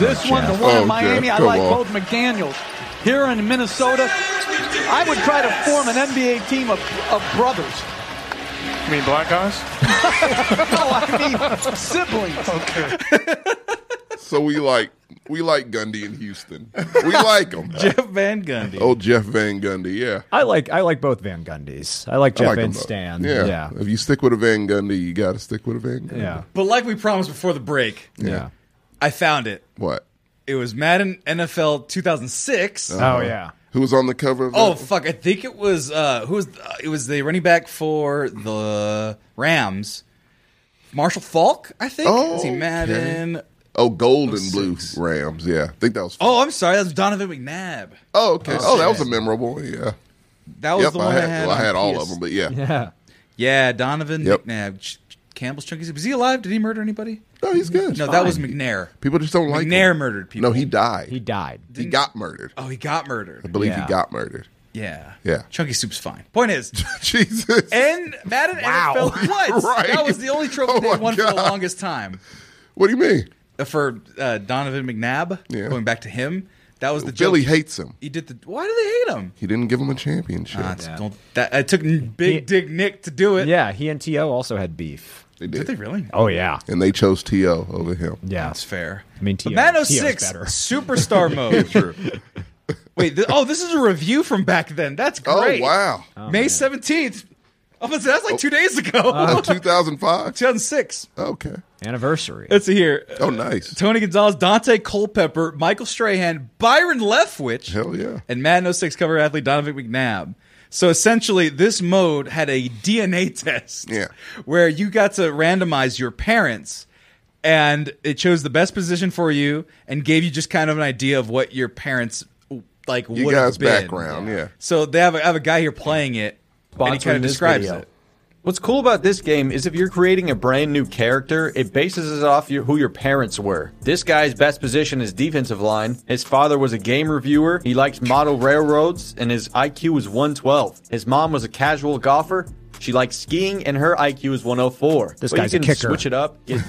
S7: This one, the one
S2: Oh,
S7: in Miami,
S2: Jeff,
S7: I
S2: come
S7: like
S2: on.
S7: both McDaniels. Here in Minnesota, I would try to form an NBA team of, of brothers.
S8: You mean black guys?
S7: No, I mean siblings.
S2: So we like we like Gundy in Houston. We like [laughs] him.
S1: [laughs] Jeff Van Gundy.
S2: Oh, Jeff Van Gundy. Yeah,
S3: I like. I like both Van Gundys. I like
S2: I
S3: Jeff
S2: like him
S3: and
S2: both.
S3: Stan.
S2: Yeah.
S3: Yeah.
S2: if you stick with a Van Gundy, you got to stick with a Van Gundy.
S3: Yeah.
S1: But like we promised before the break,
S3: Yeah.
S1: I found it.
S2: What?
S1: It was Madden NFL 2006.
S2: Uh-huh.
S3: Oh yeah.
S2: Who was on the cover? of
S1: oh
S2: that?
S1: fuck! I think it was uh, who was uh, it was the running back for the Rams, Marshall Falk. I think.
S2: Oh,
S1: Is he
S2: okay.
S1: Madden?
S2: oh, Golden Blue
S1: six.
S2: Rams. Yeah, I think that was.
S1: Oh, I'm sorry. That was Donovan McNabb.
S2: oh okay. Oh, that was a
S1: shit.
S2: memorable. one, Yeah.
S1: That was Oh,
S2: Yep,
S1: the one
S2: I had, well,
S1: on
S2: I had all of
S1: PS.
S2: them, but yeah.
S3: Yeah.
S1: Yeah, Donovan
S2: Yep.
S1: McNabb. Ch- Ch- Campbell's chunky. Was he alive? Did he murder anybody?
S2: No, he's good.
S1: No, that was McNair.
S2: people just don't like
S1: McNair
S2: him.
S1: murdered people.
S2: No, he died.
S3: He
S2: He,
S3: died.
S2: got murdered.
S1: Oh, he got
S2: I
S1: murdered.
S2: believe
S3: Yeah.
S2: he got murdered. [laughs]
S1: Yeah.
S2: Yeah.
S1: Chunky Soup's fine. Point
S2: [laughs]
S1: is,
S2: Jesus.
S1: and Madden NFL was.
S2: [laughs] Right.
S1: That was the only trophy
S2: Oh
S1: they
S2: my
S1: won for the
S2: God.
S1: longest time.
S2: what do you mean?
S1: uh, for uh, Donovan McNabb.
S2: Yeah.
S1: Going back to him, that was the
S2: Philly
S1: joke.
S2: hates him.
S1: He did the. Why do they hate him?
S2: He didn't give him a championship.
S1: Ah, it's- don't- that, it took Big Dick Nick to do it.
S3: Yeah, he and To also had beef.
S2: they
S1: Did
S2: did.
S1: they really?
S3: Oh yeah,
S2: and they chose T.O. over him.
S3: yeah.
S1: That's fair.
S3: I mean,
S1: but
S3: T.O.
S1: Man
S3: 's
S1: 06
S3: better. [laughs]
S1: Superstar Mode.
S2: True.
S1: Wait, th- oh, this is a review from back then. That's
S2: Oh,
S1: great. Ah.
S2: wow.
S1: May seventeenth. Oh, but that's like two days ago.
S3: Uh,
S1: [laughs]
S2: 2005?
S1: 2006.
S2: Okay.
S3: Anniversary.
S1: Let's see here.
S2: Oh,
S1: [laughs]
S2: nice.
S1: Tony Gonzalez, Dante Culpepper, Michael Strahan, Byron Leftwich,
S2: [laughs] Hell yeah.
S1: and Madden 06 cover athlete Donovan McNabb. So essentially, this mode had a [laughs] DNA test
S2: Yeah.
S1: where you got to randomize your parents, and it chose the best position for you and gave you just kind of an idea of what your parents like
S2: You
S1: would
S2: guys'
S1: have been.
S2: background, yeah.
S1: So they have a, have a guy here playing it, and he
S9: Sponsoring
S1: kind of
S9: this
S1: describes
S9: video.
S1: it.
S9: What's cool about this game is if you're creating a brand new character, it bases it off your, who your parents were. This guy's best position is defensive line. His father was a game reviewer. He liked model railroads, and his IQ was 112. His mom was a casual golfer. She likes skiing, and her IQ is 104.
S3: This
S9: But you
S3: guy's a
S9: can
S3: kicker.
S9: Switch
S3: [laughs]
S9: it up. Get-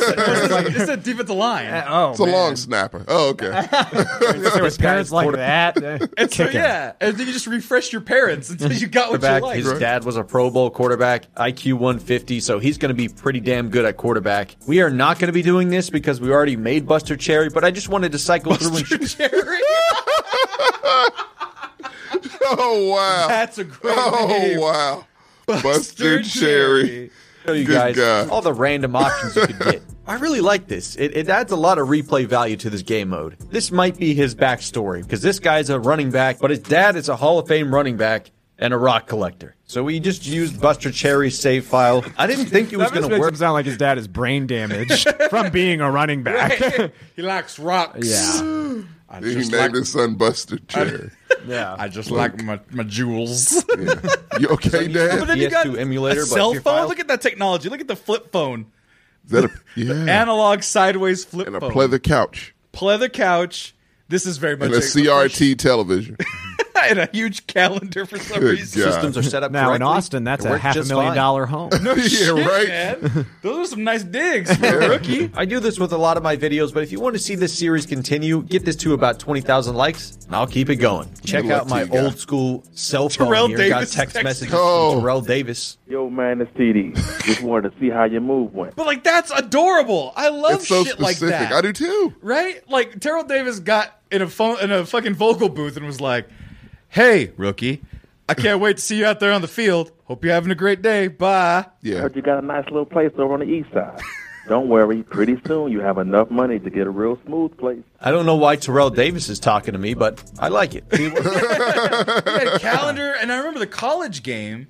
S1: It's a defensive
S9: Uh,
S1: line.
S3: oh,
S2: It's a long snapper.
S1: [laughs]
S2: Oh, okay.
S9: [laughs]
S3: his parents like [laughs] that.
S1: And so, yeah, and then you just refresh your parents until you got what you
S9: quarterback.
S1: like.
S9: His dad was a Pro Bowl quarterback, IQ 150, so he's going to be pretty damn good at quarterback. We are not going to be doing this because we already made Buster Cherry, but I just wanted to cycle through
S1: [laughs]
S9: and
S1: Jerry.
S2: Oh, wow.
S1: That's a great
S2: [laughs] Oh,
S1: name.
S2: wow. Buster Cherry.
S9: show you
S2: Good
S9: guys
S2: God.
S9: all the random options you could get. I really like this. It, it adds a lot of replay value to this game mode. This might be his backstory because this guy's a running back, but his dad is a Hall of Fame running back and a rock collector. So we just used Buster Cherry's save file. I didn't think it was
S3: That
S9: going
S3: just
S9: to
S3: makes
S9: work.
S3: him sound like his dad is
S2: [laughs]
S3: brain damaged from being a running back.
S1: [laughs] he likes rocks.
S3: [laughs] Yeah.
S1: I
S2: He
S1: just like,
S2: named his son Buster Cherry.
S1: I just like my, my jewels.
S2: You
S1: [laughs]
S2: okay,
S1: but
S2: Dad?
S1: then you got
S9: PS2 emulator,
S1: a
S9: but
S1: cell
S9: your
S1: phone.
S9: file-
S1: Look at that technology. Look at the flip phone. [laughs]
S2: Is that a, yeah.
S1: Analog sideways flip
S2: And a
S1: phone.
S2: pleather couch.
S1: Pleather couch. This is very much
S2: And a CRT television.
S1: [laughs] and a huge calendar for some
S2: Good
S1: reason.
S9: Systems
S2: God.
S9: are set up
S3: Now in
S9: correctly.
S3: Austin, that's
S9: It
S3: a
S9: worked
S3: half a
S9: just
S3: million
S9: fine.
S3: dollar home.
S2: yeah,
S1: [laughs]
S2: right?
S1: Man, those are some nice digs for a rookie.
S9: I do this with a lot of my videos, but if you want to see this series continue, get this to about 20,000 likes, and I'll keep it going. Check
S2: luck
S9: out
S2: to
S9: my
S2: you, guy.
S9: old school cell phone
S1: Terrell
S9: here. Got
S1: Davis
S9: text
S1: texted.
S9: messages
S2: Oh.
S9: from Terrell Davis.
S10: Yo, man, it's TD. Just wanted to see how your move went.
S1: But like that's adorable. I love
S2: It's so
S1: shit like
S2: specific.
S1: that.
S2: I do too.
S1: right? Like Terrell Davis got in a phone in a fucking vocal booth and was like, "Hey, rookie, I can't wait to see you out there on the field. Hope you're having a great day. Bye."
S2: Yeah.
S10: Heard you got a nice little place over on the east side. Don't worry, pretty soon you have enough money to get a real smooth place.
S9: I don't know why Terrell Davis is talking to me, but I like it.
S1: We
S2: [laughs]
S1: had a calendar, and I remember the college game.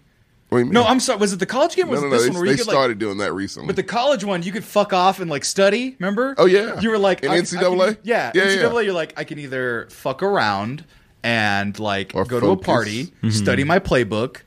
S2: What do you mean?
S1: No, I'm sorry. Was it the college game? Or was
S2: no, no,
S1: it
S2: no.
S1: this
S2: They,
S1: one where you
S2: they
S1: could
S2: started
S1: like?
S2: doing that recently.
S1: But the college one, you could fuck off and like study. Remember?
S2: Oh, yeah.
S1: You were like
S2: In
S1: I- I
S2: NCAA?
S1: can- yeah,
S2: Yeah, yeah.
S1: NCAA. You're like I can either fuck around and like
S2: Or
S1: go to a
S2: focus. Mm-hmm.
S1: party, study my playbook,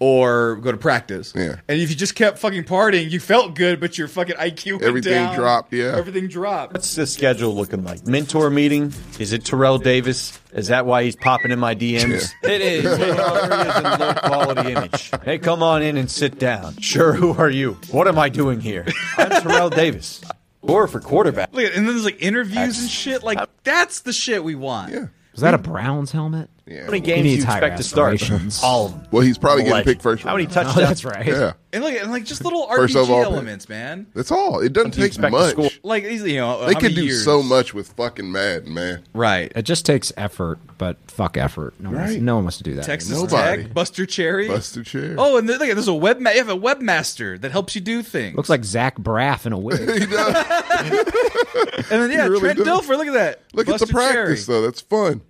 S1: or go to practice.
S2: Yeah.
S1: And if you just kept fucking partying, you felt good, but your fucking IQ went
S2: Everything
S1: down.
S2: dropped, yeah.
S1: Everything dropped.
S9: [laughs] What's the schedule looking like? Mentor meeting? Is it Terrell Davis? Is that why he's popping in my DMs? [laughs] It is. Terrell Davis in low quality image. Hey, come on in and sit down. Sure, who are you? What am I doing here? I'm Terrell Davis. [laughs] Or for quarterback.
S1: Look at and then there's like interviews and shit. Like that's the shit we want.
S2: yeah.
S3: Was that a Browns helmet?
S9: How many
S2: yeah.
S9: games do you
S3: needs higher
S9: expect to start?
S3: aspirations.
S9: All of them.
S2: Well, he's probably getting
S9: Legend.
S2: picked first.
S9: How many
S2: round.
S3: [laughs] Oh, [laughs]
S9: touchdowns?
S3: that's right.
S2: Yeah.
S1: And look, and like just little
S2: First
S1: RPG
S2: overall pick.
S1: elements, man.
S2: That's all. It doesn't
S9: do you
S2: take
S9: expect to
S2: much.
S9: score?
S1: Like these, you know,
S2: They
S1: how
S2: could
S1: many
S2: do
S1: years?
S2: so much with fucking Madden, man.
S1: Right.
S3: It just takes effort, but fuck effort. No, one, wants,
S2: Right.
S3: no one wants to do that.
S1: Texas
S2: Nobody.
S1: Tech, Buster Cherry.
S2: Buster Cherry.
S1: Oh, and look, there's a webma- you have a webmaster that helps you do things.
S3: Looks like Zach Braff in a wig.
S2: [laughs] He does.
S1: and then yeah,
S2: really
S1: Trent
S2: does.
S1: Dilfer. Look at that.
S2: Look
S1: Buster
S2: at the practice,
S1: Cherry,
S2: though. That's fun.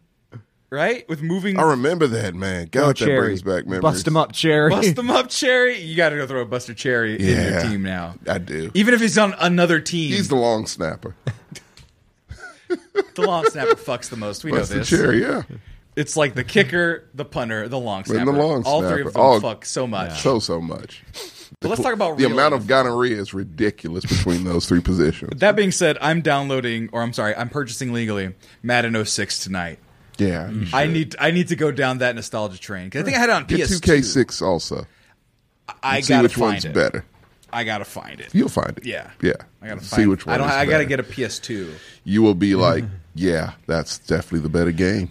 S1: right? With moving,
S2: I remember that, man. God,
S3: Oh,
S2: that
S3: Cherry.
S2: brings back memories.
S3: Bust him up, Cherry.
S1: bust
S3: [laughs]
S1: them up, Cherry. You got to go throw a Buster Cherry in your
S2: Yeah.
S1: team now.
S2: I do.
S1: Even if he's on another team,
S2: He's the long snapper.
S1: [laughs] the long snapper [laughs] fucks the most. We know
S2: Buster
S1: this.
S2: Cherry, yeah.
S1: It's like the kicker, the punter, the long snapper.
S2: the long
S1: All three
S2: snapper.
S1: of them
S2: All-
S1: fuck so much.
S2: So, so much.
S1: But let's talk about
S2: The
S1: real
S2: amount of gonorrhea is ridiculous between those
S1: [laughs]
S2: three positions.
S1: That being said, I'm downloading, or I'm sorry, I'm purchasing legally Madden 06 tonight.
S2: Yeah. you
S1: I
S2: should.
S1: need I need to go down that nostalgia train. 'Cause I think I had it on
S2: Get
S1: PS2.
S2: 2K6 also.
S1: I
S2: See
S1: gotta
S2: which
S1: find
S2: one's
S1: it.
S2: better.
S1: I gotta find it.
S2: You'll find it.
S1: Yeah.
S2: Yeah.
S1: I gotta
S2: see
S1: find
S2: which
S1: it.
S2: one.
S1: I don't.
S2: is
S1: I gotta
S2: better.
S1: get a PS2.
S2: You
S1: [laughs]
S2: will be like, yeah, that's definitely the better game.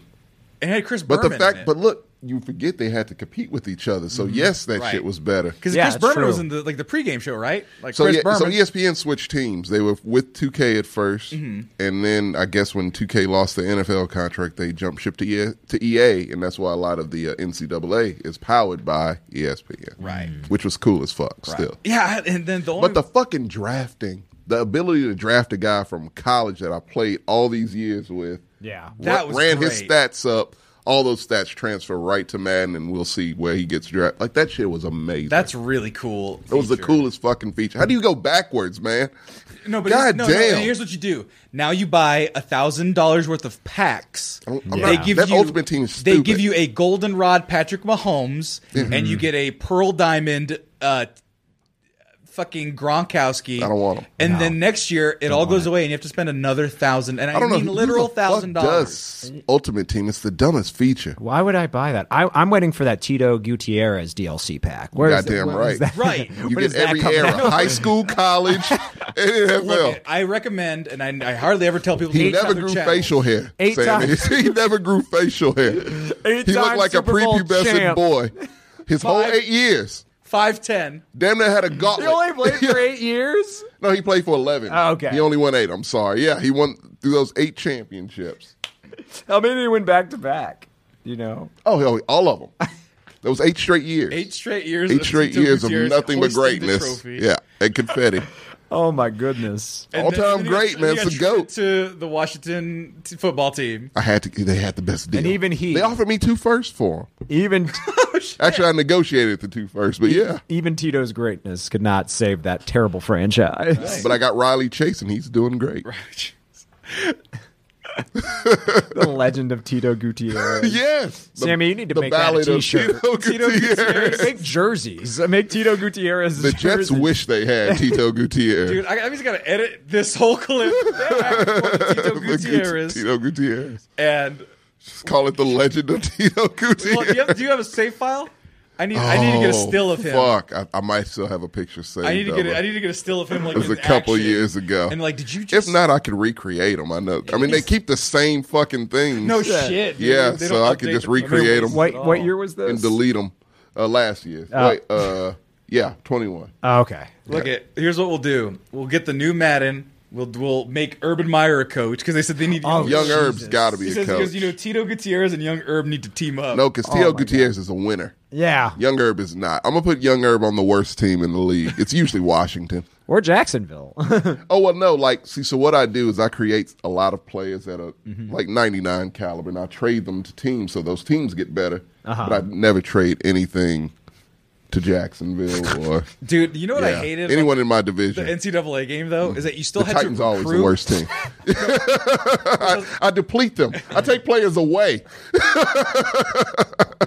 S1: And it had Chris
S2: But
S1: Berman.
S2: the fact, but look, you forget they had to compete with each other. So yes, that
S1: Right.
S2: shit was better.
S1: because Chris Berman was in the like the pregame show, right? Like
S2: so E
S1: Chris
S2: yeah,
S1: Berman.
S2: so ESPN switched teams. They were with 2K at 1st
S1: Mhm.
S2: and then I guess when 2K lost the NFL contract, they jumped ship to EA, to EA, and that's why a lot of the uh, NCAA is powered by E ESPN,
S1: Right.
S2: Which was cool as fuck. Still,
S1: yeah, and then the only
S2: but the fucking drafting, the ability to draft a guy from college that I played all these years with,
S3: Yeah.
S1: That
S2: ra-
S1: was
S2: ran his
S1: great.
S2: stats up. All those stats transfer right to Madden, and we'll see where he gets drafted. Like that shit was amazing.
S1: that's really cool.
S2: It was the
S1: feature.
S2: coolest fucking feature. How do you go backwards, man?
S1: No, but
S2: God
S1: here's, no, no,
S2: damn.
S1: here's what you do. Now you buy a thousand dollars worth of packs.
S2: I'm not- that Ultimate Team is
S1: They
S2: stupid. Mm-hmm.
S1: give you a goldenrod Patrick Mahomes, and you get a pearl diamond. Uh, Fucking Gronkowski.
S2: I don't want him.
S1: And then next year, it all goes away, and you have to spend another thousand. And I,
S2: I don't know
S1: mean,
S2: who the
S1: literal
S2: fuck
S1: thousand dollars.
S2: does Ultimate Team. It's the dumbest feature.
S3: Why would I buy that? I, I'm waiting for that Tito Gutierrez DLC pack. Where is
S2: Goddamn
S3: that- where
S2: right.
S3: is that-
S2: [laughs]
S1: Right.
S3: where
S2: You
S3: does
S2: get
S3: that
S2: every
S3: come
S2: era:
S3: from?
S2: high school,
S3: [laughs]
S2: college, and
S1: Look,
S2: NFL.
S1: I recommend, and I, I hardly ever tell people. to
S2: He
S1: look at
S2: never
S1: their
S2: grew
S1: channel.
S2: facial hair.
S3: Eight
S2: Sammy. [laughs]
S3: times.
S2: he never grew facial hair.
S3: [laughs] Eight
S2: he looked
S3: times
S2: like a
S3: Super Bowl
S2: prepubescent
S3: champ.
S2: boy. His whole
S1: Five-
S2: eight years.
S1: Five ten.
S2: Damn near had a
S3: He
S2: gauntlet.
S3: only played
S2: [laughs]
S3: for eight years.
S2: no, he played for eleven.
S3: Oh, okay.
S2: He only won eight. I'm sorry. Yeah, he won through those eight championships.
S3: How many did he win back to back? You know,
S2: Oh, hell, all of
S1: [laughs]
S2: them. Those eight straight years.
S1: Eight straight years.
S2: Eight straight
S1: Tito
S2: years of
S1: Gutierrez
S2: nothing but
S1: hoisting the
S2: greatness.
S1: trophy.
S2: Yeah, and confetti.
S3: oh my goodness.
S1: [laughs] And
S2: All
S1: then-
S2: time
S1: and then he
S2: great,
S1: got-
S2: man.
S1: he
S2: It's
S1: got
S2: a goat.
S1: traded To the Washington t- football team.
S2: I had to. They had the best deal.
S3: And even he-
S2: They offered me two firsts for him. [laughs]
S3: Even
S2: Oh, Actually, I negotiated the two firsts, but yeah.
S3: even Tito's greatness could not save that terrible franchise.
S2: But I got Riley Chase, and he's doing great.
S3: [laughs] the legend of Tito Gutierrez.
S2: [laughs] [laughs] Yes, The-
S3: Sammy, you need to
S2: the
S3: make that a
S2: ballad of
S3: t-shirt.
S2: Tito
S3: Tito
S2: Gutierrez.
S3: Gutierrez. Make jerseys. Uh, Make Tito Gutierrez.
S2: The Jets wish they had
S3: [laughs]
S2: Tito Gutierrez.
S1: Dude, I, I'm just gonna edit this whole clip
S2: [laughs]
S1: back for Tito
S2: The Gu-
S1: Gutierrez.
S2: Tito Gutierrez.
S1: And
S2: Just call it the legend of Tito Gutierrez.
S1: well, do, you have, do you have a save file? I need. I need to get a still of him.
S2: Oh, Fuck, I, I might still have a picture saved.
S1: I need to
S2: of
S1: get.
S2: him.
S1: A, I need to get a still of him. Like
S2: It was
S1: in
S2: a couple
S1: action.
S2: years ago.
S1: And like, did you just?
S2: If not, I could recreate them. I know. I mean, they keep the same fucking things.
S1: no shit. dude.
S2: Yeah,
S1: They
S2: so
S1: don't
S2: I could
S1: update
S2: just
S1: the-
S2: recreate them
S3: What what year was this?
S2: and delete them uh, last year.
S3: Oh.
S2: Wait, uh, yeah, twenty one.
S3: Oh, okay.
S1: Look at. Here's what we'll do. We'll get the new Madden. We'll we'll make Urban Meyer a coach because they said they need
S3: Oh,
S1: young.
S2: Young
S3: Jesus.
S2: Herb's got to
S1: He
S2: be a
S1: says because
S2: coach.
S1: you know Tito Gutierrez and Young Herb need to team up.
S2: no,
S3: Oh
S2: because Tio Gutierrez is a winner.
S3: Yeah.
S2: Young Herb is not. I'm gonna put Young Herb on the worst team in the league. It's usually Washington.
S3: Or
S2: [laughs]
S3: Jacksonville.
S2: Oh well, no. Like, see, so what I do is I create a lot of players that are
S1: Mm-hmm.
S2: like 99 caliber, and I trade them to teams, so those teams get better.
S3: Uh-huh.
S2: But I never trade anything
S1: [laughs]
S2: to Jacksonville or
S1: Dude, you know what I
S2: yeah,
S1: hated? about
S2: anyone in my division.
S1: the NCAA game though is that you still
S2: the
S1: had
S2: Titans
S1: to
S2: always
S1: recruit.
S2: the worst team. [laughs] I, I deplete them. I take players away.
S1: [laughs]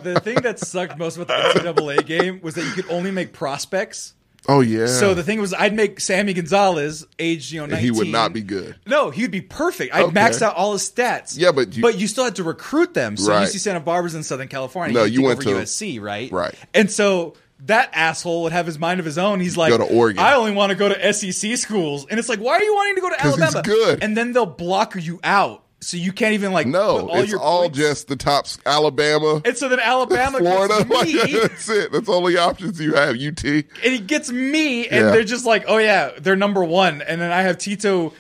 S1: The thing that sucked most about
S2: [laughs]
S1: the NCAA game was that you could only make prospects.
S2: Oh yeah.
S1: So the thing was, I'd make Sammy Gonzalez, age you know, 19.
S2: he would not be good.
S1: No, he'd be perfect. I'd
S2: Okay.
S1: max out all his stats.
S2: Yeah, but you-
S1: you, but you still had to recruit them. So
S2: Right.
S1: UC Santa Barbara's in Southern California.
S2: No,
S1: He'd
S2: you
S1: take
S2: went
S1: over
S2: to-
S1: USC, right?
S2: Right.
S1: And so that asshole would have his mind of his own. He's like,
S2: Go to Oregon.
S1: I only want to go to SEC schools, and it's like, why are you wanting to go to
S2: 'Cause he's
S1: Alabama?
S2: good.
S1: And then they'll block you out, so you can't even like put
S2: No,
S1: all
S2: it's
S1: your
S2: all
S1: points-
S2: just the tops. Alabama,
S1: And so then
S2: [laughs]
S1: Alabama
S2: Florida.
S1: gets me,
S2: that's it. That's all the options you have. UT.
S1: and he gets me, and
S2: Yeah.
S1: they're just like, oh yeah, they're number one, and then I have Tito,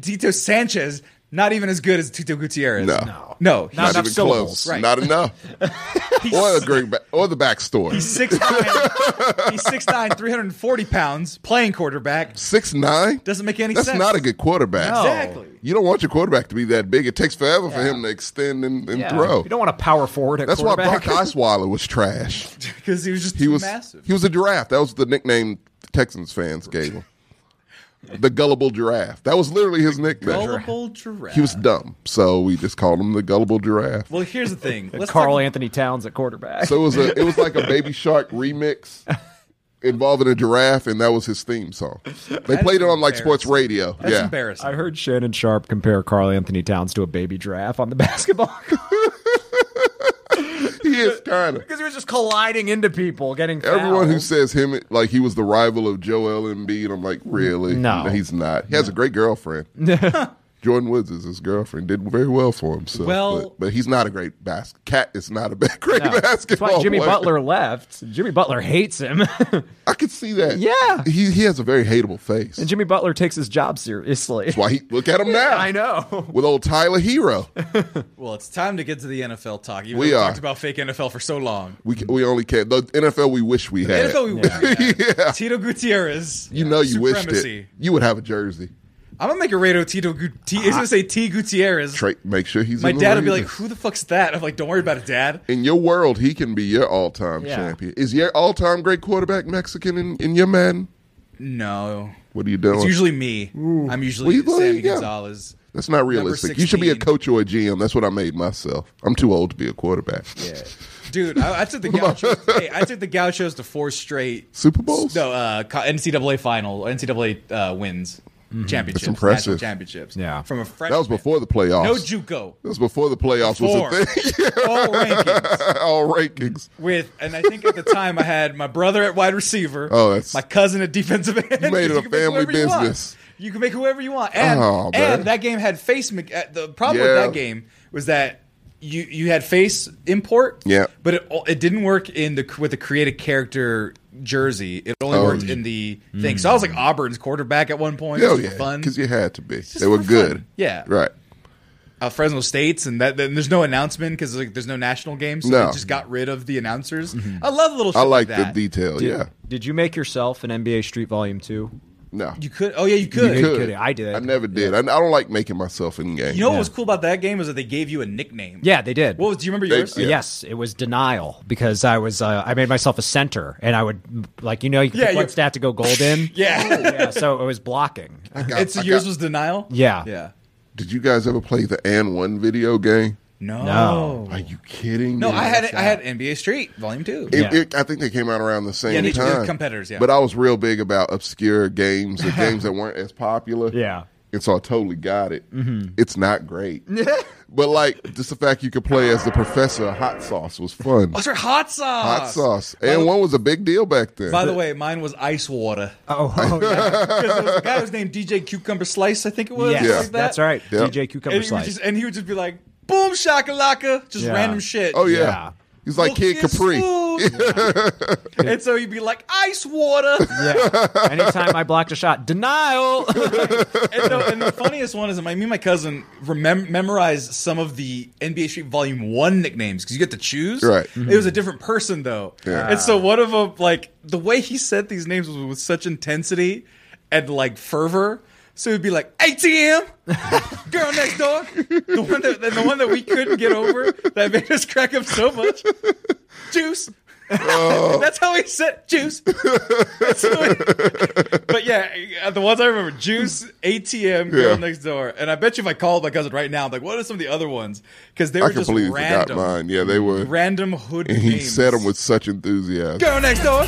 S1: Tito Sanchez, not even as good as Tito Gutierrez.
S2: No.
S1: no, no
S3: Not
S2: Not
S3: enough
S2: even
S3: syllables.
S2: close.
S1: Right.
S2: Not enough. or the great, ba- or the backstory.
S1: six nine, he's six nine, three hundred and forty pounds, playing quarterback.
S2: Six nine.
S1: Doesn't make any
S2: That's
S1: sense.
S2: not a good quarterback.
S1: Exactly.
S2: You don't want your quarterback to be that big. It takes forever for him to extend and, and throw.
S3: You don't want to power forward at
S2: That's why Brock
S3: quarterback. [laughs]
S2: Osweiler was trash.
S1: because he was just
S2: He
S1: too
S2: was
S1: massive.
S2: he was a giraffe. That was the nickname the Texans fans gave him. The gullible giraffe. That was literally his nickname.
S1: Gullible giraffe.
S2: He was dumb, so we just called him the gullible giraffe.
S1: Well, here's the
S3: [laughs]
S1: thing. Let's
S3: Carl
S1: talk-
S3: Anthony Towns at quarterback.
S2: So it was a it was like a baby shark remix involving a giraffe, and that was his theme song. They played it on like sports radio.
S1: That's
S2: yeah,
S1: embarrassing.
S3: I heard Shannon Sharp [laughs] compare Carl Anthony Towns to a baby giraffe on the basketball. court.
S2: [laughs] He is kind of.
S3: Because he was just colliding into people, getting
S2: Everyone who
S3: fouled.
S2: says him like he was the rival of Joel Embiid, I'm like, really?
S3: No.
S2: he's not. He has a great
S3: [laughs]
S2: girlfriend. Jordan Woods is his girlfriend. Did very well for him. So,
S1: Well-
S2: but, but he's not a great basket. Cat is not a [laughs] bad, great
S3: No.
S2: [laughs]
S3: That's
S2: basketball.
S3: why Jimmy
S2: player.
S3: Butler left. Jimmy Butler hates him, [laughs]
S2: I could see that.
S3: Yeah.
S2: he he has a very hateable face.
S3: and Jimmy Butler takes his job seriously.
S2: That's why he look at him now.
S3: [laughs] I know.
S2: with old Tyler Hero.
S1: Well, it's time to get to the NFL talk. You
S2: We are.
S1: talked about fake NFL for so long.
S2: We ca- we only can the NFL we wish we had.
S1: NFL, we wish we had.
S2: [laughs] Yeah.
S1: Tito Gutierrez.
S2: you know you wished
S1: Supremacy.
S2: it. You would have a jersey.
S1: I'm gonna make a radio Tito. Gut- T- he's gonna say T Gutierrez.
S2: Tra- make sure he's.
S1: My
S2: in the
S1: dad would be
S2: league.
S1: like, "Who the fuck's that?" I'm like, "Don't worry about it, Dad."
S2: in your world, he can be your all-time
S3: Yeah.
S2: champion. Is your all-time great quarterback Mexican in, in your man?
S1: No,
S2: What are you doing?
S1: it's usually me. I'm usually
S2: Well,
S1: Sammy
S2: yeah.
S1: Gonzalez.
S2: That's not realistic. You should be a
S1: 16.
S2: coach or a GM. That's what I made myself. I'm too old to be a quarterback. Yeah.
S1: Dude, I, I took
S2: [laughs]
S1: the Gauchos. hey, I took the Gauchos to four straight
S2: Super Bowls?
S1: No, uh, co- NCAA final or NCAA uh, wins championships,
S2: Mm-hmm. That's impressive.
S1: national championships.
S3: Yeah.
S1: from a freshman.
S2: That was before the playoffs.
S1: no JUCO.
S2: That was before the playoffs
S1: Four.
S2: was a thing. [laughs]
S1: All rankings
S2: All rankings.
S1: with, and I think at the time I had my brother at wide receiver.
S2: Oh, that's-
S1: my cousin at defensive end.
S2: You made it
S1: 'cause
S2: a
S1: can make
S2: family
S1: whoever [laughs] you want.
S2: business.
S1: You can make whoever you want, and
S2: Oh, man.
S1: and that game had face. mech- uh, The problem with
S2: Yeah.
S1: that game was that. You, you had face import,
S2: Yeah.
S1: but it al- it didn't work in the with the created character jersey. It only
S2: Oh,
S1: worked
S2: yeah.
S1: in the thing. So I was like Auburn's quarterback at one point.
S2: Oh
S1: just for
S2: yeah,
S1: fun.
S2: because you had to be. They were good.
S1: Yeah.
S2: right.
S1: uh, Fresno State's, and that then there's no announcement because like there's no national game, so
S2: No. Mm-hmm.
S1: they just got rid of the announcers. I love little. Shit
S2: I like the
S1: that.
S2: detail. yeah,
S3: Did you make yourself an NBA Street Volume Two?
S2: no,
S1: You could. Oh yeah, you could. You,
S3: could. I did.
S2: I never did. I, I don't like making myself in game.
S1: know what was cool about that game was that they gave you a nickname.
S3: Yeah, they did.
S1: What was? Do you remember
S2: They-
S1: yours?
S2: yeah.
S3: Yes, it was denial because I was uh, I made myself a center and I would like you know you could
S1: Yeah,
S3: pick one
S1: you-
S3: stat to go gold in.
S1: Yeah.
S3: [laughs] yeah, so it was blocking.
S1: [laughs]
S2: got-
S1: It's
S2: [laughs] I
S1: yours
S2: got-
S1: was denial.
S3: Yeah.
S1: Yeah.
S2: Did you guys ever play the and one video game?
S1: No.
S3: No.
S2: Are you kidding?
S1: No,
S2: me?
S1: I had I had NBA Street Volume Two.
S2: It,
S3: Yeah.
S2: it, I think they came out around the same
S1: Yeah, they- they're
S2: time.
S1: competitors, yeah.
S2: But I was real big about obscure
S1: [laughs]
S2: games or games that weren't as popular.
S3: Yeah. Mm-hmm.
S2: And so I totally got it. It's not
S1: [laughs]
S2: great. but like just the fact you could play as the professor of hot sauce was fun.
S1: Oh, sorry, hot sauce.
S2: hot sauce. And one was a big deal back then.
S1: By the way, mine was ice water.
S3: Oh, oh,
S1: [laughs]
S3: yeah.
S1: 'Cause there was a guy who was named DJ Cucumber Slice, I think it was.
S3: yes,
S1: something
S2: Yeah.
S1: like that.
S3: that's right.
S2: Yep.
S3: DJ Cucumber
S1: And he, would
S3: Slice.
S1: just, and he would just be like, "Boom shakalaka," just
S3: Yeah.
S1: random shit.
S2: oh yeah.
S3: Yeah.
S2: He's like Kid
S1: Look, it's
S2: [laughs] Capri.
S1: food. and so you'd be like, ice water.
S3: [laughs] yeah. Anytime I blocked a
S2: [laughs]
S3: shot, denial. [laughs]
S1: and, the, and the funniest one is my, me and my cousin remem- memorized some of the NBA Street Volume 1 nicknames because you get to choose.
S2: Right. Mm-hmm.
S1: It was a different person, though.
S2: Yeah.
S1: And so one of them, like, the way he said these names was with such intensity and, like, fervor. So he'd be like, ATM, girl next door. The one that, and the one that we couldn't get over that made us crack up so much. Juice. That's how he said juice. That's how he- but yeah, uh, the ones I remember: Juice, ATM, Girl
S2: Yeah.
S1: Next Door, and I bet you if I called my cousin right now, I'm like, what are some of the other ones? Because they were
S2: I
S1: just
S2: completely
S1: random,
S2: forgot mine. Yeah, they were.
S1: random hood
S2: and he
S1: names.
S2: said them with such enthusiasm.
S1: Girl Next
S2: [laughs]
S1: Door,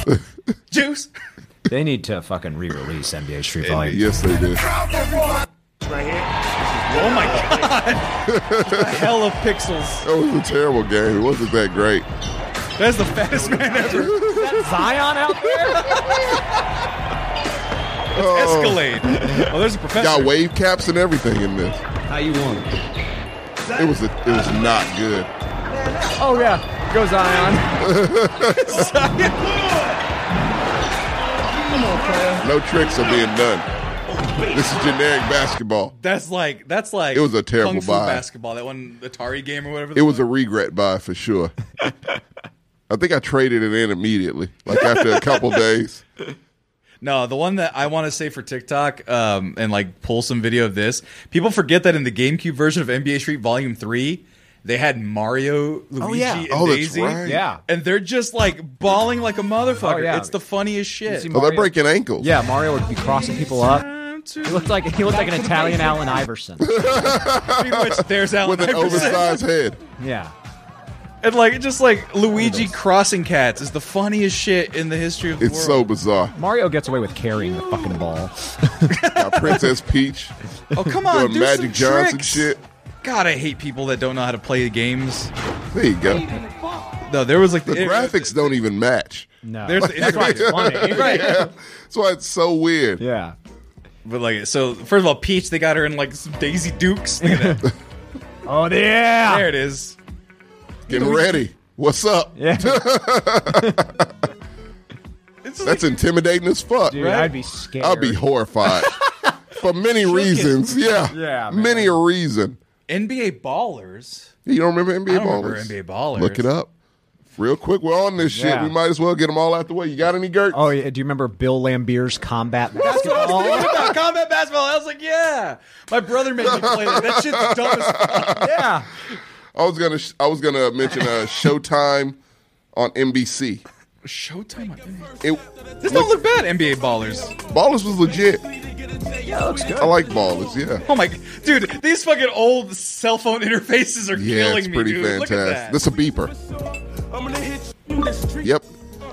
S1: Juice.
S3: they need to fucking re-release NBA Street Volume.
S2: Yes, they did.
S1: Oh my god, hell of pixels.
S2: That was a terrible game. It wasn't that great.
S1: That's the fattest
S2: Oh.
S1: man ever.
S3: Zion out there.
S1: [laughs] Escalade. Oh, there's a professor.
S3: [laughs]
S2: Got wave caps and everything in this.
S3: How you want?
S2: It was a, it was not good.
S3: Oh yeah, go Zion.
S2: No tricks are being done. This is generic basketball.
S1: That's like that's like
S2: It was a terrible
S1: kung fu
S2: buy.
S1: basketball. That one Atari game or whatever.
S2: It was a regret buy for
S3: [laughs]
S2: sure. I think I traded it in immediately, like after a
S3: [laughs]
S2: couple days.
S1: No, the one that I want to say for TikTok um, and like pull some video of this. People forget that in the GameCube version of NBA Street Volume Three, they had Mario, Luigi,
S3: yeah.
S1: and
S2: Oh, that's
S1: Daisy.
S2: right.
S3: Yeah.
S1: and they're just like bawling like a motherfucker.
S3: Oh, yeah.
S1: It's the funniest shit.
S3: see
S2: Oh, they're
S3: Mario-
S2: breaking ankles.
S3: Yeah, Mario would be crossing people up. [laughs] He looked like he looked like an Italian
S1: [laughs]
S3: Allen Iverson.
S1: Pretty much, there's Alan
S2: With an
S1: Iverson.
S2: oversized head.
S3: Yeah.
S1: and like just like Luigi crossing cats is the funniest shit in the history of the
S2: It's so
S1: world.
S2: bizarre.
S3: Mario gets away with carrying the fucking ball.
S2: Got Princess Peach
S1: oh come on,
S2: doing
S1: do
S2: Magic
S1: some
S2: Johnson
S1: tricks.
S2: shit.
S1: God, I hate people that don't know how to play the games.
S2: There you go.
S1: No, there was like
S2: the, graphics don't even match.
S3: No, [laughs]
S1: There's
S2: [laughs]
S1: the- That's why it's funny. [laughs] Right.
S2: That's why it's [laughs] so weird.
S3: Yeah,
S1: But like, so first of all, Peach, they got her in like some Daisy Dukes. Look at that.
S3: Oh yeah.
S1: there it is.
S2: getting ready. What's up?
S1: [laughs]
S3: Yeah,
S1: It's
S2: That's intimidating as fuck.
S3: dude, I'd be scared.
S2: I'd be horrified for many reasons. Yeah,
S3: Yeah, man.
S2: many a reason.
S1: NBA Ballers.
S2: You don't remember NBA
S1: I don't
S2: ballers?
S1: remember NBA Ballers. [laughs]
S2: Look it up. Real quick, we're on this shit.
S3: Yeah.
S2: We might as well get them all out the way. You got any Gert?
S3: Oh yeah, do you remember Bill Lambier's combat
S1: That's what I was
S3: [laughs] basketball?
S1: thinking about combat basketball. I was like, yeah. My brother made me play that. That shit's dumb as fuck.
S3: yeah.
S2: I was gonna, sh- I was gonna mention uh, Showtime on NBC.
S1: Showtime. I think.
S2: It,
S1: This don't look bad, NBA Ballers.
S2: Ballers was legit. I like Ballers. Yeah,
S1: Oh my, dude, these fucking old cell phone interfaces are
S2: yeah,
S1: killing
S2: it's
S1: me,
S2: pretty
S1: dude. Look at
S2: fantastic.
S1: that.
S2: This a beeper. Yep.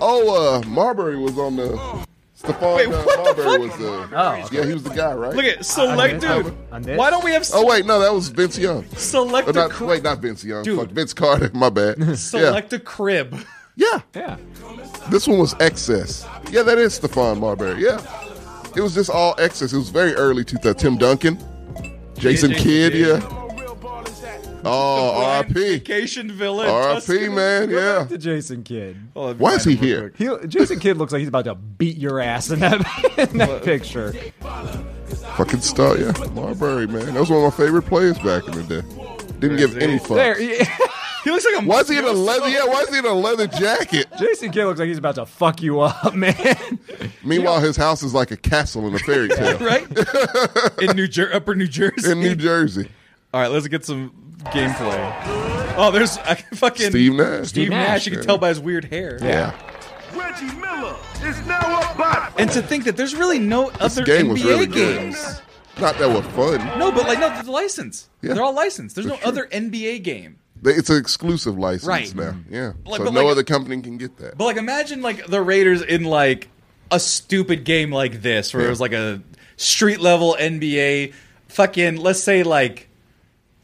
S2: Oh, uh, Marbury was on the. Stefan
S1: Wait,
S2: uh,
S1: what the
S2: Marbury
S1: fuck?
S2: was the.
S3: Oh, okay.
S2: yeah, he was the guy, right?
S1: Look at select,
S3: this-
S1: dude.
S3: on this?
S1: Why don't we have
S2: Oh wait, no, that was Vince Young.
S1: select
S2: Or
S1: a
S2: not,
S1: cri-
S2: wait, not Vince Young.
S1: Dude.
S2: Fuck, Vince Carter. [laughs] My
S3: [laughs]
S2: bad.
S1: select a crib? [laughs]
S2: Yeah. yeah.
S3: Yeah.
S2: This one was excess. Yeah, that is Stefan Marbury. Yeah. It was just all excess. It was very early 2000. Tim Duncan,
S1: Jason
S2: Jason Kidd,
S1: Kidd.
S2: yeah. Oh, RP.
S1: Vacation villa. in Tuscany.
S2: RP, man. Yeah.
S3: To Jason Kidd.
S1: Hold on,
S2: Why is he
S1: real
S2: here?
S1: quick.
S3: He, Jason Kidd looks like he's about to beat your ass in that, [laughs] in that picture.
S2: Fucking star, yeah. Marbury, man. That was one of my favorite players back in the day. Didn't give any
S3: There,
S2: fucks.
S3: yeah.
S1: He looks like a.
S2: Why is he in a leather? Yeah, why is he in a leather jacket?
S3: [laughs] Jason Kidd looks like he's about to fuck you up, [laughs] man.
S2: Meanwhile, his house is like a castle in a
S1: [laughs]
S2: fairy tale
S1: [laughs] right? in New Jer- Upper New Jersey.
S2: in New Jersey.
S1: All right, let's get some gameplay. Oh, there's I can fucking
S2: Steve Nash.
S1: Steve Nash. You can tell by his weird hair.
S2: Yeah.
S11: Reggie Miller is now a bot.
S1: And to think that there's really no other
S2: game was
S1: NBA
S2: really good.
S1: games.
S2: Not that we're fun.
S1: No, but like no, the license.
S2: Yeah.
S1: They're all licensed. There's
S2: For
S1: no
S2: sure.
S1: other NBA game.
S2: They- It's an exclusive license
S1: Right.
S2: now. Yeah.
S1: Like,
S2: so
S1: but
S2: no
S1: like-
S2: other company can get that.
S1: But like, imagine like the Raiders in like a stupid game like this, where it was like a street level NBA fucking. Let's say like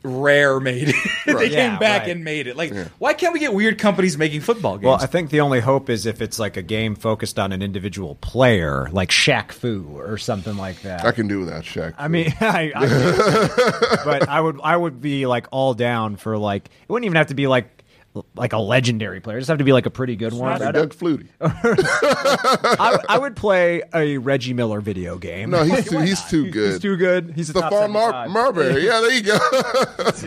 S1: Rare made it. [laughs] they
S2: Right.
S1: came
S3: Yeah,
S1: back
S3: right.
S1: and made it. Like,
S2: Yeah.
S1: why can't we get weird companies making football games?
S3: Well, I think the only hope is if it's like a game focused on an individual player, like Shaq Fu or something like that.
S2: I can do without Shaq.
S3: I mean, [laughs] I, I but I would I would be like all down for like it wouldn't even have to be like like a legendary player. It'd just have to be like a pretty good one. I,
S2: Doug Flutie.
S3: [laughs] I, I would play a Reggie Miller video game.
S2: No, he's too, he's too good.
S3: he's too good. He's a top
S2: Stephon Mar-
S3: 75.
S2: Marbury. Yeah, there you go. [laughs]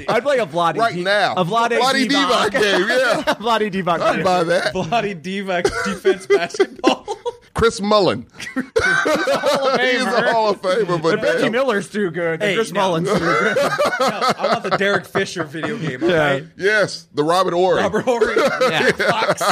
S3: I'd play a Vladi
S2: right
S3: D-
S2: now.
S3: A Vladi,
S2: Vlade Divac
S3: Divac.
S2: game. Yeah.
S3: [laughs] Vladi Divac.
S2: I'd buy
S1: [laughs]
S2: that.
S1: Bloody Divac defense basketball. [laughs]
S2: Chris Mullen. [laughs] he's a Hall of Famer, but
S3: But Reggie
S2: damn.
S3: Miller's too good.
S1: Hey,
S3: Hey, Chris
S1: no.
S2: [laughs]
S3: Mullins too good.
S1: no, I want the Derek Fisher video game. [laughs]
S3: Yeah.
S1: Yeah.
S2: Yes, the Robert Ory.
S1: Robert Horry. Fox.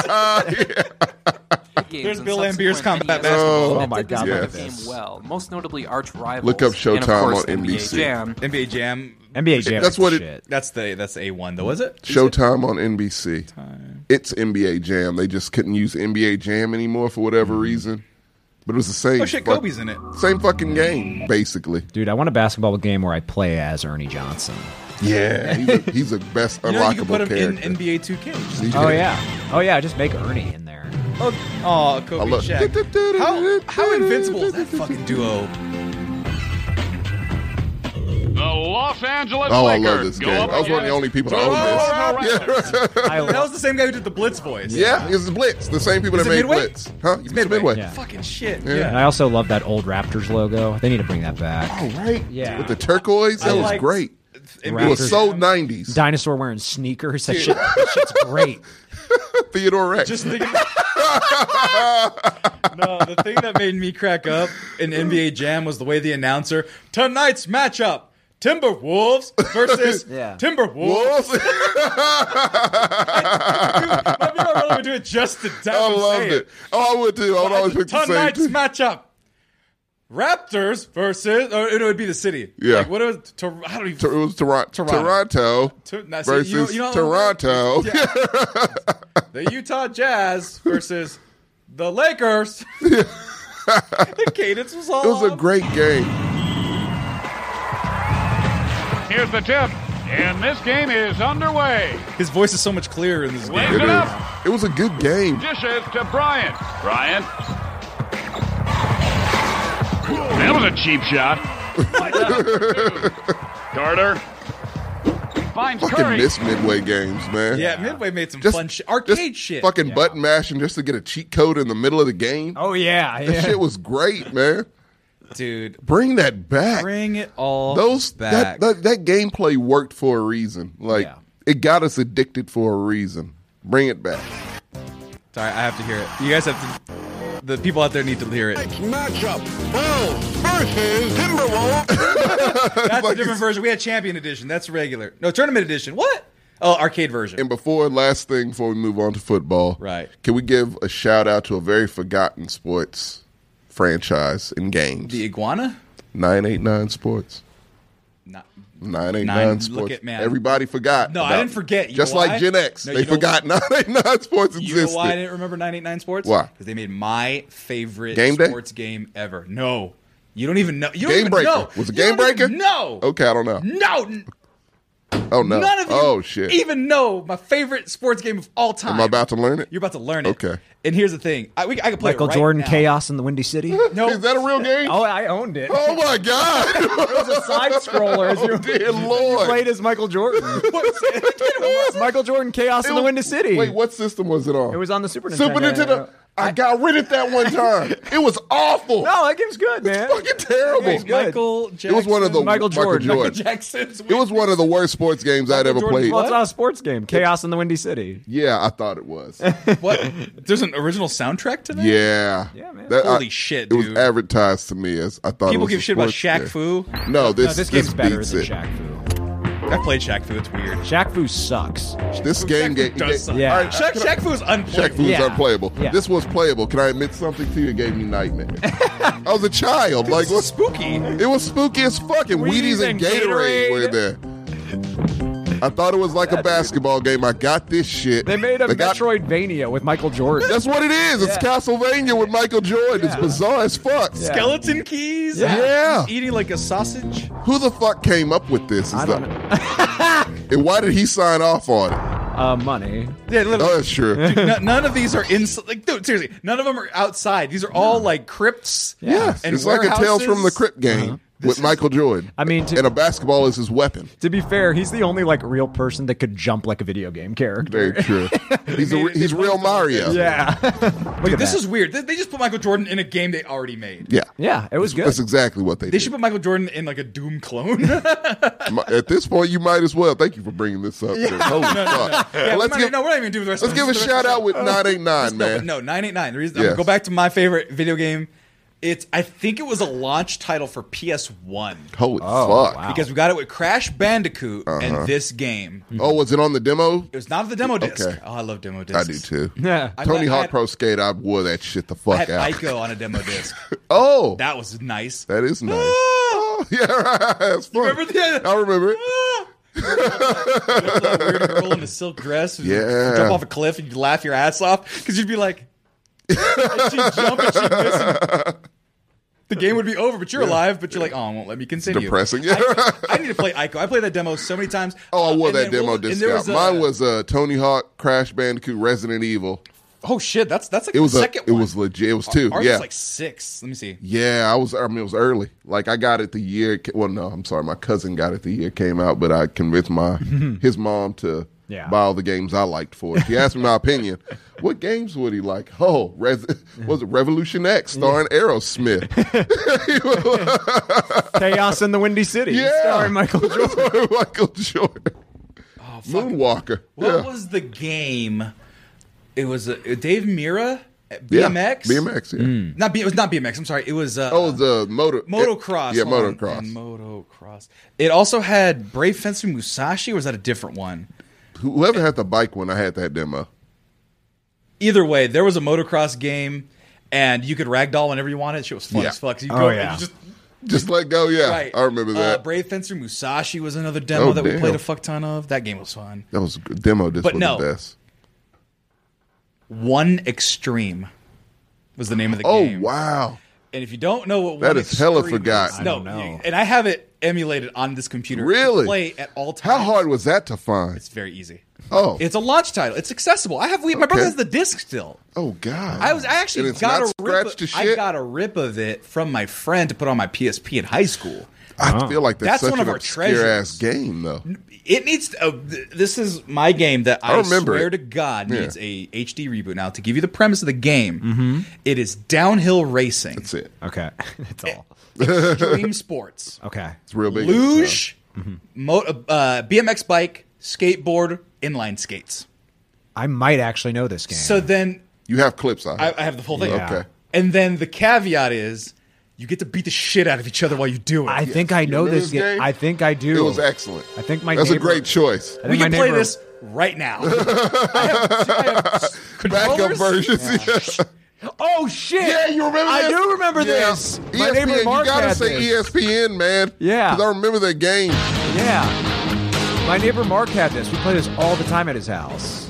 S11: There's
S1: Bill Lambier's combat basketball.
S3: Oh my God, look at
S2: this.
S11: well, most notably arch rivals.
S2: Look up Showtime
S11: and of course,
S2: on NBC.
S11: NBA Jam.
S1: NBA Jam.
S3: NBA Jam.
S2: That's
S3: is
S2: what
S3: the
S2: it-
S3: shit.
S1: That's the that's a one though, was it?
S2: Showtime on NBC. It's NBA Jam. They just couldn't use NBA Jam anymore for whatever reason. But it was the same.
S1: Mm. Oh shit,
S2: fuck-
S1: Kobe's in it.
S2: Same fucking game, basically.
S3: Dude, I want a basketball game where I play as Ernie Johnson.
S2: Yeah, he's a, he's a best
S1: You know, you can put him
S2: unlockable character.
S1: in NBA 2K.
S2: He
S3: Oh
S2: did.
S3: yeah. Oh yeah, just make Ernie in there.
S1: Oh, aw,
S2: I
S1: Kobe
S2: love.
S1: Shaq. How, Oh, how invincible is that fucking duo?
S8: The Los Angeles
S2: Oh, I
S8: Lakers
S2: love this
S8: go
S2: game.
S8: up
S2: I was one of the
S8: against
S2: only people to
S8: Toronto
S2: own this.
S8: Raptors.
S2: Yeah,
S3: I
S1: That
S3: love
S1: was the same guy who did the Blitz Boys.
S2: [laughs] yeah, it's Blitz. The same people
S1: Is
S2: that
S1: it
S2: made
S1: Midway?
S2: Blitz, huh?
S1: It's Midway.
S3: Yeah.
S1: Fucking shit.
S2: Yeah.
S1: Yeah.
S3: And I also love that old Raptors logo. They need to bring that back.
S2: Oh, right.
S3: Yeah.
S2: with the turquoise, that
S1: I
S2: was
S1: liked
S2: great.
S1: NBA
S2: It was
S3: Raptors.
S2: so nineties.
S3: Dinosaur wearing sneakers. That, shit, that shit's great.
S2: [laughs] Theodore Rex. [laughs]
S1: Just thinking. no, the thing that made me crack up in NBA Jam was the way the announcer tonight's matchup: Timberwolves versus
S3: [laughs] Yeah.
S1: Timberwolves. [laughs]
S2: [laughs] Wolves.
S1: I mean, I'd rather do it just to down.
S2: I loved it. Oh, I would too. I would always pick the same.
S1: Tonight's
S2: Team.
S1: matchup: Raptors versus, or it would be the city.
S2: Yeah.
S1: Like, what was? Tor- I don't even.
S2: It was Toronto. Toronto,
S1: To- now, see, you-
S2: versus
S1: you don't remember-
S2: Toronto. [laughs]
S1: the Utah Jazz versus the
S2: [laughs]
S1: Lakers. the cadence was all.
S2: It was a
S1: off.
S2: great game.
S8: Here's the tip. And this game is underway.
S1: His voice is so much clearer in this game.
S8: Wake it up.
S2: It was a good game.
S8: Dishes to Bryant. Bryant. That was a
S2: [laughs]
S8: cheap shot. Carter. Finds
S2: Fucking
S8: Curry.
S2: miss midway games, man.
S1: Yeah, Midway made some
S2: Just-
S1: fun shit.
S2: Just
S1: Arcade shit.
S2: Fucking button mashing just to get a cheat code in the middle of the game.
S3: Oh yeah,
S2: That shit was great, man.
S1: Dude,
S2: Bring that back.
S1: bring it all
S2: Those
S1: back.
S2: That, that that gameplay worked for a reason. Like it got us addicted for a reason. Bring it back.
S1: Sorry, I have to hear it. You guys have to. The people out there need to hear
S2: [laughs]
S1: it.
S12: Matchup: Bulls versus Timberwolves.
S1: That's a different version. We had Champion Edition. That's regular. No, Tournament Edition. What? Oh, arcade version.
S2: And before last thing, before we move on to football,
S1: Right.
S2: Can we give a shout out to a very forgotten sports franchise and games?
S1: The Iguana?
S2: Nine eight nine sports.
S1: Not-
S2: Nine eight
S1: Nine-
S2: nine
S1: look
S2: sports.
S1: at man.
S2: Everybody forgot.
S1: No, I
S2: about
S1: didn't
S2: it.
S1: forget. You
S2: Just
S1: know why?
S2: like Gen X,
S1: No,
S2: they
S1: you know-
S2: forgot nine eight nine sports
S1: You
S2: existed.
S1: know why I didn't remember 989 Sports?
S2: Why?
S1: Because they made my favorite
S2: Game Day?
S1: sports game ever. No. You don't even know. You don't
S2: Game
S1: even
S2: Breaker.
S1: know.
S2: Was it
S1: You
S2: Game
S1: don't even
S2: Breaker?
S1: know.
S2: Okay, I don't know.
S1: No. n-
S2: Oh no.
S1: None of you
S2: oh shit.
S1: even know my favorite sports game of all time.
S2: Am I about to learn it?
S1: You're about to learn it.
S2: Okay.
S1: And here's the thing. I, we, I can play
S3: Michael
S1: it right
S3: Jordan
S1: now.
S3: Chaos in the
S2: [laughs]
S3: Windy City.
S1: No.
S2: Is that a real
S1: [laughs]
S2: game?
S3: Oh, I owned it.
S2: Oh my god!
S3: it was
S2: [laughs]
S3: a side scroller.
S2: Oh,
S3: [laughs]
S2: dear lord!
S3: Played as
S2: [laughs]
S3: Michael Jordan. [laughs] Michael Jordan Chaos in the
S2: was-
S3: Windy City.
S2: Wait, what system was it on?
S3: It was on the Super Nintendo.
S2: Super Nintendo. I, got rid of that one
S3: [laughs]
S2: time. it was awful.
S3: No, that game's good, man.
S2: It's fucking terrible.
S3: It's good.
S1: Michael Jackson.
S2: It was one of the
S3: Michael Jordan.
S1: Michael Jackson's. [laughs]
S2: It was one of the worst sports games I'd ever
S1: Jordan
S2: played.
S3: Well, it's not a sports game. Chaos in the Windy City.
S2: Yeah, I thought it
S3: [laughs]
S2: was.
S1: What? There's an original soundtrack to that?
S2: Yeah.
S3: Yeah, man.
S2: That- I-
S1: Holy shit,
S2: It was
S1: dude.
S2: advertised to me as I thought. it
S1: People
S2: was
S1: give
S2: a
S1: shit about
S2: sports
S1: Shaq
S2: game.
S1: Fu.
S2: No, this
S3: no, this
S2: this
S3: game's better
S2: beats
S3: than
S2: it.
S3: Shaq Fu.
S1: I played Shaq Fu. It's weird.
S3: Shaq Fu sucks.
S2: This game
S1: Shaq
S2: gave
S1: Fu does suck.
S3: Yeah.
S1: All right, Shaq, Shaq Fu is
S2: Shaq
S1: unplayable.
S2: Fu's
S3: Yeah.
S2: unplayable.
S3: Yeah.
S2: This was playable. Can I admit something to you? It gave me
S3: [laughs]
S2: nightmares. I was a child. Like
S1: It's
S2: what?
S1: spooky.
S2: It was spooky as fucking
S3: Wheaties
S2: Wheaties, and
S3: and
S2: Gatorade,
S3: Gatorade.
S2: were there. I thought it was like a basketball game. I got this shit.
S3: They made a
S2: got-
S3: Metroidvania with Michael Jordan.
S2: that's what it is. It's Castlevania with Michael Jordan. It's bizarre as fuck.
S1: Skeleton keys.
S2: Yeah. Yeah.
S1: Eating like a sausage.
S2: Who the fuck came up with this? Is
S3: I don't
S2: the- [laughs] and why did he sign off on it?
S3: uh, money.
S1: Yeah, literally.
S2: Oh, that's
S3: [laughs]
S2: true.
S1: No- none of these are in. Like, dude, seriously, none of them are outside. These are all like crypts.
S2: Yeah,
S1: and
S2: it's like a Tales from the
S1: warehouses.
S2: Crypt game with Michael Jordan.
S3: I mean, to-
S2: and a basketball is his weapon.
S3: To be fair, he's the only like real person that could jump like a video game character.
S2: Very
S3: [laughs]
S2: true. He's a, he's real Mario.
S3: Yeah. [laughs] Look at
S1: This
S3: that.
S1: is weird. They- They just put Michael Jordan in a game they already made.
S2: yeah,
S3: yeah, it was good.
S2: That's exactly what they,
S1: They
S2: did.
S1: should put Michael Jordan in like a Doom clone. [laughs]
S2: Mi- At this point, you might as well. Thank you for bringing this up. Holy fuck!
S1: Yeah,
S2: Well,
S1: we
S2: let's
S1: might-
S2: give
S1: no, we're Oh. not even doing the rest.
S2: let's
S1: of
S2: give
S1: the
S2: a
S1: rest of
S2: shout
S1: the
S2: out with
S1: show.
S2: nine eight nine,
S1: No, but
S2: man.
S1: no, 989. The reason I'm
S2: Yes.
S1: gonna go back to my favorite video game. It's I think it was a launch title for PS1
S2: Holy fuck!
S1: because we got it with Crash Bandicoot
S2: Uh-huh.
S1: and this game.
S2: Oh, was it on the demo?
S1: It was not the demo disc.
S2: Okay.
S1: Oh, I love demo discs.
S2: I
S1: [laughs]
S2: do too.
S3: [laughs] yeah.
S1: I-
S2: Tony
S1: I
S2: Hawk
S1: had-
S2: Pro Skate, I wore that shit the
S1: I
S2: fuck
S1: had
S2: out.
S1: Ico on a demo
S2: [laughs]
S1: disc.
S2: Oh,
S1: That was nice.
S2: that
S1: [laughs]
S2: is nice. Oh, [laughs] yeah, right. that's fun.
S1: remember that? [laughs]
S2: I remember it.
S1: Ah! That weird girl
S2: [laughs]
S1: in a silk dress, who
S2: Yeah.
S1: jump off a cliff, and you'd laugh your ass off because you'd be like, and she'd jump and she'd miss and the game would be over, but you're alive, but you're like, oh, it won't let me continue.
S2: Depressing. Yeah.
S1: I, I need to play Ico. I played that demo so many times.
S2: [laughs] Oh, I wore
S1: And
S2: that
S1: then
S2: demo
S1: what was- and
S2: disc
S1: there
S2: out.
S1: a-
S2: Mine was uh, Tony Hawk, Crash Bandicoot, Resident Evil.
S1: Oh shit, that's that's like
S2: It was
S1: the
S2: a,
S1: second
S2: it
S1: one.
S2: was legit. It was two.
S1: Ours
S2: yeah,
S1: was like six. Let me see.
S2: Yeah, I was. I mean, it was early. Like I got it the year. it ca- Well, no, I'm sorry. My cousin got it the year it came out, but I convinced
S3: [laughs]
S2: my his mom to
S3: Yeah.
S2: buy all the games I liked for it. She asked me my
S3: [laughs]
S2: opinion. What games would he like? Oh, Res- was it Revolution X starring Aerosmith?
S3: [laughs] Chaos in the Windy City.
S2: Yeah. [laughs]
S3: Starring Michael [laughs] Jordan.
S2: Michael Jordan. Moonwalker.
S1: Oh, What
S2: yeah.
S1: was the game? It was uh, Dave Mira, BMX.
S2: Yeah, BMX. Yeah.
S3: Hmm.
S1: Not B, it was not BMX. I'm sorry. It was uh,
S2: Oh, the motor.
S1: motocross.
S2: Yeah,
S1: Hold on.
S2: motocross.
S1: And motocross. It also had Brave Fencer Musashi. Or was that a different one?
S2: Whoever had the bike one, I had that demo.
S1: Either way, there was a motocross game, and you could ragdoll whenever you wanted. Shit was fun
S2: Yeah.
S1: as fuck. So you
S3: Oh,
S1: go and
S3: yeah.
S1: you just
S2: Just let go. Yeah,
S1: right.
S2: I remember that.
S1: Uh, Brave Fencer Musashi was another demo
S2: Oh,
S1: that we
S2: damn.
S1: played a fuck ton of. That game was fun.
S2: that was a good demo. This
S1: But
S2: was
S1: no.
S2: the best.
S1: One Extreme was the name of the
S2: Oh
S1: game.
S2: wow!
S1: And if you don't know what
S2: That
S1: one
S2: is hella
S1: extreme
S2: forgotten.
S1: is-
S2: I
S1: no,
S3: don't know.
S1: and I have it emulated on this computer.
S2: Really?
S1: To play at all times.
S2: How hard was that to find?
S1: It's very easy.
S2: Oh.
S1: It's a launch title. It's accessible. I have we my brother
S2: Okay.
S1: has the disc still.
S2: Oh God.
S1: I was I
S2: And
S1: actually
S2: it's
S1: got
S2: not
S1: a rip
S2: scratched to
S1: of, I
S2: shit?
S1: got a rip of it from my friend to put on my PSP in high school.
S2: I feel like that's,
S1: That's
S2: such
S1: one
S2: an
S1: of our
S2: obscure ass game though.
S1: It needs to, uh, th- this is my game that
S2: I
S1: I,
S2: remember
S1: swear
S2: it.
S1: to God
S2: Yeah.
S1: needs a HD reboot. Now to give you the premise of the game, it is downhill racing. That's
S2: it.
S3: Okay, [laughs] that's all.
S2: [laughs]
S1: Extreme sports.
S3: Okay.
S2: It's real big.
S1: Luge, mo- uh, BMX bike, skateboard, inline skates.
S3: I might actually know this game.
S1: So then
S2: You have clips on.
S1: I, I have the full thing.
S3: Yeah. Okay.
S1: And then the caveat is you get to beat the shit out of each other while you do it.
S3: I think I know this game. I think I do.
S2: It was excellent.
S3: I think my
S2: That's a
S3: neighbor-
S2: great choice.
S3: I think
S1: we
S3: my
S1: can play
S3: neighbor-
S1: this right
S2: [laughs]
S1: now. I have, I have
S2: Backup
S1: controllers.
S2: versions.
S1: [laughs]
S2: yeah.
S3: Oh shit!
S2: Yeah, you remember?
S3: I
S2: this? E
S3: do remember
S2: Yeah.
S3: this. My
S2: ESPN,
S3: neighbor Mark
S2: you gotta
S3: had
S2: say E
S3: this.
S2: ESPN, man.
S3: Yeah.
S2: because I remember that game.
S3: Yeah. My neighbor Mark had this. We play this all the time at his house.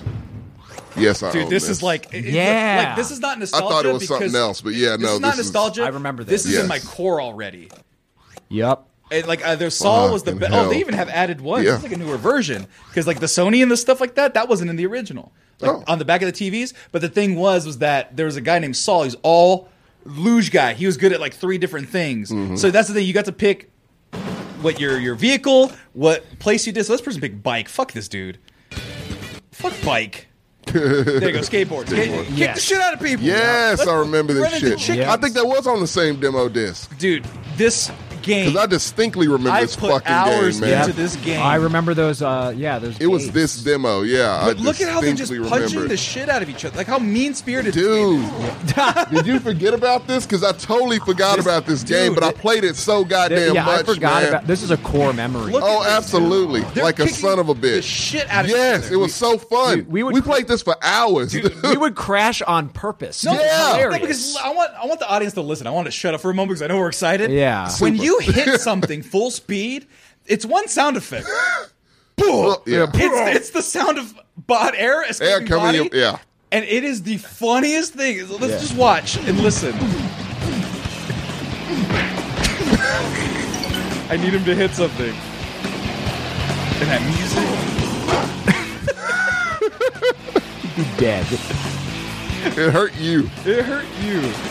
S2: Yes, I
S1: Dude,
S2: own
S1: this is like it- it-
S3: Yeah.
S1: like, this is not
S2: Oh, I
S1: nostalgia.
S2: thought it was something
S1: because
S2: else, but yeah,
S1: this
S2: no,
S1: is not
S2: this is-
S1: nostalgia.
S3: I remember
S1: this.
S3: this.
S1: is in my
S2: Yes.
S1: core already.
S3: Yep.
S1: And like uh, their Saw was the
S2: Fucking
S1: best. Oh,
S2: hell.
S1: they even have added one.
S2: Yeah.
S1: It's like a newer version because like the Sony and the stuff like that that wasn't in the original. Like on the back of the TVs. But the thing was was that there was a guy named Saul. He's all luge guy. He was good at like three different things.
S2: Mm-hmm.
S1: So that's the thing. You got to pick what your your vehicle, what place you did. So this person picked bike. Fuck this dude. Fuck
S2: [laughs]
S1: bike. There you go. Skateboard. Skate- Kick the
S3: Yes.
S1: shit out of people.
S2: Yes,
S1: Let's
S2: I remember
S1: run
S2: this
S1: into
S2: shit.
S1: chickens.
S2: I think that was on the same demo disc.
S1: Dude, this game.
S2: Because I distinctly remember
S1: I
S2: this
S1: put
S2: fucking
S1: hours
S2: game, man.
S1: into this game.
S3: I remember those. Uh, yeah, those.
S2: It was this demo, yeah.
S1: But
S2: I
S1: look at how they're just
S2: distinctly
S1: punching
S2: remember.
S1: the shit out of each other. Like how mean spirited.
S2: Dude, [laughs] did you forget about this? Because I totally forgot about this game, but I played it so goddamn
S3: yeah,
S2: much,
S3: I forgot
S2: man.
S3: about. This is a core memory.
S1: Look
S2: Oh,
S1: at this,
S2: absolutely!
S1: They're
S2: Like a
S1: kicking
S2: son of a
S1: The
S2: bitch.
S1: shit out of each
S2: Yes,
S1: other.
S2: it was so fun.
S3: Dude,
S2: we,
S3: we would-
S2: played this for hours.
S3: we
S2: [laughs]
S3: would crash on purpose.
S1: No,
S3: It was
S2: Yeah.
S1: no, because
S3: hilarious.
S1: I want I want the audience to listen. I want to shut up for a moment because I know we're excited.
S3: Yeah.
S1: When you
S2: [laughs]
S1: hit something full speed, it's one sound effect.
S2: yeah.
S1: It's it's the sound of bot air
S2: Yeah,
S1: escaping
S2: coming
S1: body,
S2: in- yeah.
S1: and it is the funniest thing. Let's just watch and listen. I need him to hit something. And that music.
S3: Dead.
S2: It hurt you.
S1: It hurt you. It-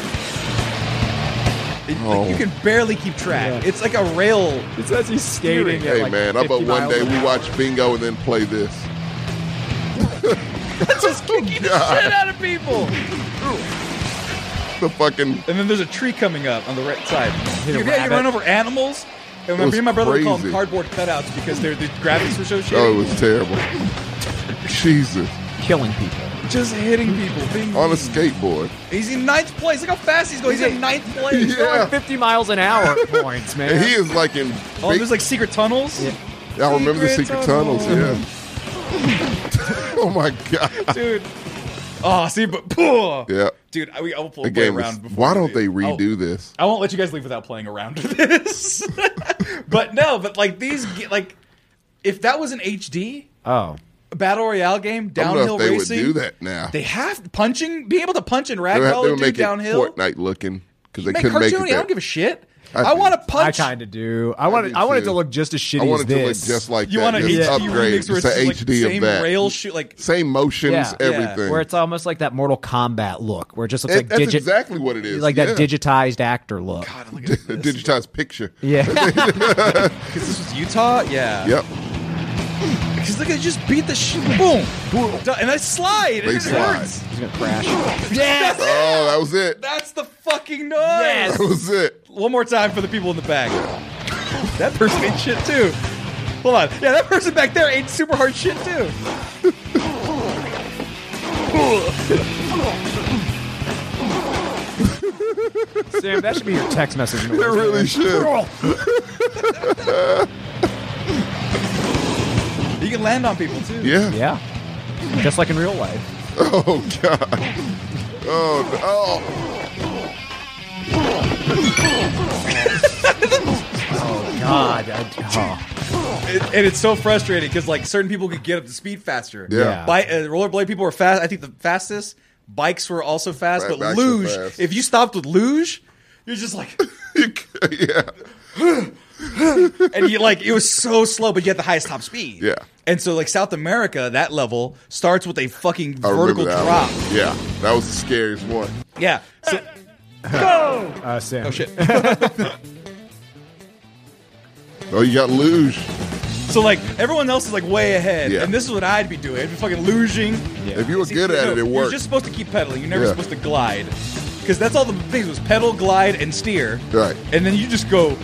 S2: Oh.
S1: like, you can barely keep track. It's like a rail.
S3: It's as he's skating.
S2: Hey man, I bet one day we
S3: watch.
S2: watch bingo and then play this.
S1: It's just kicking
S3: Oh,
S1: the shit out of people.
S2: The fucking
S1: And then there's a tree coming up on the right side.
S3: Hit a
S1: You, yeah, you
S3: rabbit.
S1: run over animals. And
S2: It
S1: my,
S2: was
S1: me and my brother would call them
S2: crazy.
S1: cardboard cutouts because they're, the graphics were so shitty.
S2: oh, it was terrible. Jesus,
S3: killing people.
S1: Just hitting people.
S3: Oh,
S1: Being
S2: on a
S1: mean.
S2: skateboard.
S1: He's in ninth place. Look how fast he's going. He's, in ninth place.
S2: [laughs] Yeah.
S3: Going 50 miles an hour at points, man.
S2: And he is like in.
S1: Oh,
S2: big-
S1: there's like secret tunnels.
S3: Yeah.
S2: I remember the
S1: secret
S2: secret tunnels.
S1: tunnel.
S2: Yeah. [laughs] oh my god.
S1: [laughs] Dude. Oh, see, but pooh.
S2: Yeah.
S1: Dude, I, we, I will play
S2: The game is.
S1: around. before Oh.
S2: Why
S1: we
S2: don't
S1: leave.
S2: they
S1: I'll-
S2: redo this?
S1: I won't let you guys leave without playing around with this. [laughs] but no, but like these, ge- like if that was an HD
S3: Oh.
S1: battle royale game,
S2: I don't know
S1: downhill
S2: if they
S1: racing,
S2: would do that now.
S1: They have punching, being able to punch and
S2: They would,
S1: ragdoll and
S2: they would
S1: do
S2: make
S1: downhill.
S2: it Fortnite looking because they
S1: Make
S2: couldn't make it.
S1: cartoony. I
S2: that-
S1: don't give a shit.
S2: I
S1: I,
S2: do.
S1: want to
S3: I
S1: punch.
S3: kind of do. I want it.
S2: do
S3: I want it
S2: too.
S3: to look just as shitty
S2: I want
S3: as
S2: it to look
S3: this.
S2: just like
S1: You
S2: that.
S1: want an
S2: just
S1: HD
S2: upgrade.
S1: remix where
S2: It's an
S1: it's just,
S2: HD
S1: like,
S2: of
S1: same
S2: that.
S1: rail shoot, like-
S2: same motions,
S3: Yeah. Yeah.
S2: everything.
S3: where it's almost like that Mortal Kombat look, where it just looks
S2: It-
S3: like
S2: that's
S3: digi-
S2: exactly what it is.
S3: like
S2: yeah.
S3: that digitized actor look.
S2: A [laughs] digitized picture.
S3: Yeah,
S1: Because this was Utah. Yeah.
S2: Yep.
S1: Because look, I just beat the shit. Boom. Boom. Done. And I slide.
S2: They
S1: and it
S2: slide.
S1: hurts.
S3: he's gonna crash.
S1: Yes.
S2: Oh, that was it.
S1: That's the fucking noise.
S2: That was it.
S1: One more time for the people in the back. That person ate shit too. Hold on. Yeah, that person back there ate super hard shit too.
S3: Sam, that should be your text message.
S2: It really should.
S1: You can land on people too.
S2: Yeah.
S3: Yeah, just like in real life.
S2: Oh god. Oh [laughs] no.
S3: God, I, oh.
S1: It- and it's so frustrating because like certain people could get up to speed faster.
S2: Yeah.
S1: Bi- uh, rollerblade people were fast. I think the fastest. Bikes were also fast,
S2: Right,
S1: but
S2: bikes were
S1: luge.
S2: fast.
S1: If you stopped with luge, you're just like
S2: You ca- yeah.
S1: and you like it was so slow, but you had the highest top speed.
S2: Yeah.
S1: And so like South America, that level starts with a fucking
S2: I remember
S1: vertical
S2: that
S1: drop.
S2: one. Yeah, that was the scariest one.
S1: Yeah. So,
S3: Go! Uh, Sam.
S1: Oh shit.
S2: Oh, you got luge.
S1: so like everyone else is like way ahead,
S2: Yeah.
S1: and this is what I'd be doing. I'd be fucking luging.
S2: If you were
S1: See,
S2: good
S1: no,
S2: at it, it
S1: You're
S2: worked.
S1: just supposed to keep pedaling. You're never
S2: Yeah.
S1: supposed to glide, because that's all the things was pedal, glide, and steer.
S2: Right.
S1: And then you just go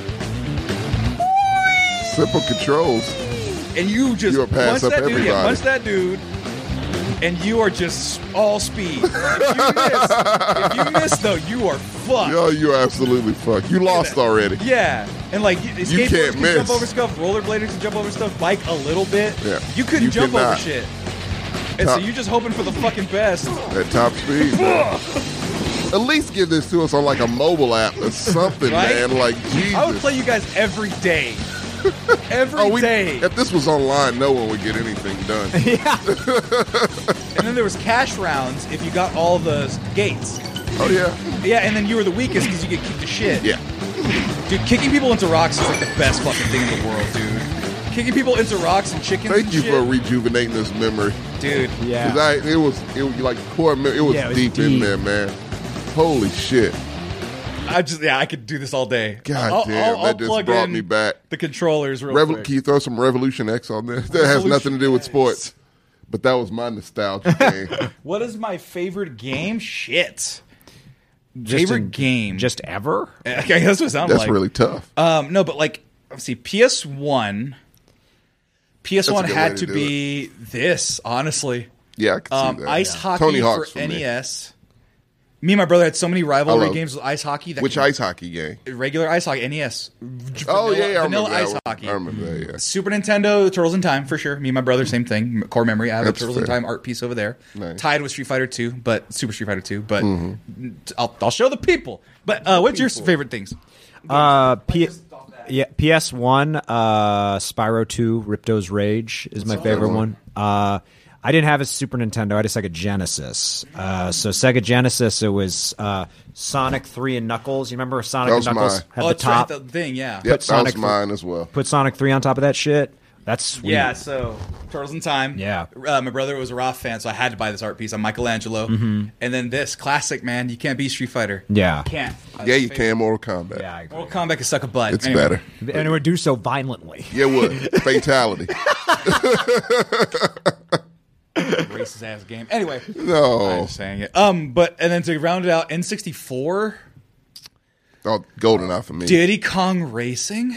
S2: Simple controls.
S1: and you just
S2: You would pass
S1: punch
S2: up
S1: that dude, yeah,
S2: everybody.
S1: punch that dude, and you are just all speed. If you miss, if you miss though, you are fucked.
S2: [laughs] Yo, you are absolutely fucked. You lost already.
S1: Yeah, and like you- skateboards
S2: You can't
S1: can jump
S2: miss.
S1: over stuff, rollerbladers can jump over stuff, bike a little bit.
S2: Yeah.
S1: You couldn't
S2: You
S1: jump over
S2: cannot.
S1: shit, and so
S2: Top-
S1: you're just hoping for the fucking best.
S2: At top speed.
S1: [laughs]
S2: man. At least give this to us on like a mobile app or something,
S1: Right?
S2: man. Like Jesus. Oh,
S1: I would play you guys every day.
S2: [laughs]
S1: Every day.
S2: we, [laughs] If this was online, no one would get anything done.
S1: [laughs] Yeah. and then there was cash rounds if you got all the gates.
S2: Oh yeah.
S1: Yeah, and then you were the weakest because you get kicked to shit.
S2: Yeah.
S1: Dude, kicking people into rocks is like the best fucking thing in the world, dude. Kicking people into rocks and chickens.
S2: Thank
S1: and
S2: you
S1: shit.
S2: for rejuvenating this memory,
S1: dude.
S2: 'Cause I, it was it was like core. me- It was,
S1: Yeah, it was
S2: deep, in
S1: deep.
S2: there, man. Holy shit!
S1: I just yeah, I could do this all day.
S2: God
S1: I'll,
S2: damn,
S1: I'll, I'll
S2: that just
S1: plug
S2: brought
S1: in
S2: me back.
S1: The controllers, real
S2: Revo-
S1: quick.
S2: can you throw some Revolution X on there? [laughs] That has
S1: Revolution
S2: nothing to do with sports, but that was my nostalgia
S1: [laughs]
S2: game.
S1: What is my favorite game? Shit.
S3: Just
S1: favorite
S3: in-
S1: game?
S3: Just ever?
S1: [laughs] Okay, that's what it sounds
S2: That's
S1: like.
S2: really tough.
S1: Um, no, but like, let's see, PS One. PS One
S2: That's a good
S1: had
S2: way
S1: to,
S2: to do
S1: be this, honestly.
S2: Yeah, I could see
S1: Um,
S2: that.
S1: Ice
S2: Yeah.
S1: hockey
S2: Tony Hawk's
S1: for E
S2: for me.
S1: NES. Me. and my brother had so many rivalry
S2: love-
S1: games with ice hockey. That
S2: Which
S1: could-
S2: ice hockey game?
S1: Regular ice hockey, NES.
S2: Oh
S1: vanilla,
S2: yeah, yeah, I
S1: vanilla
S2: remember that
S1: ice
S2: one.
S1: hockey.
S2: I remember that. Yeah.
S1: Super Nintendo, Turtles in Time for sure. Me and my brother, same thing. Core memory. I have
S2: That's
S1: a Turtles in
S2: fair.
S1: Time art piece over there.
S2: Nice.
S1: Tied with Street Fighter Two, but Super Street Fighter Two. But
S2: Mhm.
S1: I'll, I'll show the people. But uh, what's your favorite things?
S3: Uh, P- yeah, PS One, uh, Spyro Two, Ripto's Rage is my
S2: a good
S3: favorite
S2: one.
S3: one. Uh, I didn't have a Super Nintendo. I had a Sega Genesis. Uh, so Sega Genesis, it was uh, Sonic Three and Knuckles. You remember Sonic
S2: That was
S3: and Knuckles
S2: mine.
S3: had
S1: oh,
S3: the
S1: it's right,
S3: top.
S1: the thing, yeah.
S2: Yep, that
S3: Sonic
S2: was
S3: through-
S2: mine as well.
S3: Put Sonic Three on top of that shit. That's sweet.
S1: Yeah, so Turtles in Time.
S3: Yeah.
S1: Uh, my brother was a Roth fan, so I had to buy this art piece on Michelangelo.
S3: Mhm.
S1: And then this classic, man. You can't beat Street Fighter.
S3: Yeah.
S1: Can't.
S2: Yeah, you can Mortal Kombat.
S3: Yeah, I agree.
S1: Mortal Kombat can suck a butt.
S2: It's
S1: Anyway.
S2: better.
S3: and it would do so violently.
S1: [laughs]
S2: Yeah, what? Fatality. [laughs]
S1: Racist ass game. Anyway.
S2: No.
S1: I'm just saying it. Um, but and then to round it out, N64,
S2: Oh, golden eye for me.
S1: Diddy Kong Racing.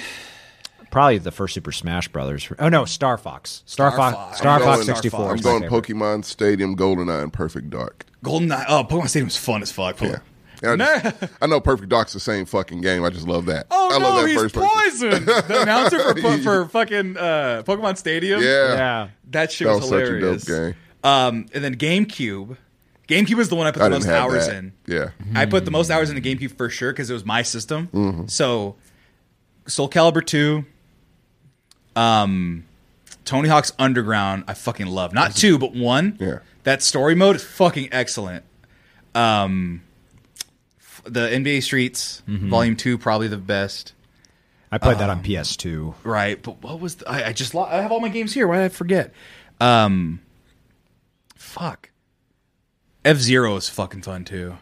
S3: Probably the first Super Smash Brothers. Oh no, Star Fox. Star,
S1: Star
S3: Fox.
S1: Fox.
S3: Star
S1: I'm
S3: Fox
S1: going-
S3: sixty four.
S2: I'm going Pokemon Stadium, Goldeneye, and Perfect Dark.
S1: Golden Eye. Oh, Pokemon Stadium's fun as fuck.
S2: Yeah.
S3: [laughs]
S2: And I, just- I know Perfect Dark's the same fucking game. I just love that.
S1: Oh
S2: I
S1: no,
S2: love that
S1: he's
S2: first person.
S1: poisoned.
S2: [laughs]
S1: the announcer for po- for fucking uh, Pokemon Stadium.
S2: Yeah.
S3: Yeah.
S1: that shit
S2: That
S1: was,
S2: was such a dope
S1: hilarious.
S2: game.
S1: Um, and then GameCube. GameCube is the one I put
S2: I
S1: the
S2: didn't
S1: most
S2: have
S1: hours
S2: that.
S1: in.
S2: Yeah.
S1: I put the most hours into GameCube for sure because it was my system.
S2: Mhm.
S1: So, Soul Calibur two, um, Tony Hawk's Underground. I fucking love not two but one.
S2: Yeah.
S1: That story mode is fucking excellent. Um, f- the NBA Streets
S3: Mhm.
S1: Volume Two probably the best.
S3: I played that
S2: Um,
S3: on PS two.
S1: Right, but what was the, I, I just lo- I have all my games here. Why did I forget? Um, fuck. F Zero is fucking fun too.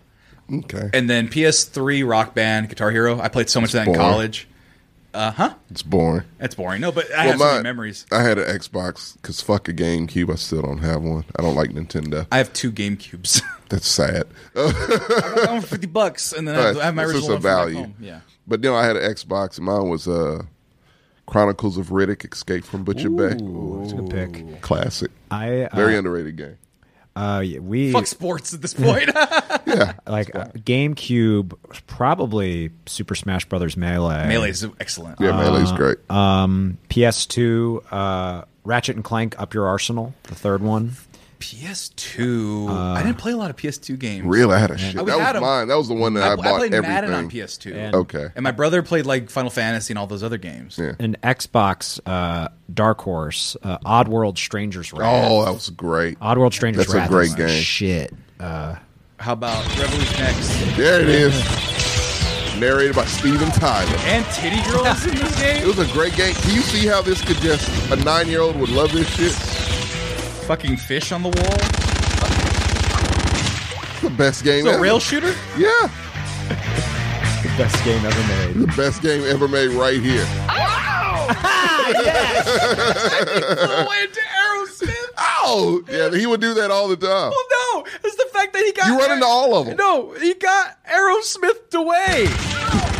S2: Okay.
S1: And then PS3 Rock Band Guitar Hero. I played so much of that in
S2: Boring.
S1: college. Uh huh.
S2: It's boring.
S1: That's boring. No, but I
S2: Well,
S1: have so many
S2: my-
S1: memories.
S2: I had an Xbox because fuck a GameCube. I still don't have one. I don't like Nintendo.
S1: I have two
S2: [laughs]
S1: GameCubes.
S2: That's sad.
S1: I got one for fifty bucks, and then I have, I have my
S2: This is
S1: original
S2: a
S1: one from back
S2: value.
S1: home. Yeah.
S2: But you know, I had an Xbox. and Mine was uh, Chronicles of Riddick: Escape from Butcher Bay.
S3: That's a good pick.
S2: Classic.
S3: I uh,
S2: Very underrated game.
S3: Uh, yeah, we
S1: Fuck sports at this
S2: [laughs]
S1: point. [laughs]
S3: like uh, GameCube, probably Super Smash Brothers Melee.
S1: Melee is excellent.
S2: Yeah, Melee's
S3: uh,
S2: great.
S3: Um, PS2, uh, Ratchet and Clank, Up Your Arsenal, the third one.
S1: PS2.
S3: Uh,
S1: I didn't play a lot of PS2 games.
S2: Really, I had a shit.
S1: I- Oh, we
S2: That
S1: had
S2: was
S1: 'em.
S2: mine. That was the one that I,
S1: pl-
S2: bought
S1: I played
S2: everything.
S1: Madden on PS2.
S2: Okay.
S1: And my brother played like Final Fantasy and all those other games.
S2: Yeah.
S3: An Xbox, uh, Dark Horse, uh, Oddworld Strangers Wrath.
S2: Oh, that was great.
S3: Oddworld Strangers
S2: That's
S3: Wrath
S2: a great
S3: is
S2: game.
S3: Shit. Uh,
S1: How about Revolution X?
S2: There it is. narrated by Steven Tyler.
S1: And Titty Girl is in
S2: [laughs]
S1: this game?
S2: It was a great game. Do you see how this could just, a nine year old would love this shit?
S1: Fucking fish on the wall?
S2: It's the best game
S1: It's a
S2: ever.
S1: rail shooter?
S2: Yeah.
S3: The best game ever made.
S2: The best game ever made right here. [laughs]
S1: into Aerosmith?
S2: Oh, yeah, he would do that all the
S1: Well,
S2: time.
S1: no, it's the fact that he got
S2: You run into all of 'em.
S1: No, he got Aerosmith away.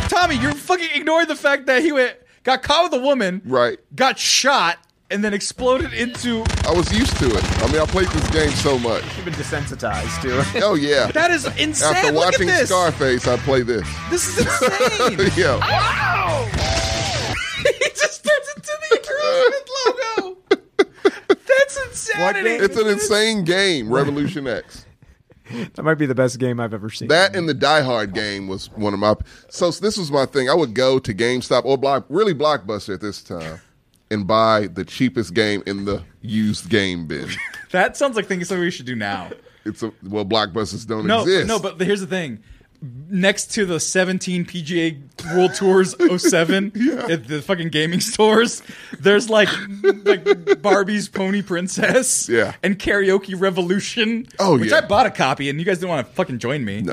S1: Tommy, you're fucking ignoring the fact that he went got caught with a woman,
S2: right?
S1: Got shot and then exploded into.
S2: I was used to it. I mean, I played this game so much.
S13: You've been desensitized to it.
S2: Oh yeah,
S1: [laughs] That is insane.
S2: After
S1: Look at
S2: watching
S1: this.
S2: Scarface, I play this. [laughs]
S1: This is insane.
S2: Yeah.
S1: Wow. he just turns into the Aerosmith logo. That's insanity.
S2: It's an insane game, Revolution X.
S3: That might be the best game I've ever seen.
S2: That and the Die Hard game was one of my. So this was my thing. I would go to GameStop or Block, really Blockbuster at this time, and buy the cheapest game in the used game
S3: [laughs]
S2: bin.
S1: That sounds like thing something we should do now.
S2: It's a well, Blockbusters don't
S1: No,
S2: exist.
S1: no, but here's the thing. Next to the 17 PGA World
S2: [laughs]
S1: Tours 07 at the fucking gaming stores, there's like like Barbie's Pony Princess
S2: Yeah.
S1: and Karaoke Revolution.
S2: Oh,
S1: which
S2: yeah.
S1: I bought a copy and you guys didn't want to fucking join me.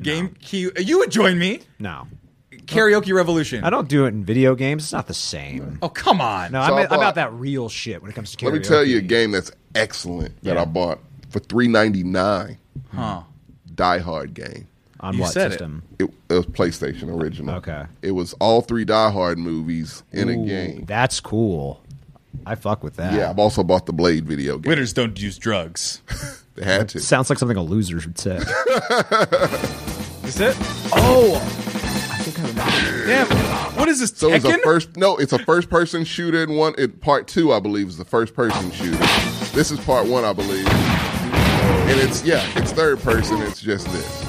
S1: Game Q, you would join me.
S3: No.
S1: Karaoke Revolution.
S3: I don't do it in video games. It's not the same.
S1: Oh come on!
S3: No,
S2: So
S3: I'm,
S2: I
S3: I'm about
S2: bought-
S3: that real shit when it comes to
S2: Let
S3: karaoke.
S2: me tell you a game that's excellent that
S3: Yeah.
S2: I bought for three ninety nine.
S1: Huh.
S2: Die Hard game.
S3: on
S1: You
S3: what
S1: said it.
S3: system.
S2: It, it was PlayStation original.
S3: Okay.
S2: It was all three Die Hard movies in a
S3: Ooh,
S2: game.
S3: That's cool. I fuck with that.
S2: Yeah, I've also bought the Blade video game.
S1: Winners don't use drugs.
S2: They had to.
S3: Sounds like something a loser would
S2: [laughs]
S3: say.
S1: Is it? Oh, damn! What is this?
S2: So it's a
S1: Tekken?
S2: first no, it's a first person shooter and one it, part two, I believe, is the first person shooter. This is part one, I believe. And it's yeah, it's third person, it's just this.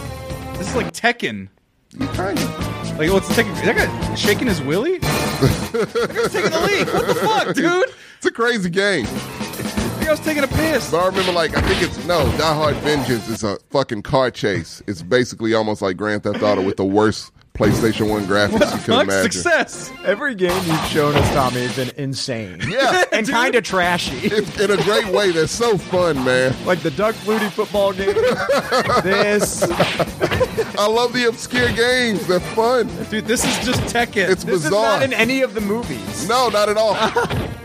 S1: This is like Tekken.
S2: You kind of
S1: Like, what's Tekken? Is that guy shaking his
S2: [laughs]
S1: willy? that guy's taking the leak. What the fuck, dude?
S2: it's a crazy game.
S1: I think I was taking a piss.
S2: But I remember like I think it's no, Die Hard Vengeance is a fucking car chase. It's basically almost like Grand Theft Auto with the worst PlayStation One graphics you can
S1: Fuck
S2: imagine.
S1: success.
S3: Every game you've shown us, Tommy, has been insane.
S2: Yeah.
S3: and
S1: Dude.
S3: kind of trashy.
S2: It's in a great way. That's so fun, man.
S3: like the Doug Flutie football game.
S2: [laughs]
S3: this.
S2: I love the obscure games. They're fun.
S1: Dude, this is just Tekken.
S2: It's
S3: This is
S2: bizarre.
S3: not in any of the movies.
S2: No, not at
S1: [laughs]
S2: all.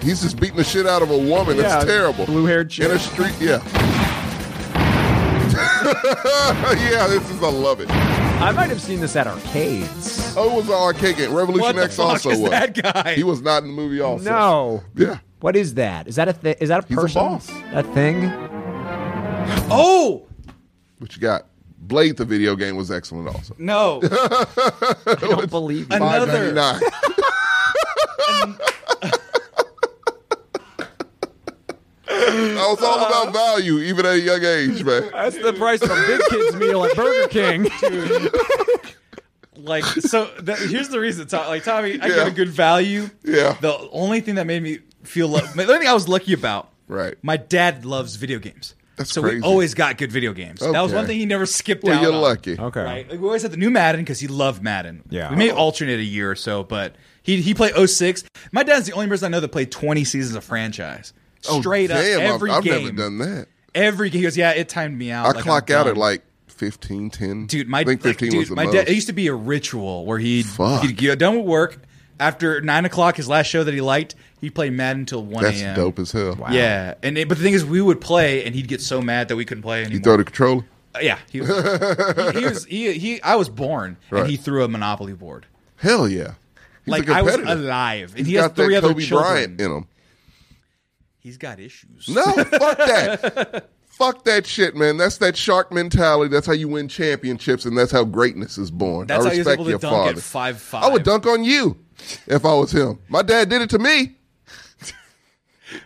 S2: He's just beating the shit out of a woman. That's
S3: Yeah,
S2: terrible.
S3: blue-haired chick.
S2: In a street, yeah. [laughs] yeah, this is, I love it.
S3: I might have seen this at arcades.
S2: Oh, it was an arcade game. Revolution
S1: What the
S2: X
S1: fuck
S2: also
S1: is
S2: was.
S1: that guy?
S2: He was not in the movie also.
S3: No.
S2: Yeah.
S3: What is that? Is that a thi- is that a
S2: He's a
S3: person?
S2: boss.
S3: That thing?
S1: Oh
S2: What you got? Blade, the video game, was excellent also. [laughs]
S1: no!
S3: I don't believe you.
S1: Another- [laughs]
S2: $5.99. I was all about value, even at a young age, man.
S3: That's the price of a big kid's meal at Burger King.
S1: Like so, that, here's the reason. Tom, like Tommy, I
S2: Yeah.
S1: get a good value.
S2: Yeah.
S1: The only thing that made me feel, lo- the only thing I was lucky about,
S2: Right.
S1: My dad loves video games.
S2: That's
S1: so
S2: crazy.
S1: we always got good video games. That was
S2: Okay.
S1: one thing he never skipped
S2: Well,
S1: out.
S2: you're
S1: on.
S2: lucky.
S3: [laughs] Okay.
S1: Right. Like, we always had the new Madden because he loved Madden.
S3: Yeah.
S1: We may alternate a year or so, but he he played 06. My dad's the only person I know that played 20 seasons of franchise. Straight up
S2: Oh, Damn, I've-
S1: every
S2: I've,
S1: game.
S2: never done that.
S1: Every game. He goes, yeah, it timed me out.
S2: I
S1: like,
S2: clock
S1: I'm
S2: out
S1: done."
S2: at like 15, 10.
S1: dude, my
S2: I think
S1: like,
S2: 15
S1: dude,
S2: was the
S1: my
S2: most.
S1: dad. It used to be a ritual where he'd,
S2: Fuck.
S1: he'd get done with work after nine o'clock. His last show that he liked, he'd play Madden until one a.m.
S2: That's dope as hell. Wow.
S1: Yeah, and it, but the thing is, we would play, and he'd get so mad that we couldn't play anymore.
S2: You throw the controller?
S1: Uh, yeah, he was. he, he was. He, he. I was born,
S2: Right.
S1: and he threw a Monopoly board.
S2: Hell yeah. He's
S1: like
S2: a
S1: I was
S2: competitor.
S1: alive, and
S2: He's
S1: he has
S2: got that
S1: three other
S2: Kobe
S1: children.
S2: Bryant in him.
S1: He's got issues.
S2: No, fuck that.
S1: [laughs]
S2: Fuck that shit, man. That's that shark mentality. That's how you win championships, and that's how greatness is born.
S1: That's
S2: I
S1: how he was
S2: respect
S1: able to
S2: your
S1: dunk
S2: father.
S1: at five five.
S2: I would dunk on you if I was him. My dad did it to me. [laughs]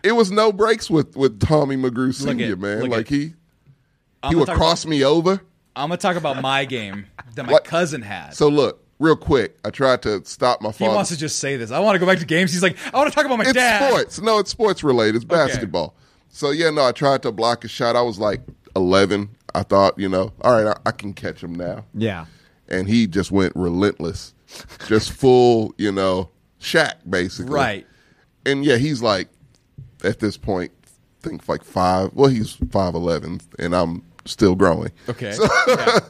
S2: It was no breaks with with Tommy McGrew
S1: Look
S2: Senior,
S1: at-
S2: man.
S1: look
S2: Like
S1: at-
S2: he he
S1: I'm
S2: would
S1: gonna talk-
S2: cross me over.
S1: I'm gonna talk about my game that my
S2: What?
S1: cousin had.
S2: So look, real quick, I tried to stop my
S1: he
S2: father.
S1: wants to just say this. I want to go back to games. He's like, I want to talk about my
S2: it's
S1: dad.
S2: sports. No, it's sports related. It's basketball. So yeah, no, I tried to block a shot. I was like eleven. I thought, you know, all right, I, I can catch him now.
S3: Yeah.
S2: and he just went relentless, just full, you know, Shaq basically.
S1: Right.
S2: And yeah, he's like at this point, I think like five. Well, he's five eleven, and I'm still growing.
S1: Okay.
S2: So,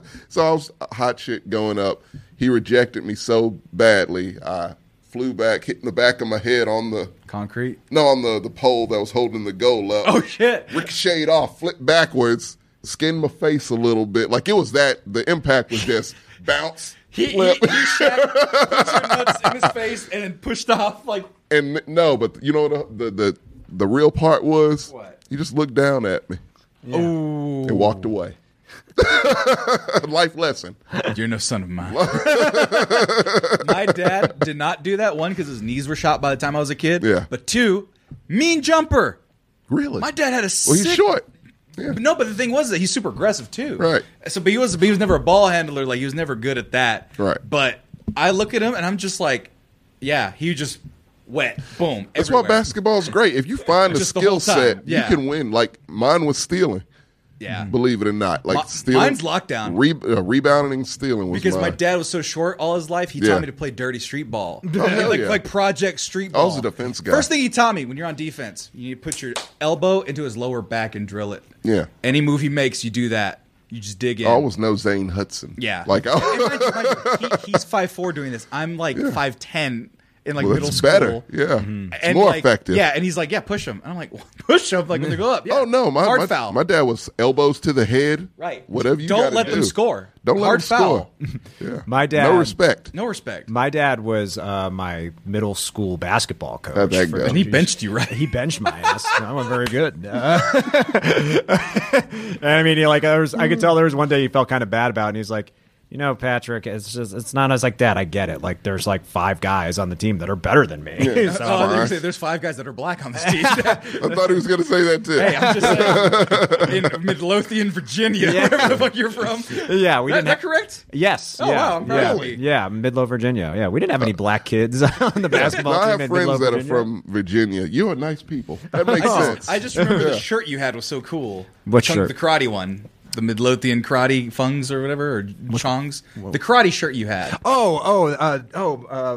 S2: [laughs] so I was uh, hot shit going up. He rejected me so badly. I flew back, hitting the back of my head on the [laughs]
S1: concrete.
S2: No, on the the pole that was holding the goal up.
S1: Oh shit!
S2: Ricocheted off, flipped backwards, skinned my face a little bit. Like it was that. The impact
S1: [laughs]
S2: was just bounce.
S1: He, he, he shat put your nuts in his face and then pushed off like
S2: And no, but you know what the the the, the real part was? What? He just looked down at me. And walked away. [laughs] Life lesson.
S1: You're no son of mine. [laughs] My dad did not do that one because his knees were shot by the time I was a kid.
S2: Yeah.
S1: But two, mean jumper.
S2: Really?
S1: My dad had a.
S2: Well, he's
S1: sick-
S2: short.
S1: But No, but the thing was that he's super aggressive too.
S2: Right.
S1: So, but he was, but he was never a ball handler. Like he was never good at that.
S2: Right.
S1: But I look at him and I'm just like, yeah, he just wet. Boom.
S2: That's why
S1: everywhere.
S2: basketball's great. If you find a
S1: Just the
S2: skill
S1: whole time.
S2: set,
S1: Yeah.
S2: you can win. Like mine was stealing.
S1: Yeah.
S2: Believe it or not, like
S1: Mi-
S2: stealing.
S1: mine's lockdown.
S2: Re- uh, rebounding and stealing was
S1: Because my
S2: mine.
S1: dad was so short all his life, he
S2: Yeah.
S1: taught me to play dirty street ball,
S2: Oh, hell
S1: like,
S2: [laughs] yeah.
S1: like project street
S2: I
S1: ball.
S2: was a defense guy.
S1: First thing he taught me when you're on defense, you need to put your elbow into his lower back and drill it.
S2: Yeah.
S1: Any move he makes, you do that. You just dig in.
S2: I always know Zane Hudson.
S1: Yeah. [laughs]
S2: Like I,
S1: And mind you- mind you, he- he's five four doing this. I'm like five ten in
S2: [laughs]
S1: like
S2: Well,
S1: middle
S2: that's
S1: school.
S2: better. Yeah. It's more
S1: like,
S2: effective.
S1: Yeah, and he's like, yeah, push him. And I'm like, [laughs] push him. Like when they go up. Yeah.
S2: Oh no, my
S1: hard
S2: my,
S1: foul.
S2: my dad was elbows to the head.
S1: Right.
S2: Whatever you
S1: Don't
S2: gotta
S1: let them
S2: do.
S1: score.
S2: Don't let
S1: Hard
S2: them
S1: foul.
S2: score.
S1: [laughs]
S2: Yeah.
S3: My dad.
S2: No respect.
S1: No respect.
S3: My dad was uh, my middle school basketball coach.
S2: How'd that
S3: for-
S2: go? And he
S1: benched you, right?
S3: He benched my ass. [laughs] I wasn't very good. Uh, and I mean, he, like there was, I could tell there was one day he felt kind of bad about, it, and he's like. You know, Patrick, it's just, it's not. I was like, Dad, I get it. Like, there's like five guys on the team that are better than
S1: [laughs]
S3: me. [laughs]
S1: [laughs] oh, I
S3: So-
S1: thought you were gonna say there's five guys that are black on this
S3: [laughs]
S1: team.
S2: I thought he was going to say that too.
S1: Hey, I'm just
S2: [laughs]
S1: saying, in Midlothian, Virginia,
S3: Yeah.
S1: wherever the fuck you're from.
S3: Yeah, we
S1: That-
S3: didn't
S1: that
S3: ha-
S1: correct?
S3: Yes.
S1: Oh,
S3: yeah,
S1: wow, I'm proud
S3: yeah,
S1: of you.
S3: yeah, Midlow, Virginia. Yeah, we didn't have any black kids [laughs] on the basketball
S2: No,
S3: team.
S2: I have
S3: in
S2: friends
S3: Midlow,
S2: that are
S3: Virginia.
S2: from Virginia. You are nice people.
S1: [laughs]
S2: That makes
S1: I
S2: sense.
S1: Just, I just remember
S2: Yeah.
S1: the shirt you had was so cool.
S3: What
S1: Chunk-
S3: shirt?
S1: The karate one. The Midlothian karate fungs or whatever, or chongs. The karate shirt you had.
S3: Oh, oh, uh, oh, uh,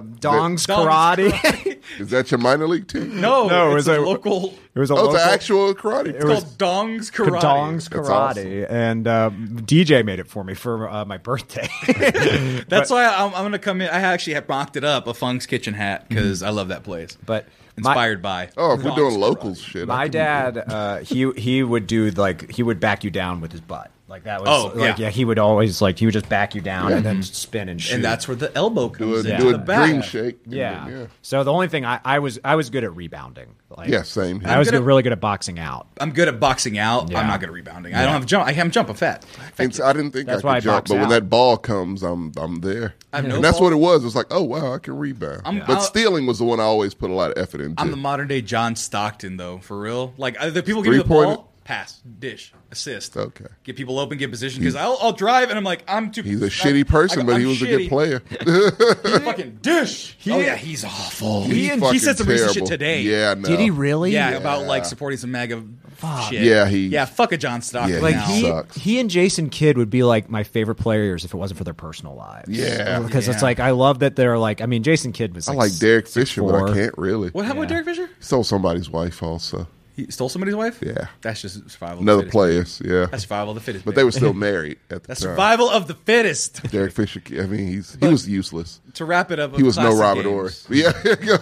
S1: Dong's
S3: Dong's karate.
S2: Is that your minor league team?
S1: No,
S3: No, it
S1: it's
S3: was
S1: a
S3: a-
S1: local.
S3: [laughs] it was a
S2: Oh, it's
S3: local,
S2: an actual karate.
S1: It's
S2: team.
S1: called Dong's Karate.
S3: Dong's
S2: That's
S3: karate, and uh, DJ made it for me for uh, my birthday. [laughs]
S1: That's why I'm, I'm going to come in. I actually have mocked it up a Funk's Kitchen hat because I love that place.
S3: but Mm-hmm. my-
S1: Inspired by.
S2: Oh, if we're
S1: Dong's
S2: doing
S1: Karate.
S2: locals shit, I
S3: My
S2: can-
S3: dad, uh, he he would do like he would back you down with his butt. Like that was
S1: Oh,
S3: like
S1: yeah.
S3: yeah. he would always like he would just back you down and then spin and shoot.
S1: And that's where the elbow comes
S2: do a,
S1: in.
S2: do
S1: to
S2: a
S1: the back.
S2: dream shake.
S3: yeah. So the only thing I, I was I was good at rebounding. Like,
S2: Yeah, same here.
S3: I was
S1: I'm gonna-
S3: good, really good at boxing out.
S1: I'm good at boxing out.
S3: Yeah.
S1: I'm not good at rebounding. I don't have jump. I am jump. I'm fat.
S2: And so I didn't think
S3: That's
S2: I
S3: why
S2: could
S3: I
S2: jump,
S3: box
S2: but when
S3: out.
S2: that ball comes, I'm I'm there.
S1: I have
S2: and
S1: no
S2: that's
S1: ball.
S2: what it was. It was like, oh wow, I can rebound.
S1: I'm-
S2: but
S1: I'll-
S2: stealing was the one I always put a lot of effort into.
S1: I'm the modern day John Stockton, though, for real. Like I- the people give me the
S2: Three-pointer?
S1: ball, pass, dish, assist.
S2: Okay.
S1: Get people open, get position because I'll, I'll drive and I'm like I'm too.
S2: He's a
S1: I-
S2: shitty person,
S1: I-
S2: but
S1: I'm
S2: he was a
S1: shitty.
S2: good player.
S1: He's a fucking dish. oh yeah, he's awful. He,
S2: He's
S1: he
S2: fucking
S1: said some racist shit
S2: terrible.
S1: today.
S2: Yeah, no.
S3: Did he really?
S1: Yeah, about like supporting some MAGA shit.
S2: Yeah, he-
S1: Yeah, fuck a John Stockton.
S2: Yeah,
S3: Like
S1: now.
S3: he,
S2: Sucks.
S3: he and Jason Kidd would be like my favorite players if it wasn't for their personal lives.
S2: Yeah.
S3: because it's
S1: Yeah.
S3: like I love that they're like. I mean, Jason Kidd was.
S2: I
S3: Like
S2: like
S3: s-
S2: Derek Fisher, but I
S3: four.
S2: can't really.
S1: What happened with Derek Fisher?
S2: Stole somebody's wife also.
S1: He stole somebody's wife.
S2: Yeah.
S1: that's just survival. of the
S2: Another
S1: fittest.
S2: players, yeah.
S1: That's survival of the fittest.
S2: But they
S1: baby.
S2: were still married at the
S1: that's
S2: time.
S1: survival of the fittest.
S2: Derek Fisher. I mean, he's he was useless.
S1: To wrap it up,
S2: He was no
S1: classic
S2: Robert Ory.
S1: games.
S2: [laughs] Yeah.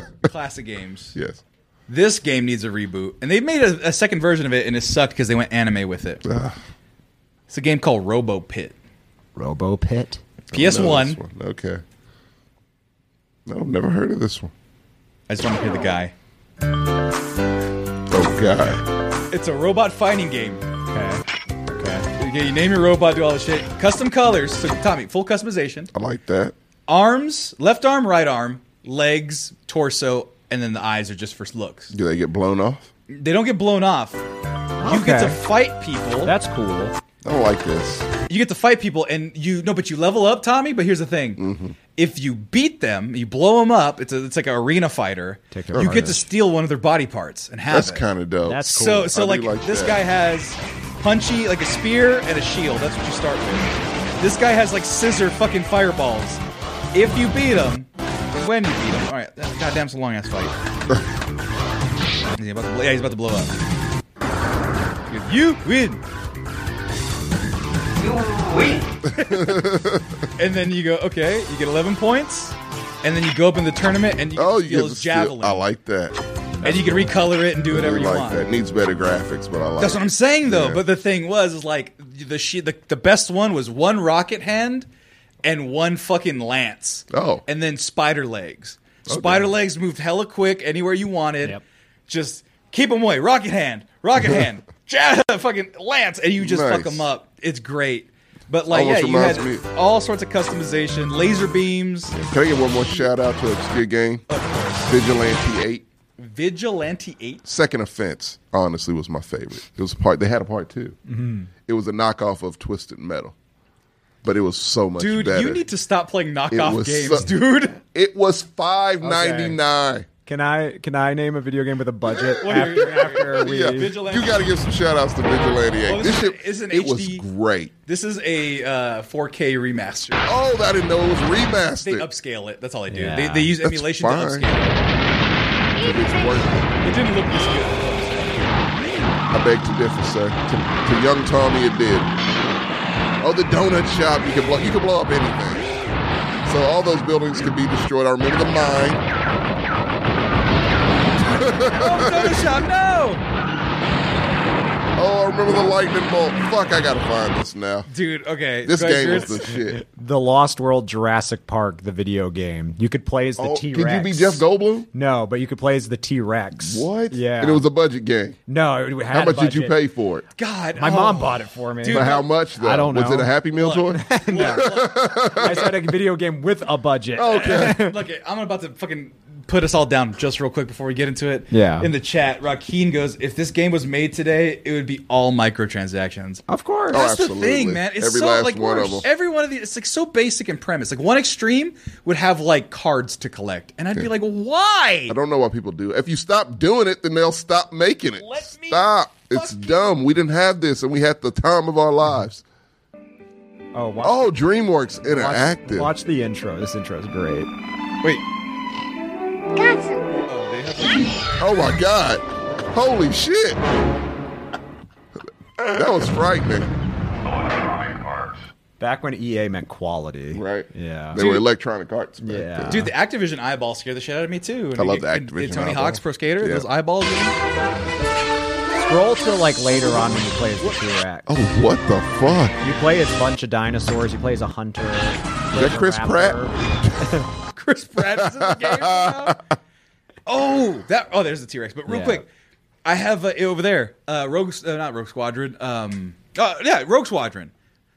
S1: [laughs] Classic games.
S2: yes.
S1: This game needs a reboot, and they've made a, a second version of it, and it sucked because they went anime with it.
S2: Ah.
S1: It's a game called Robo Pit.
S3: Robo Pit.
S1: PS
S2: I don't know this
S1: One.
S2: one. Okay. No, I've never heard of this one.
S1: I just want to hear the guy.
S2: Oh God.
S1: It's a robot fighting game.
S3: Okay. Okay.
S1: You, you name your robot, do all the shit. Custom colors. So Tommy, full customization.
S2: I like that.
S1: Arms, left arm, right arm, legs, torso, and then the eyes are just for looks.
S2: Do they get blown off?
S1: They don't get blown off. You get to
S3: Okay.
S1: fight people.
S3: That's cool.
S2: I don't like this.
S1: you get to fight people and you no but you level up tommy but here's the thing
S3: Mm-hmm.
S1: if you beat them you blow them up it's, a, it's like an arena fighter
S3: Take their
S1: you get to
S3: arms.
S1: steal one of their body parts and have
S2: That's
S1: it.
S2: kind of dope.
S3: That's cool.
S1: so so
S2: I
S1: like,
S2: do like
S1: this
S2: that.
S1: guy has punchy like a spear and a shield that's what you start with This guy has like scissor fucking fireballs. If you beat him, and when you beat him. All right, that goddamn's a long ass
S2: [laughs]
S1: fight. Is he about to blow- yeah, he's about to blow up. You win.
S12: Wait.
S1: [laughs] and then you go, okay, you get 11 points, and then you go up in the tournament and you oh,
S2: You
S1: steal
S2: get to
S1: his
S2: steal-
S1: javelin.
S2: I like that.
S1: and you can recolor it and do whatever
S2: I
S1: you
S2: like
S1: want.
S2: That needs better graphics, but I like.
S1: That's what I'm saying though.
S2: Yeah.
S1: But the thing was, is like the, she, the the best one was one rocket hand and one fucking lance.
S2: Oh.
S1: and then spider legs. Spider legs moved hella quick anywhere you wanted. Just keep them away. Rocket hand,
S2: [laughs]
S1: rocket hand, jab, fucking lance, and you just fuck 'em fuck
S2: Nice.
S1: them up. It's great. But like,
S2: Almost
S1: yeah, you had
S2: reminds
S1: all sorts of customization, laser beams,
S2: Can I get one more shout out to Obscure Game? Vigilante Eight.
S1: vigilante eight.
S2: Second Offense, honestly, was my favorite. It was part. They had a part 2
S1: Mm-hmm.
S2: It was a knockoff of Twisted Metal, but it was so much
S1: Dude,
S2: better.
S1: you need to stop playing
S2: It
S1: knockoff
S2: was
S1: games,
S2: so-
S1: dude. [laughs]
S2: It was five ninety nine.
S3: Can I can I name a video game with a budget?
S1: Wait, wait, wait,
S3: after
S1: wait.
S3: we,
S1: Yeah, Vigilante-
S2: You got to give some shout outs to Vigilante Eight.
S1: Well,
S2: this
S1: this
S2: shit,
S1: is an
S2: it was
S1: HD
S2: great.
S1: This is a uh, 4K remaster.
S2: Oh, I didn't know it was remastered.
S1: They upscale it. That's all they do.
S2: Yeah.
S1: They, they use
S2: That's
S1: emulation to
S2: fine.
S1: upscale it. It didn't look this
S2: [laughs]
S1: good.
S2: I beg to differ, sir. To, to young Tommy, it did. Oh, the donut shop. You can blow. You can blow up anything. So all those buildings could be destroyed. I remember the mine.
S1: oh, Photoshop, no!
S2: Oh, I remember the lightning bolt. Fuck, I gotta find this now.
S1: Dude, okay.
S2: This
S1: go
S2: game was
S1: ahead,
S2: the
S1: Chris.
S2: shit.
S3: The Lost World Jurassic Park, the video game. You could play as the
S2: Oh,
S3: T
S2: could
S3: Rex.
S2: you be Jeff Goldblum?
S3: No, but you could play as the T Rex.
S2: What?
S3: Yeah.
S2: And it was a budget game.
S3: No, it had
S2: How
S3: a
S2: much did you
S3: budget.
S2: pay for it?
S1: God,
S3: My
S1: oh.
S3: mom bought
S1: [laughs]
S3: it for me.
S2: But how much though?
S3: I don't know.
S2: Was it a Happy Meal toy?
S3: [laughs] I said a video game with a budget.
S1: Look, I'm about to fucking put us all down just real quick before we get into it.
S3: Yeah.
S1: In the chat, Rakeen goes, if this game was made today, it would be all microtransactions.
S3: [laughs] Of course.
S1: That's the thing, man. It's
S2: Oh, Every
S1: so
S2: last
S1: like
S2: one of
S1: we're-
S2: them.
S1: every one of these. It's like so basic in premise. Like one extreme would have like cards to collect, and I'd be
S2: Yeah.
S1: like, why?
S2: I don't know why people do. it. If you stop doing it, then they'll stop making it. stop. It's dumb. We didn't have this, and we had the time of our lives.
S3: Oh, watch,
S2: Oh, DreamWorks
S3: watch-
S2: Interactive.
S3: Watch the intro. This intro is great.
S1: Wait.
S2: Oh my God! Holy shit! That was frightening.
S3: Back when EA meant quality.
S2: Right.
S3: Yeah.
S2: They were electronic arts. Back
S3: Yeah.
S2: Then.
S1: Dude, the Activision eyeballs scare the shit out of me too.
S2: I love the
S1: and- and
S2: Activision
S1: Tony
S2: eyeball.
S1: Hawk's Pro Skater.
S2: Yeah.
S1: Those eyeballs.
S3: Scroll to like later on when you play as the T-Rex.
S2: Oh, what the fuck?
S3: You play as a bunch of dinosaurs. You play as a hunter. Is
S2: that Chris
S3: Pratt?
S1: [laughs] Chris Pratt is in the game
S2: [laughs]
S1: somehow? Oh, that. Oh, there's the T Rex. But real
S3: Yeah.
S1: quick, I have uh, over there. Uh, Rogue, uh, not Rogue Squadron. Um, uh, yeah, Rogue Squadron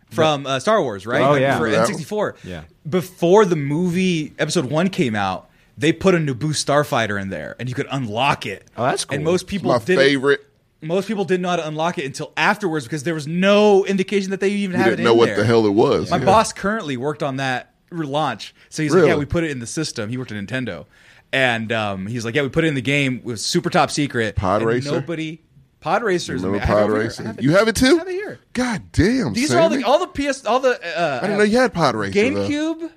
S1: from uh, Star Wars, right?
S3: Oh, yeah.
S1: for
S3: That one.
S1: N64.
S3: Yeah.
S1: Before the movie Episode One came out. They put a Naboo starfighter in there, and you could unlock it. Oh, that's cool. And most people
S2: my
S1: didn't-
S2: favorite.
S1: Most people didn't know how to unlock it until afterwards because there was no indication that they even
S2: You
S1: had
S2: didn't
S1: it
S2: know
S1: in
S2: what
S1: there.
S2: the hell it was.
S1: My
S2: Yeah.
S1: boss currently worked on that relaunch, so he's
S2: Really?
S1: like, "Yeah, we put it in the system." He worked at Nintendo, and um, he's like, "Yeah, we put it in the game. It was super top secret.
S2: Pod
S1: and
S2: Racer?
S1: Nobody. Pod Racer is
S2: Remember
S1: amazing. I have
S2: Pod
S1: it over here.
S2: Racer?
S1: I it
S2: You have it too?
S1: I have it here.
S2: God damn.
S1: These are all the
S2: Sammy.
S1: all the PS all the. Uh,
S2: I didn't know you had Pod Racer. though.
S1: GameCube,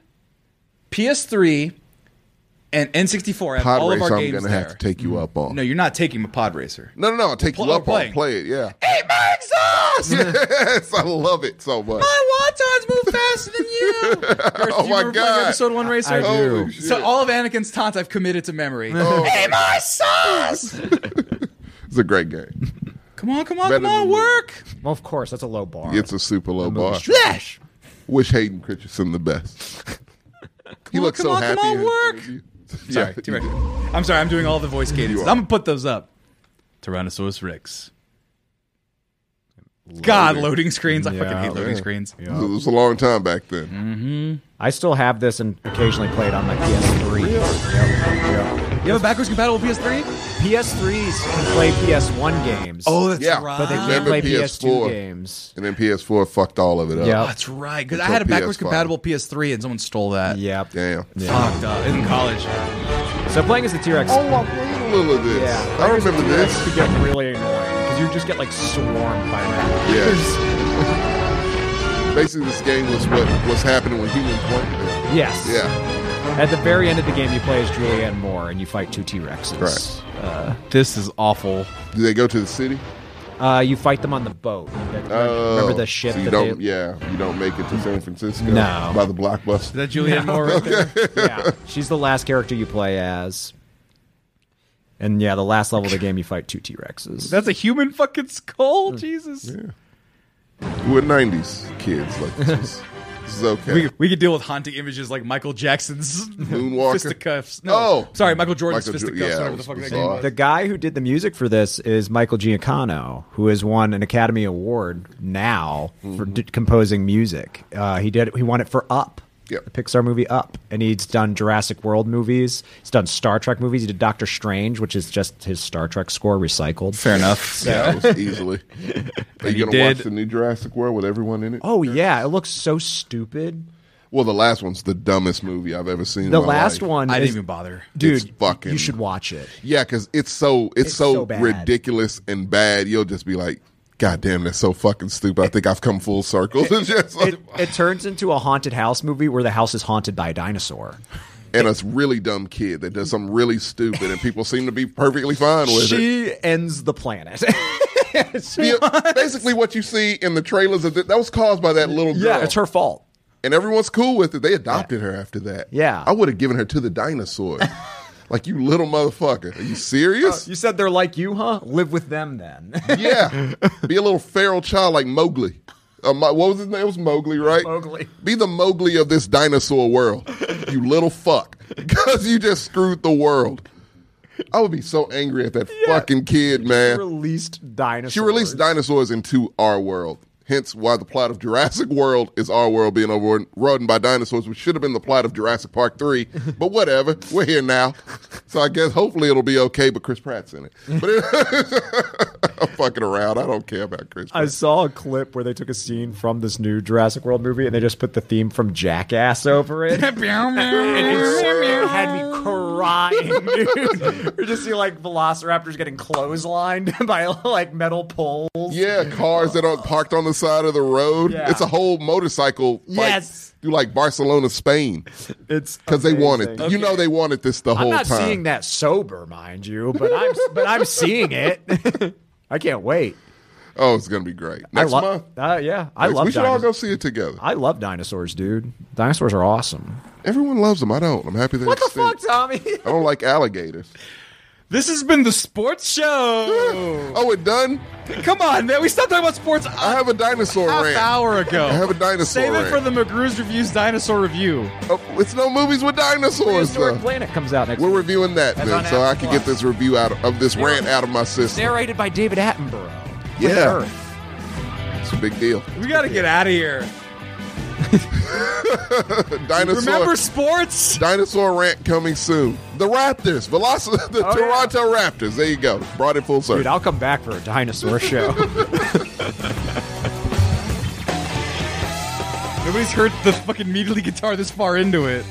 S1: PS3, and N64. I have
S2: Pod
S1: all
S2: Racer.
S1: of our
S2: I'm
S1: games
S2: gonna
S1: there. Mm-hmm.
S2: have to take you up on.
S1: no, you're not taking a Pod Racer.
S2: No, no, no. I'll take
S1: Pl-
S2: you
S1: we're
S2: up on.
S1: playing.
S2: Play it. Yeah.
S1: Eat my exhaust.
S2: [laughs] yes, I love it so much.
S1: My wontons move faster than
S2: [laughs]
S1: you.
S2: Oh
S1: do you
S2: my
S1: remember playing
S2: God.
S1: Episode one racer.
S2: I do. Holy
S1: So all of Anakin's taunts I've committed to memory.
S2: Oh.
S1: Hey, my sauce!
S2: [laughs] It's a great game.
S1: Come on, come on,
S2: Better
S1: come on,
S2: than-
S1: work.
S3: Well, of course, that's a low bar.
S2: It's a super low bar.
S1: Flash.
S2: Wish Hayden Christensen the best. [laughs] he
S1: Come on,
S2: looks
S1: come
S2: so
S1: on,
S2: happy.
S1: come
S2: in-
S1: on, work.
S2: Yeah, [laughs]
S1: Sorry, T-Rex. I'm sorry, I'm doing all the voice cadences.
S2: are.
S1: I'm gonna put those up. Tyrannosaurus Rex. God, loading screens. I fucking hate loading
S2: Yeah.
S1: screens.
S2: It was- it was a long time back then.
S3: Mm-hmm. I still have this and occasionally play it on my PS3.
S1: You have a backwards compatible PS3?
S3: PS3s can play PS1 games.
S1: Oh, that's
S2: Yeah,
S1: right.
S3: But they can't
S2: Remember
S3: play
S2: PS4.
S3: PS2 games.
S2: And then PS4 fucked all of it up.
S3: Yeah.
S1: That's right. Because I
S2: Until
S1: had a backwards
S2: PS5.
S1: compatible PS3 and someone stole that.
S3: Yep.
S2: Damn.
S1: Fucked up. In college.
S3: So playing as the T-Rex.
S2: Oh, I played a little of this.
S3: Yeah.
S2: I remember this.
S3: could get really annoying because you just get like swarmed by raptors.
S2: Yes. Basically, this game was what was happening when humans weren't there.
S3: Yes.
S2: Yeah.
S3: At the very end of the game, you play as Julianne Moore and you fight two T Rexes.
S2: Right.
S3: Uh,
S1: this is awful.
S2: Do they go to the city?
S3: Uh, you fight them on the boat. Remember,
S2: Oh,
S3: the ship
S2: so you
S3: that
S2: don't,
S3: they-
S2: yeah, you don't make it to San Francisco.
S3: No.
S2: by the blockbuster.
S1: that Julianne Moore
S2: [laughs]
S1: right
S3: there? yeah. She's the last character you play as. And yeah, the last level of the game, you fight two T Rexes.
S1: That's a human fucking skull. Jesus.
S2: We're nineties kids. Like this
S3: [laughs]
S2: is, this is okay.
S1: We, we could deal with haunting images like Michael Jackson's
S2: Moonwalker? Oh.
S1: fisticuffs. No, sorry, Michael Jordan's
S2: Michael Ju-
S1: fisticuffs.
S2: yeah,
S1: whatever
S2: it
S1: the fuck
S2: was
S1: that game was.
S3: The guy who did the music for this is Michael Giacano, who has won an Academy Award now
S1: Mm-hmm.
S3: for d- composing music. Uh, he did he won it for Up, the Pixar movie Up, and he's done Jurassic World movies. He's done Star Trek movies. He did Doctor Strange, which is just his Star Trek score recycled.
S1: Fair enough.
S3: So-
S2: yeah,
S3: [laughs]
S2: it was easily. Are
S1: And
S2: you
S1: you
S2: gonna
S1: did-
S2: watch the new Jurassic World with everyone in it?
S3: oh yeah, it looks so stupid.
S2: Well, the last one's the dumbest movie I've ever seen. in
S3: The
S2: my
S3: last
S2: life.
S3: one, is-
S2: It's
S3: dude.
S2: fucking,
S3: you should watch it.
S2: Yeah, because it's so it's,
S3: It's so
S2: so,
S3: bad.
S2: ridiculous and bad. You'll just be like, God damn, that's so fucking stupid. I think I've come full circle. [laughs]
S3: It,
S2: Just like-
S3: it- it turns into a haunted house movie where the house is haunted by
S2: [laughs]
S3: a dinosaur.
S2: and a really dumb kid that does something really stupid, and people seem to be perfectly fine with it.
S3: She ends the planet. [laughs]
S2: The- basically, what you see in the trailers of th- that was caused by that little girl.
S3: Yeah, it's her fault.
S2: And everyone's cool with it. They adopted her after that.
S3: Yeah.
S2: I would have given her to the
S3: [laughs]
S2: dinosaur. like you little motherfucker. Are you serious?
S3: you said they're like you, huh? Live with them then. [laughs]
S2: yeah. Be a little feral child like Mowgli. Uh, Mo- what was his name? It was Mowgli, right? Mowgli. Be the Mowgli of this dinosaur world. You little fuck. Because you just screwed the world. I would be so angry at that fucking kid, man.
S3: released dinosaurs.
S2: She released dinosaurs into our world. Hence why the plot of Jurassic World is our world being overrun by dinosaurs, which should have been the plot of Jurassic Park
S3: [laughs]
S2: 3. But whatever, we're here now. So I guess hopefully it'll be okay, but Chris Pratt's in it. But it- [laughs] I'm fucking around. I don't care about Chris
S3: I
S2: Pratt.
S3: saw a clip where they took a scene from this new Jurassic World movie and they just put the theme from Jackass
S2: [laughs]
S3: over it. and it had me crying, [laughs] dude. [laughs] you just see like velociraptors getting clotheslined [laughs] by like metal poles.
S2: Yeah, cars that are parked on the side of the road.
S3: Yeah.
S2: It's a whole motorcycle fight
S3: Yes.
S2: through like Barcelona, Spain.
S3: It's
S2: because they wanted.
S3: amazing.
S2: You know they wanted this the
S3: I'm
S2: whole
S3: not
S2: time.
S3: seeing that sober, mind you, but I'm but I'm seeing it. [laughs] I can't wait.
S2: oh, it's gonna be great.
S3: I
S2: Next
S3: lo-
S2: month.
S3: Uh, yeah, I
S2: Next-
S3: love.
S2: We should all
S3: dinos-
S2: go see it together.
S3: I love dinosaurs, dude. Dinosaurs are awesome.
S2: Everyone loves them. I don't. I'm happy they
S3: What the
S2: extinct.
S3: fuck, [laughs] Tommy?
S2: I don't like alligators.
S1: [laughs] This has been the sports show.
S2: [laughs] oh, it done?
S1: Come on, man. We stopped talking about sports.
S2: I have a dinosaur
S1: half
S2: rant.
S1: hour ago.
S2: I have a dinosaur
S1: Save it
S2: rant.
S1: for the McGrew's reviews dinosaur review.
S2: Oh, it's no movies with dinosaurs.
S3: Prehistoric
S2: though.
S3: Planet comes out next.
S2: uh, We're reviewing that
S3: That's
S2: then,
S3: on
S2: so I
S3: Apple
S2: can
S3: Plus.
S2: get this review out of, of this rant out of my
S3: It's
S2: system.
S3: narrated by David Attenborough.
S2: Yeah.
S3: Planet Earth.
S2: It's a big deal.
S1: We got to get out of here.
S2: dinosaur.
S1: Remember sports?
S2: Dinosaur rant coming soon. The Raptors, Velocity, [laughs] the
S3: Oh, yeah.
S2: Toronto Raptors. There you go. Brought it full circle.
S3: Dude, I'll come back for
S2: [laughs]
S3: a dinosaur show.
S1: Nobody's heard the fucking meatly guitar this far into it.